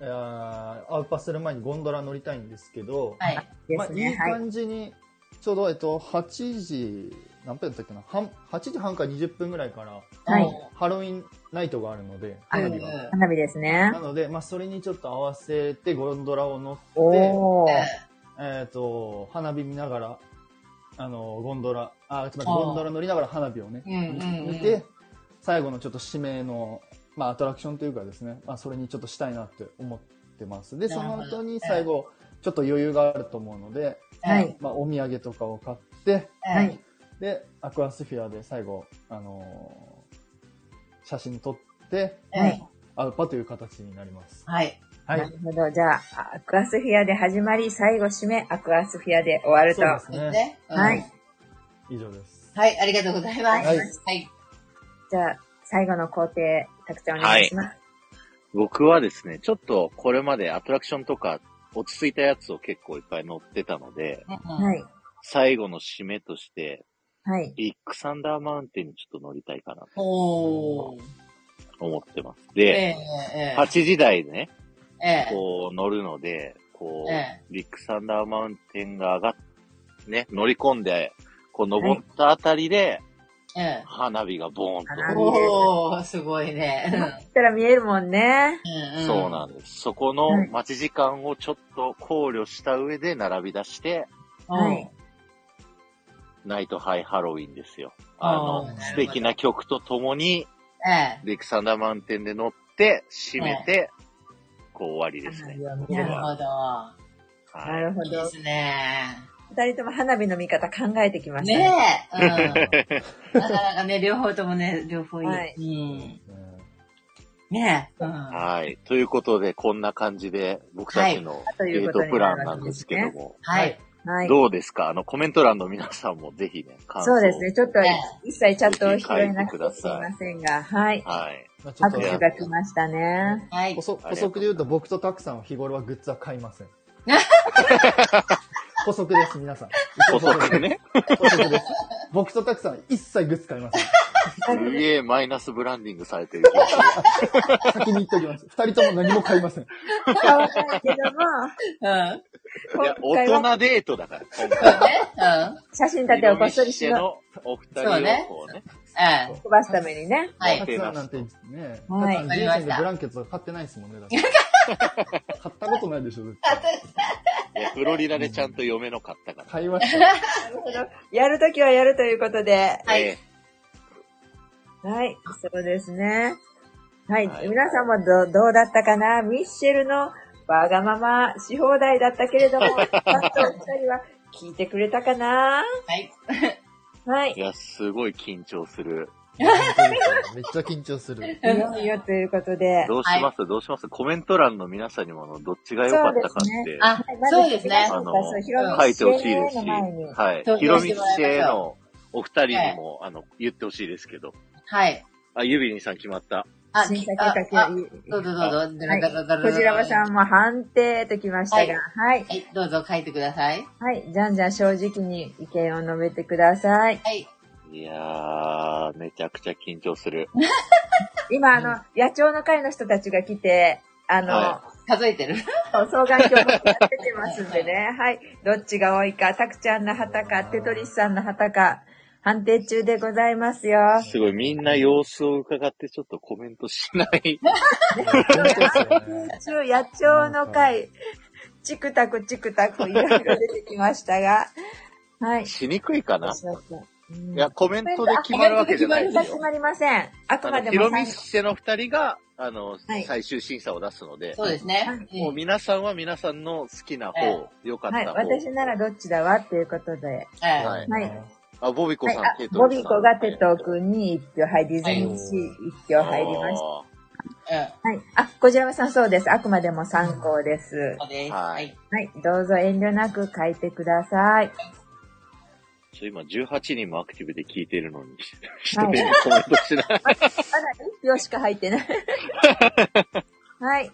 [SPEAKER 3] えーアウパする前にゴンドラ乗りたいんですけど、
[SPEAKER 4] はい。
[SPEAKER 2] で
[SPEAKER 3] まあ、
[SPEAKER 2] す
[SPEAKER 3] いい
[SPEAKER 2] ね。はい。
[SPEAKER 3] 感じに、ちょうど、えっ、と、8時、何分だったっけな、半8時半から20分ぐらいから、
[SPEAKER 2] はい
[SPEAKER 4] お
[SPEAKER 3] ハロウィンナイトがあるので、
[SPEAKER 2] あ
[SPEAKER 3] 花
[SPEAKER 4] ーう
[SPEAKER 3] 火が。
[SPEAKER 4] ん
[SPEAKER 2] 花火ですね
[SPEAKER 3] な。ので、まあ、それにちょっと合わせて、ゴンドラを乗って、
[SPEAKER 2] おー。
[SPEAKER 3] えっ、と、花火見ながら、あの、ゴンドラ、あ、つまり
[SPEAKER 4] あー
[SPEAKER 3] ゴンドラ乗りながら花火をね、
[SPEAKER 4] うんうんうん
[SPEAKER 3] 見て、最後のちょっと指名の、まあ、アトラクションというかですね、まあ、それにちょっとしたいなって思ってます。で、
[SPEAKER 4] なる
[SPEAKER 3] そ
[SPEAKER 4] ほど
[SPEAKER 3] の後に最後、ちょっと余裕があると思うので、
[SPEAKER 2] はい。
[SPEAKER 3] まあ、お土産とかを買って、
[SPEAKER 4] は
[SPEAKER 2] はいい。
[SPEAKER 3] で、アクアスフィアで最後、あのー写真撮って、
[SPEAKER 2] はい。
[SPEAKER 3] アウパという形になります。
[SPEAKER 4] はい。
[SPEAKER 3] は
[SPEAKER 2] なるほど。じゃあ、アクアスフィアで始まり、最後締め、アクアスフィアで終わると。
[SPEAKER 3] そうですね。
[SPEAKER 4] ね。うん
[SPEAKER 2] はい。
[SPEAKER 3] 以
[SPEAKER 4] [LAUGHS]
[SPEAKER 3] 上です。
[SPEAKER 4] はい、ありがとうございます。は。
[SPEAKER 3] はいい
[SPEAKER 4] はい。
[SPEAKER 2] じゃあ、最後の工程、たくちゃんお願いします。
[SPEAKER 1] 僕はですね、ちょっとこれまでアトラクションとか落ち着いたやつを結構いっぱい乗ってたので、
[SPEAKER 4] は。
[SPEAKER 2] はいい。
[SPEAKER 1] 最後の締めとして、
[SPEAKER 2] はい。
[SPEAKER 1] ビッグサンダーマウンテンにちょっと乗りたいかなと
[SPEAKER 4] おー。
[SPEAKER 1] 思ってます。
[SPEAKER 4] え
[SPEAKER 1] で、
[SPEAKER 4] ええ
[SPEAKER 1] 8時台ね、
[SPEAKER 4] えええ
[SPEAKER 1] こう乗るので、こう、
[SPEAKER 4] え
[SPEAKER 1] ビッグサンダーマウンテンが上がっ、ね、乗り込んで、こう登ったあたりで、
[SPEAKER 4] ええ
[SPEAKER 1] 花火がボーン
[SPEAKER 2] 花
[SPEAKER 1] と。
[SPEAKER 2] 火
[SPEAKER 4] おー、すごいね
[SPEAKER 2] そ。したら見えるもんね。
[SPEAKER 4] うん
[SPEAKER 1] そうなんんです。そこの待ち時間をちょっと考慮した上で並び出して、
[SPEAKER 2] はい。
[SPEAKER 1] ナイトハイハロウィンですよ。あ
[SPEAKER 4] あーな
[SPEAKER 1] の、
[SPEAKER 4] るほど
[SPEAKER 1] 素敵な曲とともに、
[SPEAKER 4] ええ。
[SPEAKER 1] ビッグサンダーマウンテンで乗って、締めて、こう終わりですね。
[SPEAKER 4] なるほど。
[SPEAKER 2] な
[SPEAKER 1] はい。
[SPEAKER 2] るほ
[SPEAKER 4] いいで
[SPEAKER 2] ど。
[SPEAKER 4] すね。
[SPEAKER 2] 二人とも花火の見方考えてきましたね。
[SPEAKER 4] ねえ。
[SPEAKER 3] [LAUGHS]
[SPEAKER 4] うん。なかなかね、両方ともね、両方いい。
[SPEAKER 2] はい
[SPEAKER 4] うん。ねえ。うん。は
[SPEAKER 1] はい。ということで、こんな感じで、僕たちの
[SPEAKER 2] とい
[SPEAKER 1] デ
[SPEAKER 2] う
[SPEAKER 1] ー
[SPEAKER 2] こと
[SPEAKER 1] ト
[SPEAKER 2] に
[SPEAKER 1] プ
[SPEAKER 2] な
[SPEAKER 1] ラ
[SPEAKER 2] る
[SPEAKER 1] ンな
[SPEAKER 2] わ
[SPEAKER 1] ん
[SPEAKER 2] け
[SPEAKER 1] で
[SPEAKER 2] ですす
[SPEAKER 1] け
[SPEAKER 2] ね
[SPEAKER 1] ども、
[SPEAKER 4] い。
[SPEAKER 2] はい。
[SPEAKER 1] どうですかあの、コメント欄の皆さんもぜひね、感想を
[SPEAKER 2] そうですね。ちょっと
[SPEAKER 4] ね
[SPEAKER 2] 一切チャットを拾えなくてすいませんが、はい。
[SPEAKER 1] はい。
[SPEAKER 3] まあちょっと
[SPEAKER 2] 拍手が来ました
[SPEAKER 4] [LAUGHS]
[SPEAKER 2] ね。
[SPEAKER 4] はい
[SPEAKER 3] 補。足補足で言うと、僕とタクさんは日頃はグッズは買いません。補足です、皆さん。
[SPEAKER 1] 補足。ね。
[SPEAKER 3] 補足です。僕とタクさんは一切グッズ買いません。
[SPEAKER 1] すげえマイナスブランディングされてる気がする。
[SPEAKER 3] 先に言っておきます。二人とも何も買いません。
[SPEAKER 2] 買わないけども、
[SPEAKER 4] うん。
[SPEAKER 1] いや、
[SPEAKER 2] 今回
[SPEAKER 1] 大
[SPEAKER 2] は
[SPEAKER 1] 人デートだから、今
[SPEAKER 4] そう
[SPEAKER 1] 回。
[SPEAKER 4] ね。うん。
[SPEAKER 2] 写真立てをこっそりし
[SPEAKER 1] 色見
[SPEAKER 2] よ
[SPEAKER 1] してのお二
[SPEAKER 4] そう
[SPEAKER 1] 人
[SPEAKER 4] ね
[SPEAKER 1] をこうね、
[SPEAKER 4] ええ。
[SPEAKER 2] 飛ばすためにね。
[SPEAKER 4] はい。
[SPEAKER 3] カツアなんてね、
[SPEAKER 2] はい
[SPEAKER 3] カツア人生でブランケットは買ってないですもんね。だって買ったことないでしょ、絶対
[SPEAKER 1] いやフロリダでちゃんと嫁の買ったから。
[SPEAKER 3] 買いました。
[SPEAKER 2] やるときはやるということで。
[SPEAKER 4] はい
[SPEAKER 1] え
[SPEAKER 2] はい、そうですね。はい、
[SPEAKER 1] はい
[SPEAKER 2] 皆さんもどどうだったかなミッシェルのわがままし放題だったけれども、ちゃんとお二人は聞いてくれたかな
[SPEAKER 4] はい。
[SPEAKER 2] は
[SPEAKER 1] えい
[SPEAKER 2] い。
[SPEAKER 1] や、すごい緊張する。
[SPEAKER 3] めっちゃ緊張す
[SPEAKER 2] [LAUGHS]
[SPEAKER 3] る。
[SPEAKER 2] いよいよということで。
[SPEAKER 1] どうします、どうしますコメント欄の皆さんにもあのどっちが良かったかって、
[SPEAKER 4] あ、そうですね。
[SPEAKER 1] あの
[SPEAKER 2] そうヒロミ
[SPEAKER 1] 書いてほしいです
[SPEAKER 2] シェ
[SPEAKER 1] し、
[SPEAKER 2] ーの前に
[SPEAKER 1] はい。
[SPEAKER 4] 投
[SPEAKER 1] ひ
[SPEAKER 4] 票
[SPEAKER 1] ろ
[SPEAKER 4] し
[SPEAKER 1] み
[SPEAKER 4] てもらいましょう
[SPEAKER 1] ちへのお二人にも、あの、言ってほしいですけど。
[SPEAKER 4] はい。
[SPEAKER 1] あ、ゆびりんさん決まった。
[SPEAKER 4] あ、
[SPEAKER 2] 審査
[SPEAKER 4] あ
[SPEAKER 2] 結果
[SPEAKER 4] あ
[SPEAKER 2] がいい
[SPEAKER 4] どうぞどうぞ。
[SPEAKER 2] はい。こちらはさんも
[SPEAKER 4] は
[SPEAKER 2] 判定ときましたが、はい。
[SPEAKER 4] い、どうぞ書いてください。
[SPEAKER 2] はい。じゃんじゃん正直に意見を述べてください。
[SPEAKER 4] はい。
[SPEAKER 1] いやー、めちゃくちゃ緊張する。
[SPEAKER 2] 今、あの、野鳥の会の人たちが来て、あの、
[SPEAKER 1] は
[SPEAKER 4] 数えてる。
[SPEAKER 2] 双眼鏡もやっててますんでね。 [LAUGHS] はい。どっちが多いか、たくちゃんの旗か、テトリスさんの旗か、判定中でございますよ。
[SPEAKER 1] すごい、みんな様子を伺ってちょっとコメントしない。
[SPEAKER 3] 緊張するね
[SPEAKER 2] 一応、野鳥の会、チクタクチクタクいろいろ出てきましたが、はい。
[SPEAKER 1] しにくいかな。
[SPEAKER 2] うん
[SPEAKER 1] いや、コメントで決まるわけじゃないです
[SPEAKER 2] 決
[SPEAKER 1] よ。
[SPEAKER 2] まりません。あく
[SPEAKER 1] あ
[SPEAKER 2] ま
[SPEAKER 1] の、
[SPEAKER 2] で
[SPEAKER 1] ひ
[SPEAKER 2] も
[SPEAKER 1] ろみっせの二人が、あの
[SPEAKER 2] はい、
[SPEAKER 1] 最終審査を出すので、
[SPEAKER 4] そうですね。
[SPEAKER 1] もう皆さんは皆さんの好きな
[SPEAKER 4] え
[SPEAKER 1] 方、良かっ
[SPEAKER 2] はい。
[SPEAKER 1] た
[SPEAKER 2] 私
[SPEAKER 1] 方。
[SPEAKER 2] ならどっちだわっていうことで。
[SPEAKER 4] え
[SPEAKER 1] はい
[SPEAKER 2] はい。
[SPEAKER 1] あ、ボビコ
[SPEAKER 2] はい、
[SPEAKER 1] さん
[SPEAKER 2] あ、
[SPEAKER 1] テト
[SPEAKER 2] ボ
[SPEAKER 1] リ
[SPEAKER 2] ビ
[SPEAKER 1] スさ
[SPEAKER 2] ー
[SPEAKER 1] ん
[SPEAKER 2] コがテト君に1票、はい、ディズニーシー1票入りました。
[SPEAKER 1] あ
[SPEAKER 4] え。
[SPEAKER 2] はい。あ、こちらはさんそうです。あくまでも参考です。
[SPEAKER 4] そうです。は
[SPEAKER 1] はいい。
[SPEAKER 2] はい。どうぞ遠慮なく書いてください。
[SPEAKER 1] ーちょ、今18人もアクティブで聞いてるのに、 [LAUGHS] 一人もコメントし
[SPEAKER 2] [LAUGHS]
[SPEAKER 1] ない。
[SPEAKER 2] まだ1票しか入っ
[SPEAKER 1] [LAUGHS]
[SPEAKER 2] てない。はい。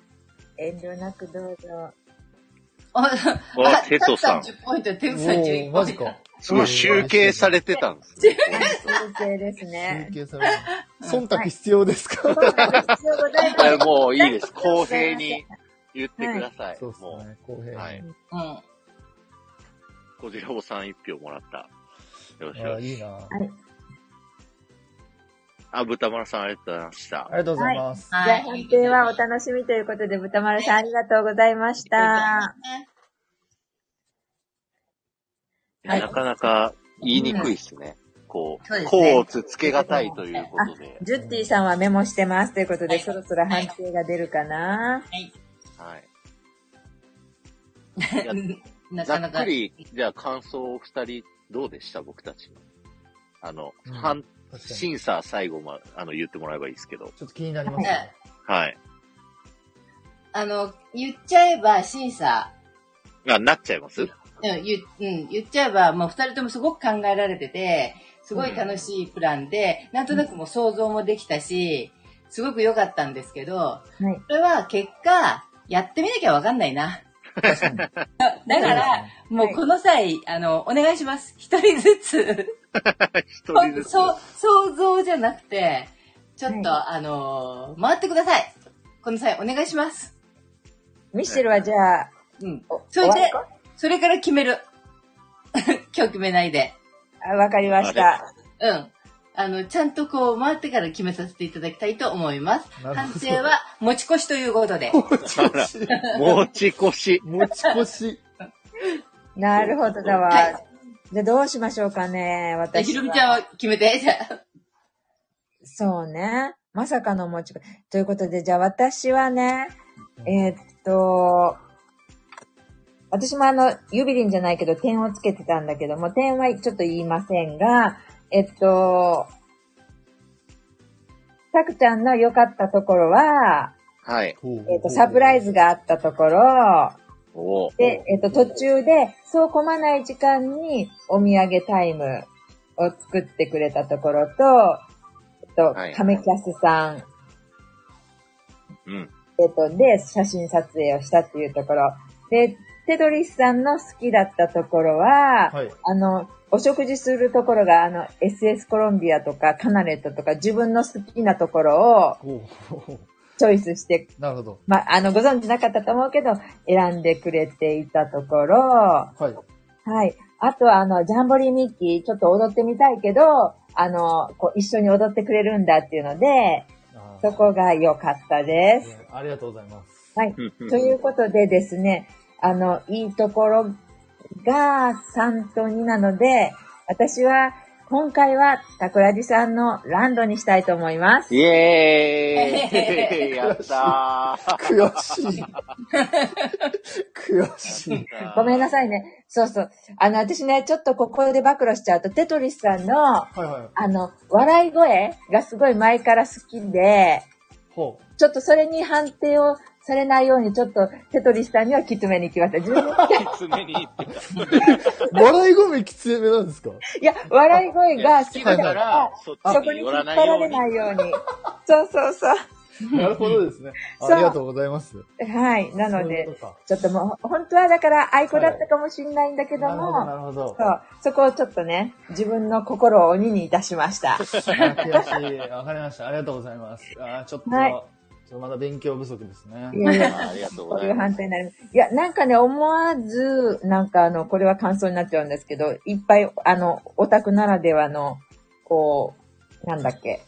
[SPEAKER 2] 遠慮なくどうぞ。
[SPEAKER 4] あ
[SPEAKER 1] テトさん
[SPEAKER 4] 10ポイント、テ
[SPEAKER 3] お
[SPEAKER 4] トさん11
[SPEAKER 3] ー
[SPEAKER 4] ポイ
[SPEAKER 3] マ
[SPEAKER 4] ント。
[SPEAKER 3] ジか。
[SPEAKER 1] すごい、集計されてたんですね。
[SPEAKER 2] 集計ですね
[SPEAKER 1] [LAUGHS]
[SPEAKER 3] 集。計される。忖度必要ですか、
[SPEAKER 2] そうなんですよございま
[SPEAKER 1] こ
[SPEAKER 2] す
[SPEAKER 1] れもういい
[SPEAKER 4] [LAUGHS]
[SPEAKER 1] です。公平に言ってください。
[SPEAKER 3] そうです
[SPEAKER 1] も
[SPEAKER 3] ね。公
[SPEAKER 1] う、
[SPEAKER 3] 平。
[SPEAKER 1] はい。
[SPEAKER 4] うん。
[SPEAKER 1] 小次郎さん一票もらった。よろし
[SPEAKER 3] ああ
[SPEAKER 1] よし。
[SPEAKER 3] いいな。
[SPEAKER 1] あ、豚丸さんありがとうございました
[SPEAKER 3] あり。がとうございます。
[SPEAKER 2] じゃ
[SPEAKER 4] は
[SPEAKER 2] あ
[SPEAKER 4] い。
[SPEAKER 2] 判定はお楽しみということで、豚丸さんありがとうございました。ははい
[SPEAKER 1] なかなか言いにくいですね。こ
[SPEAKER 4] そうで
[SPEAKER 1] う、
[SPEAKER 4] すね
[SPEAKER 1] こうつつけがたいということで。
[SPEAKER 2] ジュッティさんはメモしてますということで、
[SPEAKER 4] はい
[SPEAKER 2] そろそろ判定が出るかな。
[SPEAKER 4] はい。 [LAUGHS]
[SPEAKER 1] はい。いや
[SPEAKER 4] な
[SPEAKER 1] ざ
[SPEAKER 4] かな
[SPEAKER 1] っ
[SPEAKER 4] か。
[SPEAKER 1] くり、じゃあ感想を二人、どうでした僕たちの。あの、
[SPEAKER 3] うん
[SPEAKER 1] 判
[SPEAKER 3] 確かに。ち
[SPEAKER 1] 審査最後ま、あの、言ってもらえばいいですけど。
[SPEAKER 3] ょっと気になりますね。
[SPEAKER 1] はい。
[SPEAKER 4] あの、言っちゃえば審査。
[SPEAKER 1] あ、なっちゃいます
[SPEAKER 4] うん、言うん、言っちゃえば、もう二人ともすごく考えられてて、すごい楽しいプランで、なんとなくもう想像もできたし、すごく良かったんですけど、
[SPEAKER 2] はい。
[SPEAKER 4] それは結果、やってみなきゃわかんないな。
[SPEAKER 2] [LAUGHS]
[SPEAKER 3] 確かに。だ
[SPEAKER 4] だから、、もうこの際、あの、お願いします。一人ずつ。
[SPEAKER 1] 一人ずつ。
[SPEAKER 4] そう、想像じゃなくて、ちょっと、
[SPEAKER 2] は
[SPEAKER 4] あのー回ってください。この際、お願いします。
[SPEAKER 2] ミッシェルはじゃあ、
[SPEAKER 4] うん。
[SPEAKER 2] お
[SPEAKER 4] そ
[SPEAKER 2] 終
[SPEAKER 4] れ
[SPEAKER 2] わり
[SPEAKER 4] で
[SPEAKER 2] か、
[SPEAKER 4] それから決める。 [LAUGHS] 今日決めないで。
[SPEAKER 2] あわかりました。
[SPEAKER 4] うん。あの、ちゃんとこう、回ってから決めさせていただきたいと思います。
[SPEAKER 3] なるほど
[SPEAKER 4] 判定は、持ち越しということで。
[SPEAKER 1] 持ち越し。
[SPEAKER 3] 持ち越し。
[SPEAKER 2] なるほどだわ。
[SPEAKER 4] はい
[SPEAKER 2] じゃあどうしましょうかね、
[SPEAKER 4] で
[SPEAKER 2] 私は。
[SPEAKER 4] ひろみちゃんは決めて。じ [LAUGHS] ゃあ
[SPEAKER 2] そうね。まさかの持ち込み。ということで、じゃあ私はね、えーっと、私もあの、ユビリンじゃないけど、点をつけてたんだけども、点はちょっと言いませんが、えっと、たくちゃんの良かったところは、
[SPEAKER 1] はい。
[SPEAKER 3] ほうほうほう
[SPEAKER 2] えっ
[SPEAKER 3] [LAUGHS]
[SPEAKER 2] と、サプライズ。があったところ、
[SPEAKER 1] おー
[SPEAKER 2] で、えっと、途中で、そう混まない時間にお土産タイムを作ってくれたところと、えっと、
[SPEAKER 1] はい
[SPEAKER 2] カメキャスさん、
[SPEAKER 1] うん。
[SPEAKER 2] えっと、で、写真撮影をしたっていうところ。で、テドリスさんの好きだったところは、
[SPEAKER 3] はい。
[SPEAKER 2] あの、お食事するところが、あの、SS コロンビアとかカナレットとか自分の好きなところを
[SPEAKER 3] ほうほうほ
[SPEAKER 2] チョイスして、
[SPEAKER 3] うなるほど。
[SPEAKER 2] ま、あの、ご存知なかったと思うけど、選んでくれていたところ、
[SPEAKER 3] はい。
[SPEAKER 2] はい。あとは、あの、ジャンボリーミッキー、ちょっと踊ってみたいけど、あの、こう一緒に踊ってくれるんだっていうので、
[SPEAKER 3] あー
[SPEAKER 2] そこが良かったで
[SPEAKER 3] い
[SPEAKER 2] す。
[SPEAKER 3] やありがとうございます。
[SPEAKER 2] はい。
[SPEAKER 1] うん
[SPEAKER 2] ということでですね、あの、いいところが3と2なので、私は、今回は、桜地さんのランドにしたいと思います。
[SPEAKER 1] イエー [LAUGHS] イやったー
[SPEAKER 3] 悔
[SPEAKER 2] [LAUGHS]
[SPEAKER 3] しい。悔しい。
[SPEAKER 1] [LAUGHS]
[SPEAKER 2] ごめんなさいね。そうそう。あの、私ね、ちょっとここで暴露しちゃうと、テトリスさんの、
[SPEAKER 3] はいはい。
[SPEAKER 2] あの、笑い声がすごい前から好きで、
[SPEAKER 3] ほう。
[SPEAKER 2] ちょっとそれに判定をされないように、ちょっとテトリスさんにはきつめに行きました。自分の
[SPEAKER 1] 常に言ってた。
[SPEAKER 3] 笑い声きつめなんですか
[SPEAKER 2] い [LAUGHS] や、笑い声が
[SPEAKER 1] 好
[SPEAKER 2] 好
[SPEAKER 1] き
[SPEAKER 2] き
[SPEAKER 1] だ
[SPEAKER 2] だ
[SPEAKER 1] か
[SPEAKER 2] からら、、
[SPEAKER 1] そっち
[SPEAKER 2] そこ
[SPEAKER 1] に
[SPEAKER 2] に引
[SPEAKER 1] 寄
[SPEAKER 2] っ
[SPEAKER 1] ら
[SPEAKER 2] 張
[SPEAKER 1] ない
[SPEAKER 2] ら
[SPEAKER 1] よう
[SPEAKER 2] れ
[SPEAKER 1] に。
[SPEAKER 2] ないように。そうそうそう。
[SPEAKER 3] なるほどですね。
[SPEAKER 2] そう
[SPEAKER 3] ありがとうございます。
[SPEAKER 2] はい。なの
[SPEAKER 3] そういうこ
[SPEAKER 2] で、
[SPEAKER 3] とか
[SPEAKER 2] ちょっともう、本当はだから、愛子だったかもしれないんだけど
[SPEAKER 3] なるほど、な
[SPEAKER 2] も、
[SPEAKER 3] るほど
[SPEAKER 2] そ。う、そこをちょっとね、自分の心を鬼にいたしま
[SPEAKER 3] [LAUGHS]
[SPEAKER 2] した。
[SPEAKER 3] 悔しい。わかりました。ありがとうございます。あーちょっと、
[SPEAKER 2] はい
[SPEAKER 3] ちょっとまだ勉強不足ですね。
[SPEAKER 2] いやいや
[SPEAKER 1] あーありがとう
[SPEAKER 2] こ
[SPEAKER 1] ご
[SPEAKER 2] う
[SPEAKER 1] ざ
[SPEAKER 2] い
[SPEAKER 1] いうま
[SPEAKER 2] 判
[SPEAKER 1] す。
[SPEAKER 2] 定になります。いや、なんかね、思わず、なんかあの、これは感想になっちゃうんですけど、いっぱい、あの、オタクならではの、こう、なんだっけ、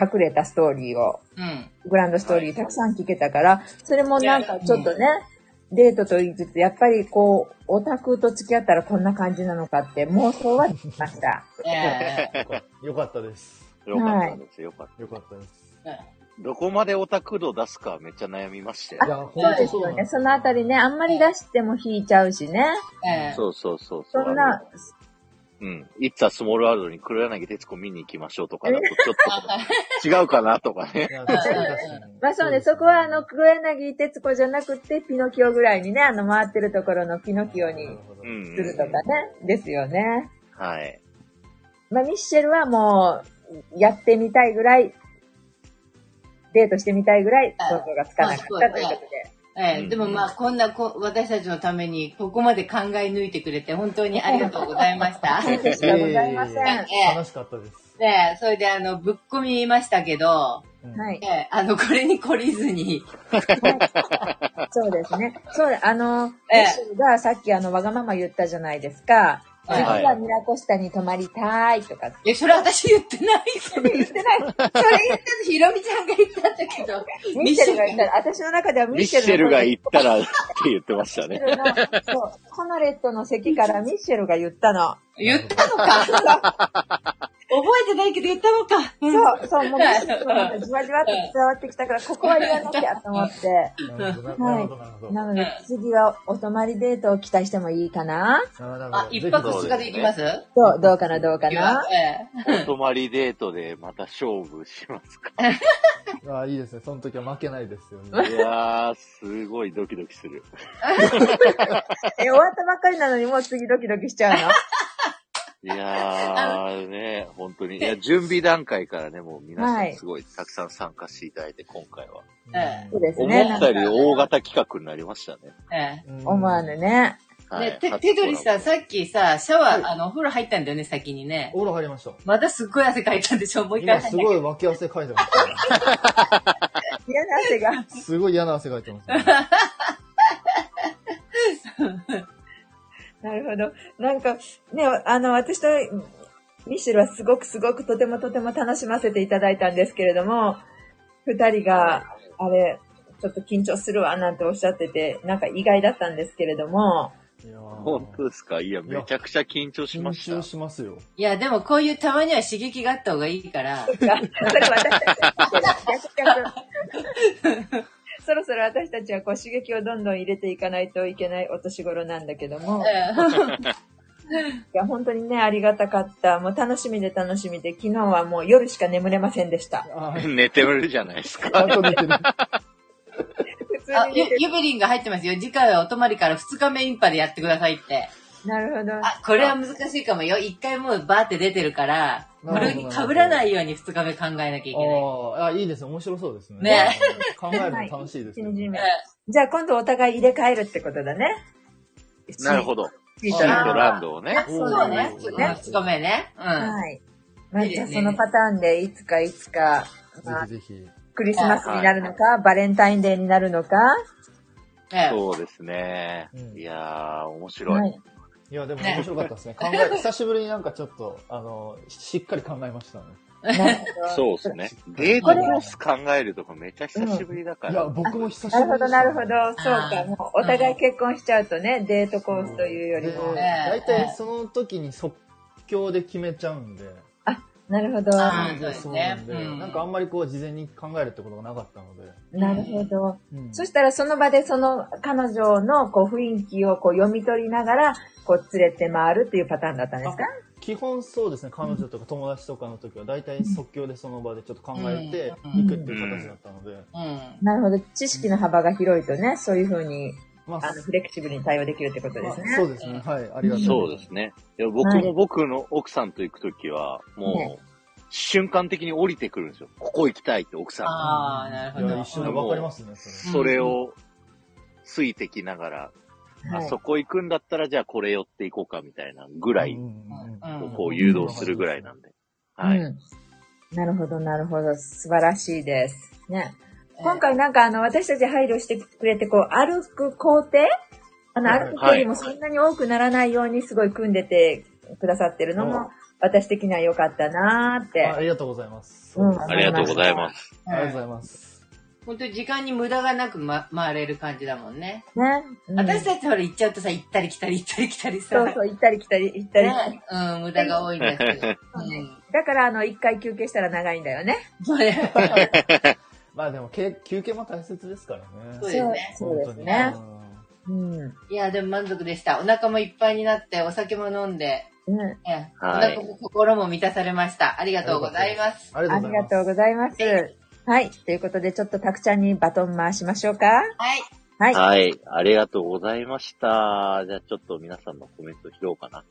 [SPEAKER 2] 隠れたストーリーを、
[SPEAKER 4] うん。
[SPEAKER 2] グランドストーリーたくさん聞けたから、それもなんかちょっと
[SPEAKER 4] い
[SPEAKER 2] ね、デートと言いつつ、やっぱりこう、オタクと付き合ったらこんな感じなのかって妄想はできました。
[SPEAKER 4] え
[SPEAKER 3] よかよかったです。
[SPEAKER 1] よかったです、よかった。
[SPEAKER 3] よかったです。
[SPEAKER 4] え
[SPEAKER 1] どこまでオタク度出すかめっちゃ悩みまして。
[SPEAKER 3] いや、本
[SPEAKER 2] そう
[SPEAKER 3] 当
[SPEAKER 2] ですよ
[SPEAKER 3] なん
[SPEAKER 2] ね。そのあたりね、あんまり出しても引いちゃうしね。
[SPEAKER 4] ええ
[SPEAKER 1] そうそうそうそう。
[SPEAKER 2] そんな、
[SPEAKER 1] うん。いつはスモールワールドに黒柳徹子見に行きましょうとかだと、ちょっと違うかなとか
[SPEAKER 2] [LAUGHS]
[SPEAKER 1] ね。
[SPEAKER 3] いや確かに確かに
[SPEAKER 2] まあそうね、そこはあの、黒柳徹子じゃなくて、ピノキオぐらいにね、あの、回ってるところのピノキオに
[SPEAKER 3] なるほど
[SPEAKER 1] うんうん
[SPEAKER 2] するとかね、ですよね。
[SPEAKER 1] はい。
[SPEAKER 2] まあ、ミッシェルはもう、やってみたいぐらい、デートしてみたいぐらい、想像がつかなかったということで。
[SPEAKER 4] え
[SPEAKER 1] うん
[SPEAKER 4] えでもまあ、こんなこ私たちのために、ここまで考え抜いてくれて、本当にありがとうございま
[SPEAKER 2] [LAUGHS]
[SPEAKER 4] した。
[SPEAKER 2] でしかございません。
[SPEAKER 3] いやいやい
[SPEAKER 2] は
[SPEAKER 3] や楽しかったです。
[SPEAKER 4] ねえ、それであの、ぶっ込みましたけど、
[SPEAKER 3] うん
[SPEAKER 2] い。
[SPEAKER 4] ええあの、これに懲りずに、
[SPEAKER 2] そうですね。そうだ、あの、ミ
[SPEAKER 4] ええ
[SPEAKER 2] ッシェルがさっきあの、わがまま言ったじゃないですか。
[SPEAKER 4] は
[SPEAKER 2] 次
[SPEAKER 4] い
[SPEAKER 2] はミラコスタに泊まりたいとかって
[SPEAKER 4] いや、それ私言ってない。それ
[SPEAKER 2] 言ってない。
[SPEAKER 4] 言ったのひろみちゃんが言ったんだけど。
[SPEAKER 2] ミッシェルが言ったら、私の中ではミ
[SPEAKER 1] ミ
[SPEAKER 2] ッ
[SPEAKER 1] ッ
[SPEAKER 2] シ
[SPEAKER 1] シ
[SPEAKER 2] ェルの
[SPEAKER 1] ェルが言ったらって言ってました
[SPEAKER 2] ミッ
[SPEAKER 1] ね
[SPEAKER 2] シ。ェルのそう、コナレットの席からミッシェルが言ったの。
[SPEAKER 4] 言ったのか。 [LAUGHS] 覚えてないけど言ったのか。うん
[SPEAKER 2] そう、そう、もうミッシェルの中にじわじわっと伝わってきたから、ここは言わなきゃと思って。
[SPEAKER 3] なるほど、なるほど、なるほど。な
[SPEAKER 2] なので、次はお泊まりデートを期待してもいいかな
[SPEAKER 3] るほどなるほ
[SPEAKER 4] あ
[SPEAKER 3] ど、
[SPEAKER 4] 一泊
[SPEAKER 1] そ
[SPEAKER 4] 二
[SPEAKER 1] う
[SPEAKER 4] 日で行きます
[SPEAKER 2] どう、どうかな、どうかな。
[SPEAKER 4] え
[SPEAKER 1] お泊まりデートでまた勝負しますか。
[SPEAKER 3] あいいですね。その時は負けないですよね。
[SPEAKER 1] いやー、すごいドキドキする。
[SPEAKER 2] え、終わったばっかりなのにもう次ドキドキしちゃうの
[SPEAKER 1] いやー、ね、本当に。いや、準備段階からね、もう皆さんすごいたくさん参加していただいて、今回は。
[SPEAKER 4] え
[SPEAKER 2] そうですね。
[SPEAKER 1] 思
[SPEAKER 2] な
[SPEAKER 1] っ
[SPEAKER 2] んか
[SPEAKER 1] たより大型企画になりましたね。
[SPEAKER 4] ええ
[SPEAKER 3] うん
[SPEAKER 2] 思わぬね。
[SPEAKER 4] え。
[SPEAKER 1] はい
[SPEAKER 4] ね、てテドリさん、さっきさ、シャワ
[SPEAKER 3] はい
[SPEAKER 4] ー、あの、お風呂入ったんだよね、先にね。
[SPEAKER 3] お風呂入りました。
[SPEAKER 4] またすっごい汗かいたんでしょもう一回
[SPEAKER 3] 今
[SPEAKER 4] 入
[SPEAKER 3] す
[SPEAKER 4] んなき
[SPEAKER 3] ご
[SPEAKER 4] ゃ
[SPEAKER 3] い脇汗かいてます、
[SPEAKER 2] 嫌な汗が。
[SPEAKER 3] ね。すごい嫌な汗かいてま
[SPEAKER 4] [LAUGHS]
[SPEAKER 3] す、ね。
[SPEAKER 2] なるほど。なんか、ね、あの、私とミッシェルはすごくすごくとてもとても楽しませていただいたんですけれども、二人が、あれ、ちょっと緊張するわなんておっしゃってて、なんか意外だったんですけれども、
[SPEAKER 3] いや
[SPEAKER 1] 本当ですかいや、めちゃくちゃ緊張しまし
[SPEAKER 3] 緊張
[SPEAKER 1] た。
[SPEAKER 3] しますよ。
[SPEAKER 4] いや、でもこういうたまには刺激があった方がいいから。
[SPEAKER 2] それ私たちは逆逆 [LAUGHS] そろそろ私たちはこう刺激をどんどん入れていかないといけないお年頃なんだけども、いや、本当にね、ありがたかった。もう楽しみで楽しみで、昨日はもう夜しか眠れませんでした。
[SPEAKER 3] [LAUGHS] あ
[SPEAKER 1] 寝てるじゃないですか。
[SPEAKER 3] [LAUGHS] ちゃんと寝てる。
[SPEAKER 2] 普通
[SPEAKER 4] あ
[SPEAKER 2] に
[SPEAKER 4] ゆ
[SPEAKER 2] 寝て、
[SPEAKER 4] ゆべりんが入ってますよ。次回はお泊まりから2日目インパでやってくださいって。
[SPEAKER 2] なるほど。
[SPEAKER 4] あ、これは難しいかもよ。一回もうバーって出てるから、こ
[SPEAKER 3] なる
[SPEAKER 4] れ
[SPEAKER 3] ほ
[SPEAKER 4] に
[SPEAKER 3] ど
[SPEAKER 4] 被らないように2日目考えなきゃいけない。
[SPEAKER 3] あーあ、いいですね。面白そうですね。
[SPEAKER 4] ね
[SPEAKER 3] 考えるの楽しいです、
[SPEAKER 2] 一日目
[SPEAKER 4] え
[SPEAKER 2] じゃあ今度お互い入れ替えるってことだね。
[SPEAKER 1] なるほど。
[SPEAKER 2] シー
[SPEAKER 1] シ
[SPEAKER 2] ト
[SPEAKER 1] ート
[SPEAKER 2] シートラ
[SPEAKER 1] ランドをね
[SPEAKER 4] え。そうね。2日目ね。うん。
[SPEAKER 2] はい。まあ、
[SPEAKER 4] いい
[SPEAKER 2] じゃ
[SPEAKER 4] で
[SPEAKER 2] あ
[SPEAKER 4] す
[SPEAKER 2] そ
[SPEAKER 4] ね
[SPEAKER 2] のパターンで、いつかいつか、まあ、
[SPEAKER 3] ぜひぜ
[SPEAKER 2] クリスマスになるのか、バレンタインデーになるのか、
[SPEAKER 4] ええ
[SPEAKER 1] そうですね
[SPEAKER 3] う。ん
[SPEAKER 1] いやー、面白。
[SPEAKER 2] はいい。
[SPEAKER 3] いや、でも面白かったですね。考え、久しぶりになんかちょっと、あの、しっかり考えましたね。
[SPEAKER 2] ね
[SPEAKER 1] そうですね。デートクロス考えるとかめちゃ久しぶりだか
[SPEAKER 3] い
[SPEAKER 1] ら。
[SPEAKER 3] や、僕も久し
[SPEAKER 2] な
[SPEAKER 3] ぶり
[SPEAKER 2] るほど、なるほど
[SPEAKER 3] ど。。
[SPEAKER 2] そうか。もうお互い結婚しちゃうとね、デートコースというより
[SPEAKER 3] で
[SPEAKER 2] も。
[SPEAKER 3] 大体その時に即興で決めちゃうんで。
[SPEAKER 2] なるほど。
[SPEAKER 4] あーそうですね
[SPEAKER 3] そうなんで
[SPEAKER 4] うん
[SPEAKER 3] なんかあんまりこう、事前に考えるってことがなかったので。
[SPEAKER 2] なるほど。
[SPEAKER 3] うん
[SPEAKER 2] そしたらその場でその彼女のこう雰囲気をこう読み取りながら、こう連れて回るっていうパターンだったんですか
[SPEAKER 3] 基本そうですね、彼女とか友達とかの時は、大体即興でその場でちょっと考えて
[SPEAKER 4] うん
[SPEAKER 3] いくっていう形だったので、
[SPEAKER 4] うん。
[SPEAKER 2] なるほど。知識の幅が広いとね、そういうふうに、
[SPEAKER 3] まあ、
[SPEAKER 2] あの、フレキシブルに対応できるってこと
[SPEAKER 3] ま
[SPEAKER 2] で
[SPEAKER 3] あ
[SPEAKER 2] すね。
[SPEAKER 3] そうですね、はい、ありがとう
[SPEAKER 1] そうですね。いや、僕も僕の奥さんと行くときは、も
[SPEAKER 2] ね
[SPEAKER 1] う、瞬間的に降りてくるんですよ。ここ行きたいって奥さんが。
[SPEAKER 4] ああ、なるほ
[SPEAKER 3] い
[SPEAKER 4] ど。
[SPEAKER 3] や、一緒にわかりますね、そ
[SPEAKER 1] そ
[SPEAKER 3] れ。
[SPEAKER 1] れをついてきながら、あ
[SPEAKER 2] はい
[SPEAKER 1] そこ行くんだったらじゃあこれ寄っていこうかみたいなぐらい、
[SPEAKER 4] うんうん
[SPEAKER 1] こう誘導するぐらいなんで。はい。
[SPEAKER 2] うん。なるほど、なるほど。素晴らしいです。ね。
[SPEAKER 4] えー
[SPEAKER 2] 今回なんかあの、私たち配慮してくれて、こう、歩く工程あの、
[SPEAKER 3] はい
[SPEAKER 2] 歩く距離もそんなに多くならないようにすごい組んでてくださってるの
[SPEAKER 3] うん
[SPEAKER 2] も、私的には良かったなーっ
[SPEAKER 3] ああ
[SPEAKER 2] て。
[SPEAKER 3] りがとうございます。
[SPEAKER 2] うん
[SPEAKER 3] あ
[SPEAKER 1] あ
[SPEAKER 3] り
[SPEAKER 1] り
[SPEAKER 3] が
[SPEAKER 1] が
[SPEAKER 3] と
[SPEAKER 1] と
[SPEAKER 3] う
[SPEAKER 1] う
[SPEAKER 3] ご
[SPEAKER 1] ご
[SPEAKER 3] ざいます。
[SPEAKER 1] ざいます。
[SPEAKER 3] ありがとうございます。
[SPEAKER 4] 本当に時間に無駄がなく、ま、回れる感じだもんね。
[SPEAKER 2] ね。うん
[SPEAKER 4] 私たちほら行っちゃうとさ、行ったり来たり行ったり来たりさ。
[SPEAKER 2] そうそう、行ったり来たり、行ったり来たり。
[SPEAKER 4] ねうん、無駄が多いん
[SPEAKER 2] [LAUGHS]
[SPEAKER 4] だけど。うん。
[SPEAKER 2] だからあの、一回休憩したら長いんだよね。
[SPEAKER 4] それ、
[SPEAKER 3] まあでも、け休憩も大切ですからね。
[SPEAKER 4] そうですね。
[SPEAKER 2] そうそうです
[SPEAKER 3] 本
[SPEAKER 2] ね
[SPEAKER 3] 当。に。
[SPEAKER 2] うん。
[SPEAKER 4] [LAUGHS] いや、でも満足でした。お腹もいっぱいになって、お酒も飲んで、
[SPEAKER 2] うん。
[SPEAKER 4] ええお
[SPEAKER 1] はい
[SPEAKER 4] 腹も心も満たされました。ありがとうございます。
[SPEAKER 3] あり
[SPEAKER 2] あ
[SPEAKER 3] が
[SPEAKER 2] り
[SPEAKER 3] とうござい
[SPEAKER 2] が
[SPEAKER 3] ます。
[SPEAKER 2] とうございます
[SPEAKER 4] は。
[SPEAKER 2] はい。ということで、ちょっとたくちゃんにバトン回しましょうか。
[SPEAKER 4] はい。
[SPEAKER 2] はい。
[SPEAKER 1] はい。ありがとうございました。じゃあちょっと皆さんのコメント拾おうかな。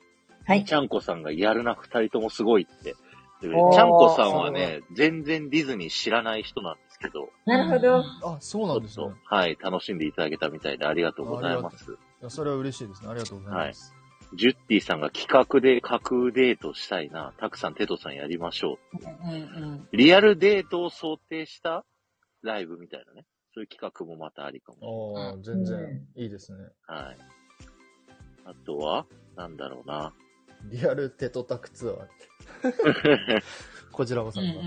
[SPEAKER 2] はい
[SPEAKER 1] ち。ゃんこさんがやるな、二人ともすごいって。ちゃ
[SPEAKER 2] おー
[SPEAKER 1] んこさんはね、全然ディズニー知らない人なんですけど、
[SPEAKER 2] なるほど。
[SPEAKER 3] あ、そうなんです
[SPEAKER 1] ち
[SPEAKER 3] ね
[SPEAKER 1] ょっ。と、はい、楽しんでいただけたみたいでありがとうございます。
[SPEAKER 3] いやそれは嬉しいですね。ありがとうございます。
[SPEAKER 1] ジュッティさんが企画で架空デートしたいな。たくさんテトさんやりましょ
[SPEAKER 4] うんうん。
[SPEAKER 1] う。リアルデートを想定したライブみたいなね。そういう企画もまたありかも。
[SPEAKER 3] ああ、全然いいですね。
[SPEAKER 1] はい。あとは、なんだろうな。
[SPEAKER 3] リアルテトタクツアーって。
[SPEAKER 1] [LAUGHS]
[SPEAKER 3] こちらこ
[SPEAKER 4] う
[SPEAKER 3] そ
[SPEAKER 4] んう
[SPEAKER 3] が。
[SPEAKER 4] ん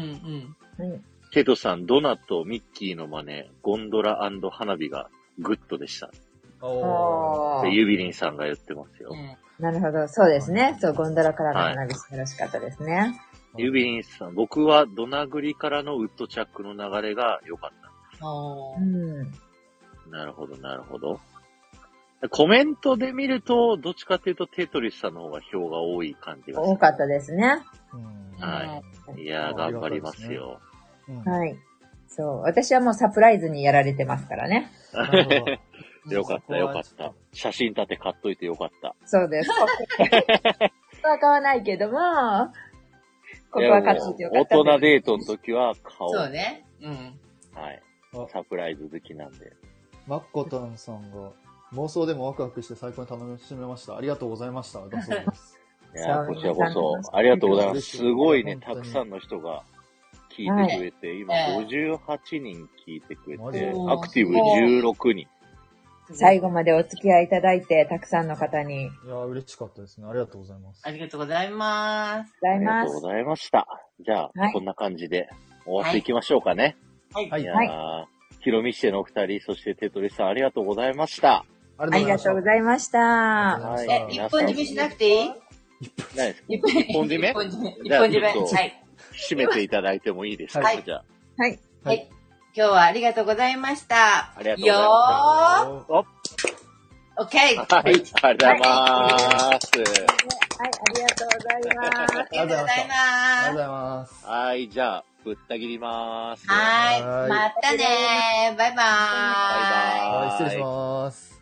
[SPEAKER 2] うん
[SPEAKER 1] テトさん、ドナとミッキーの真似、ゴンドラ花火がグッドでした。
[SPEAKER 3] おー
[SPEAKER 1] で、ユビリンさんが言ってますよ
[SPEAKER 4] う。ん。
[SPEAKER 2] なるほど。そうですね。そう、ゴンドラからの花火素晴らしかったですね。
[SPEAKER 1] ユビリンさん、僕はドナグリからのウッドチャックの流れが良かった。
[SPEAKER 4] お
[SPEAKER 2] う
[SPEAKER 4] ー
[SPEAKER 2] ん。
[SPEAKER 1] なるほど、なるほど。コメントで見ると、どっちかというとテトリスさんの方が票が多い感じがする
[SPEAKER 2] 多かったですね。
[SPEAKER 3] うん。
[SPEAKER 1] はいいやー、
[SPEAKER 3] あり
[SPEAKER 1] 頑
[SPEAKER 3] が
[SPEAKER 1] 張
[SPEAKER 3] たいで
[SPEAKER 1] りま
[SPEAKER 3] すね
[SPEAKER 1] すよ。
[SPEAKER 3] うん
[SPEAKER 2] はい。そう。私はもうサプライズにやられてますからね。
[SPEAKER 3] なるほど
[SPEAKER 1] よかった、よかった。写真立て買っといてよかった。
[SPEAKER 2] そうです。ここは買わないけども、ここは買っといてよかった
[SPEAKER 1] いやもう大人デートの時は顔。
[SPEAKER 4] そうね。うん。
[SPEAKER 1] はい。
[SPEAKER 3] あ
[SPEAKER 1] サプライズ好きなんで。
[SPEAKER 3] マッコタンさんが、妄想でもワクワクして最高に楽しめました。ありがとうございました。だそうです。
[SPEAKER 1] いやー
[SPEAKER 2] そう
[SPEAKER 1] こちらこ
[SPEAKER 2] 皆さ
[SPEAKER 1] そ、
[SPEAKER 2] ん
[SPEAKER 1] ありがとうございます。
[SPEAKER 3] 嬉しい
[SPEAKER 1] すごいね、
[SPEAKER 3] 本
[SPEAKER 1] た
[SPEAKER 3] 当に
[SPEAKER 1] くさんの人が聞いてくれて、今58人聞いてくれ
[SPEAKER 3] マジ
[SPEAKER 1] て
[SPEAKER 3] で、
[SPEAKER 1] アクティブ16人。
[SPEAKER 2] 最後までお付き合いいただいて、たくさんの方に、
[SPEAKER 3] いやー、嬉しかったですね。ありがとうございます
[SPEAKER 4] あ。りがとうございます。
[SPEAKER 2] ござ
[SPEAKER 1] あ
[SPEAKER 2] い
[SPEAKER 1] り
[SPEAKER 2] ま
[SPEAKER 1] がとう
[SPEAKER 2] す
[SPEAKER 1] ご。ざいました。じゃあ、
[SPEAKER 2] はい
[SPEAKER 1] こんな感じで終わっていきましょうかね。、
[SPEAKER 4] はい。
[SPEAKER 3] はいい
[SPEAKER 1] やー、ヒロミシェのお二人、そしてテトリスさんありがとうございました。
[SPEAKER 3] あ
[SPEAKER 2] ありがとうご
[SPEAKER 3] い
[SPEAKER 2] ざいまし
[SPEAKER 3] あり
[SPEAKER 2] た。
[SPEAKER 3] がとうございま
[SPEAKER 4] え、
[SPEAKER 3] し
[SPEAKER 4] 一
[SPEAKER 3] た。
[SPEAKER 4] 本締めしなくていい
[SPEAKER 1] 何ですか
[SPEAKER 4] 一本
[SPEAKER 1] 一本締め
[SPEAKER 4] 一本締め。一
[SPEAKER 1] じゃあ
[SPEAKER 4] 本締め。
[SPEAKER 1] ちょっと
[SPEAKER 4] はい。
[SPEAKER 1] 締めていただいてもいいですか、
[SPEAKER 4] はい
[SPEAKER 1] じゃあ。
[SPEAKER 2] はい。
[SPEAKER 4] はい。今日はありがとうございました。
[SPEAKER 1] ありがとうございま
[SPEAKER 4] よ
[SPEAKER 1] お
[SPEAKER 4] ー。オッケー。
[SPEAKER 1] はい、ありがとうございます。
[SPEAKER 2] はい、ありがとうございます。
[SPEAKER 4] ありがとうござい
[SPEAKER 3] ありがとうご
[SPEAKER 4] ます。
[SPEAKER 3] ざいます。
[SPEAKER 1] はい、じゃあ、ぶった切ります。
[SPEAKER 4] はー
[SPEAKER 3] はい
[SPEAKER 4] い。またねー。バ
[SPEAKER 1] バ
[SPEAKER 4] イバーイ。
[SPEAKER 1] イバーイ
[SPEAKER 3] はい、失礼します。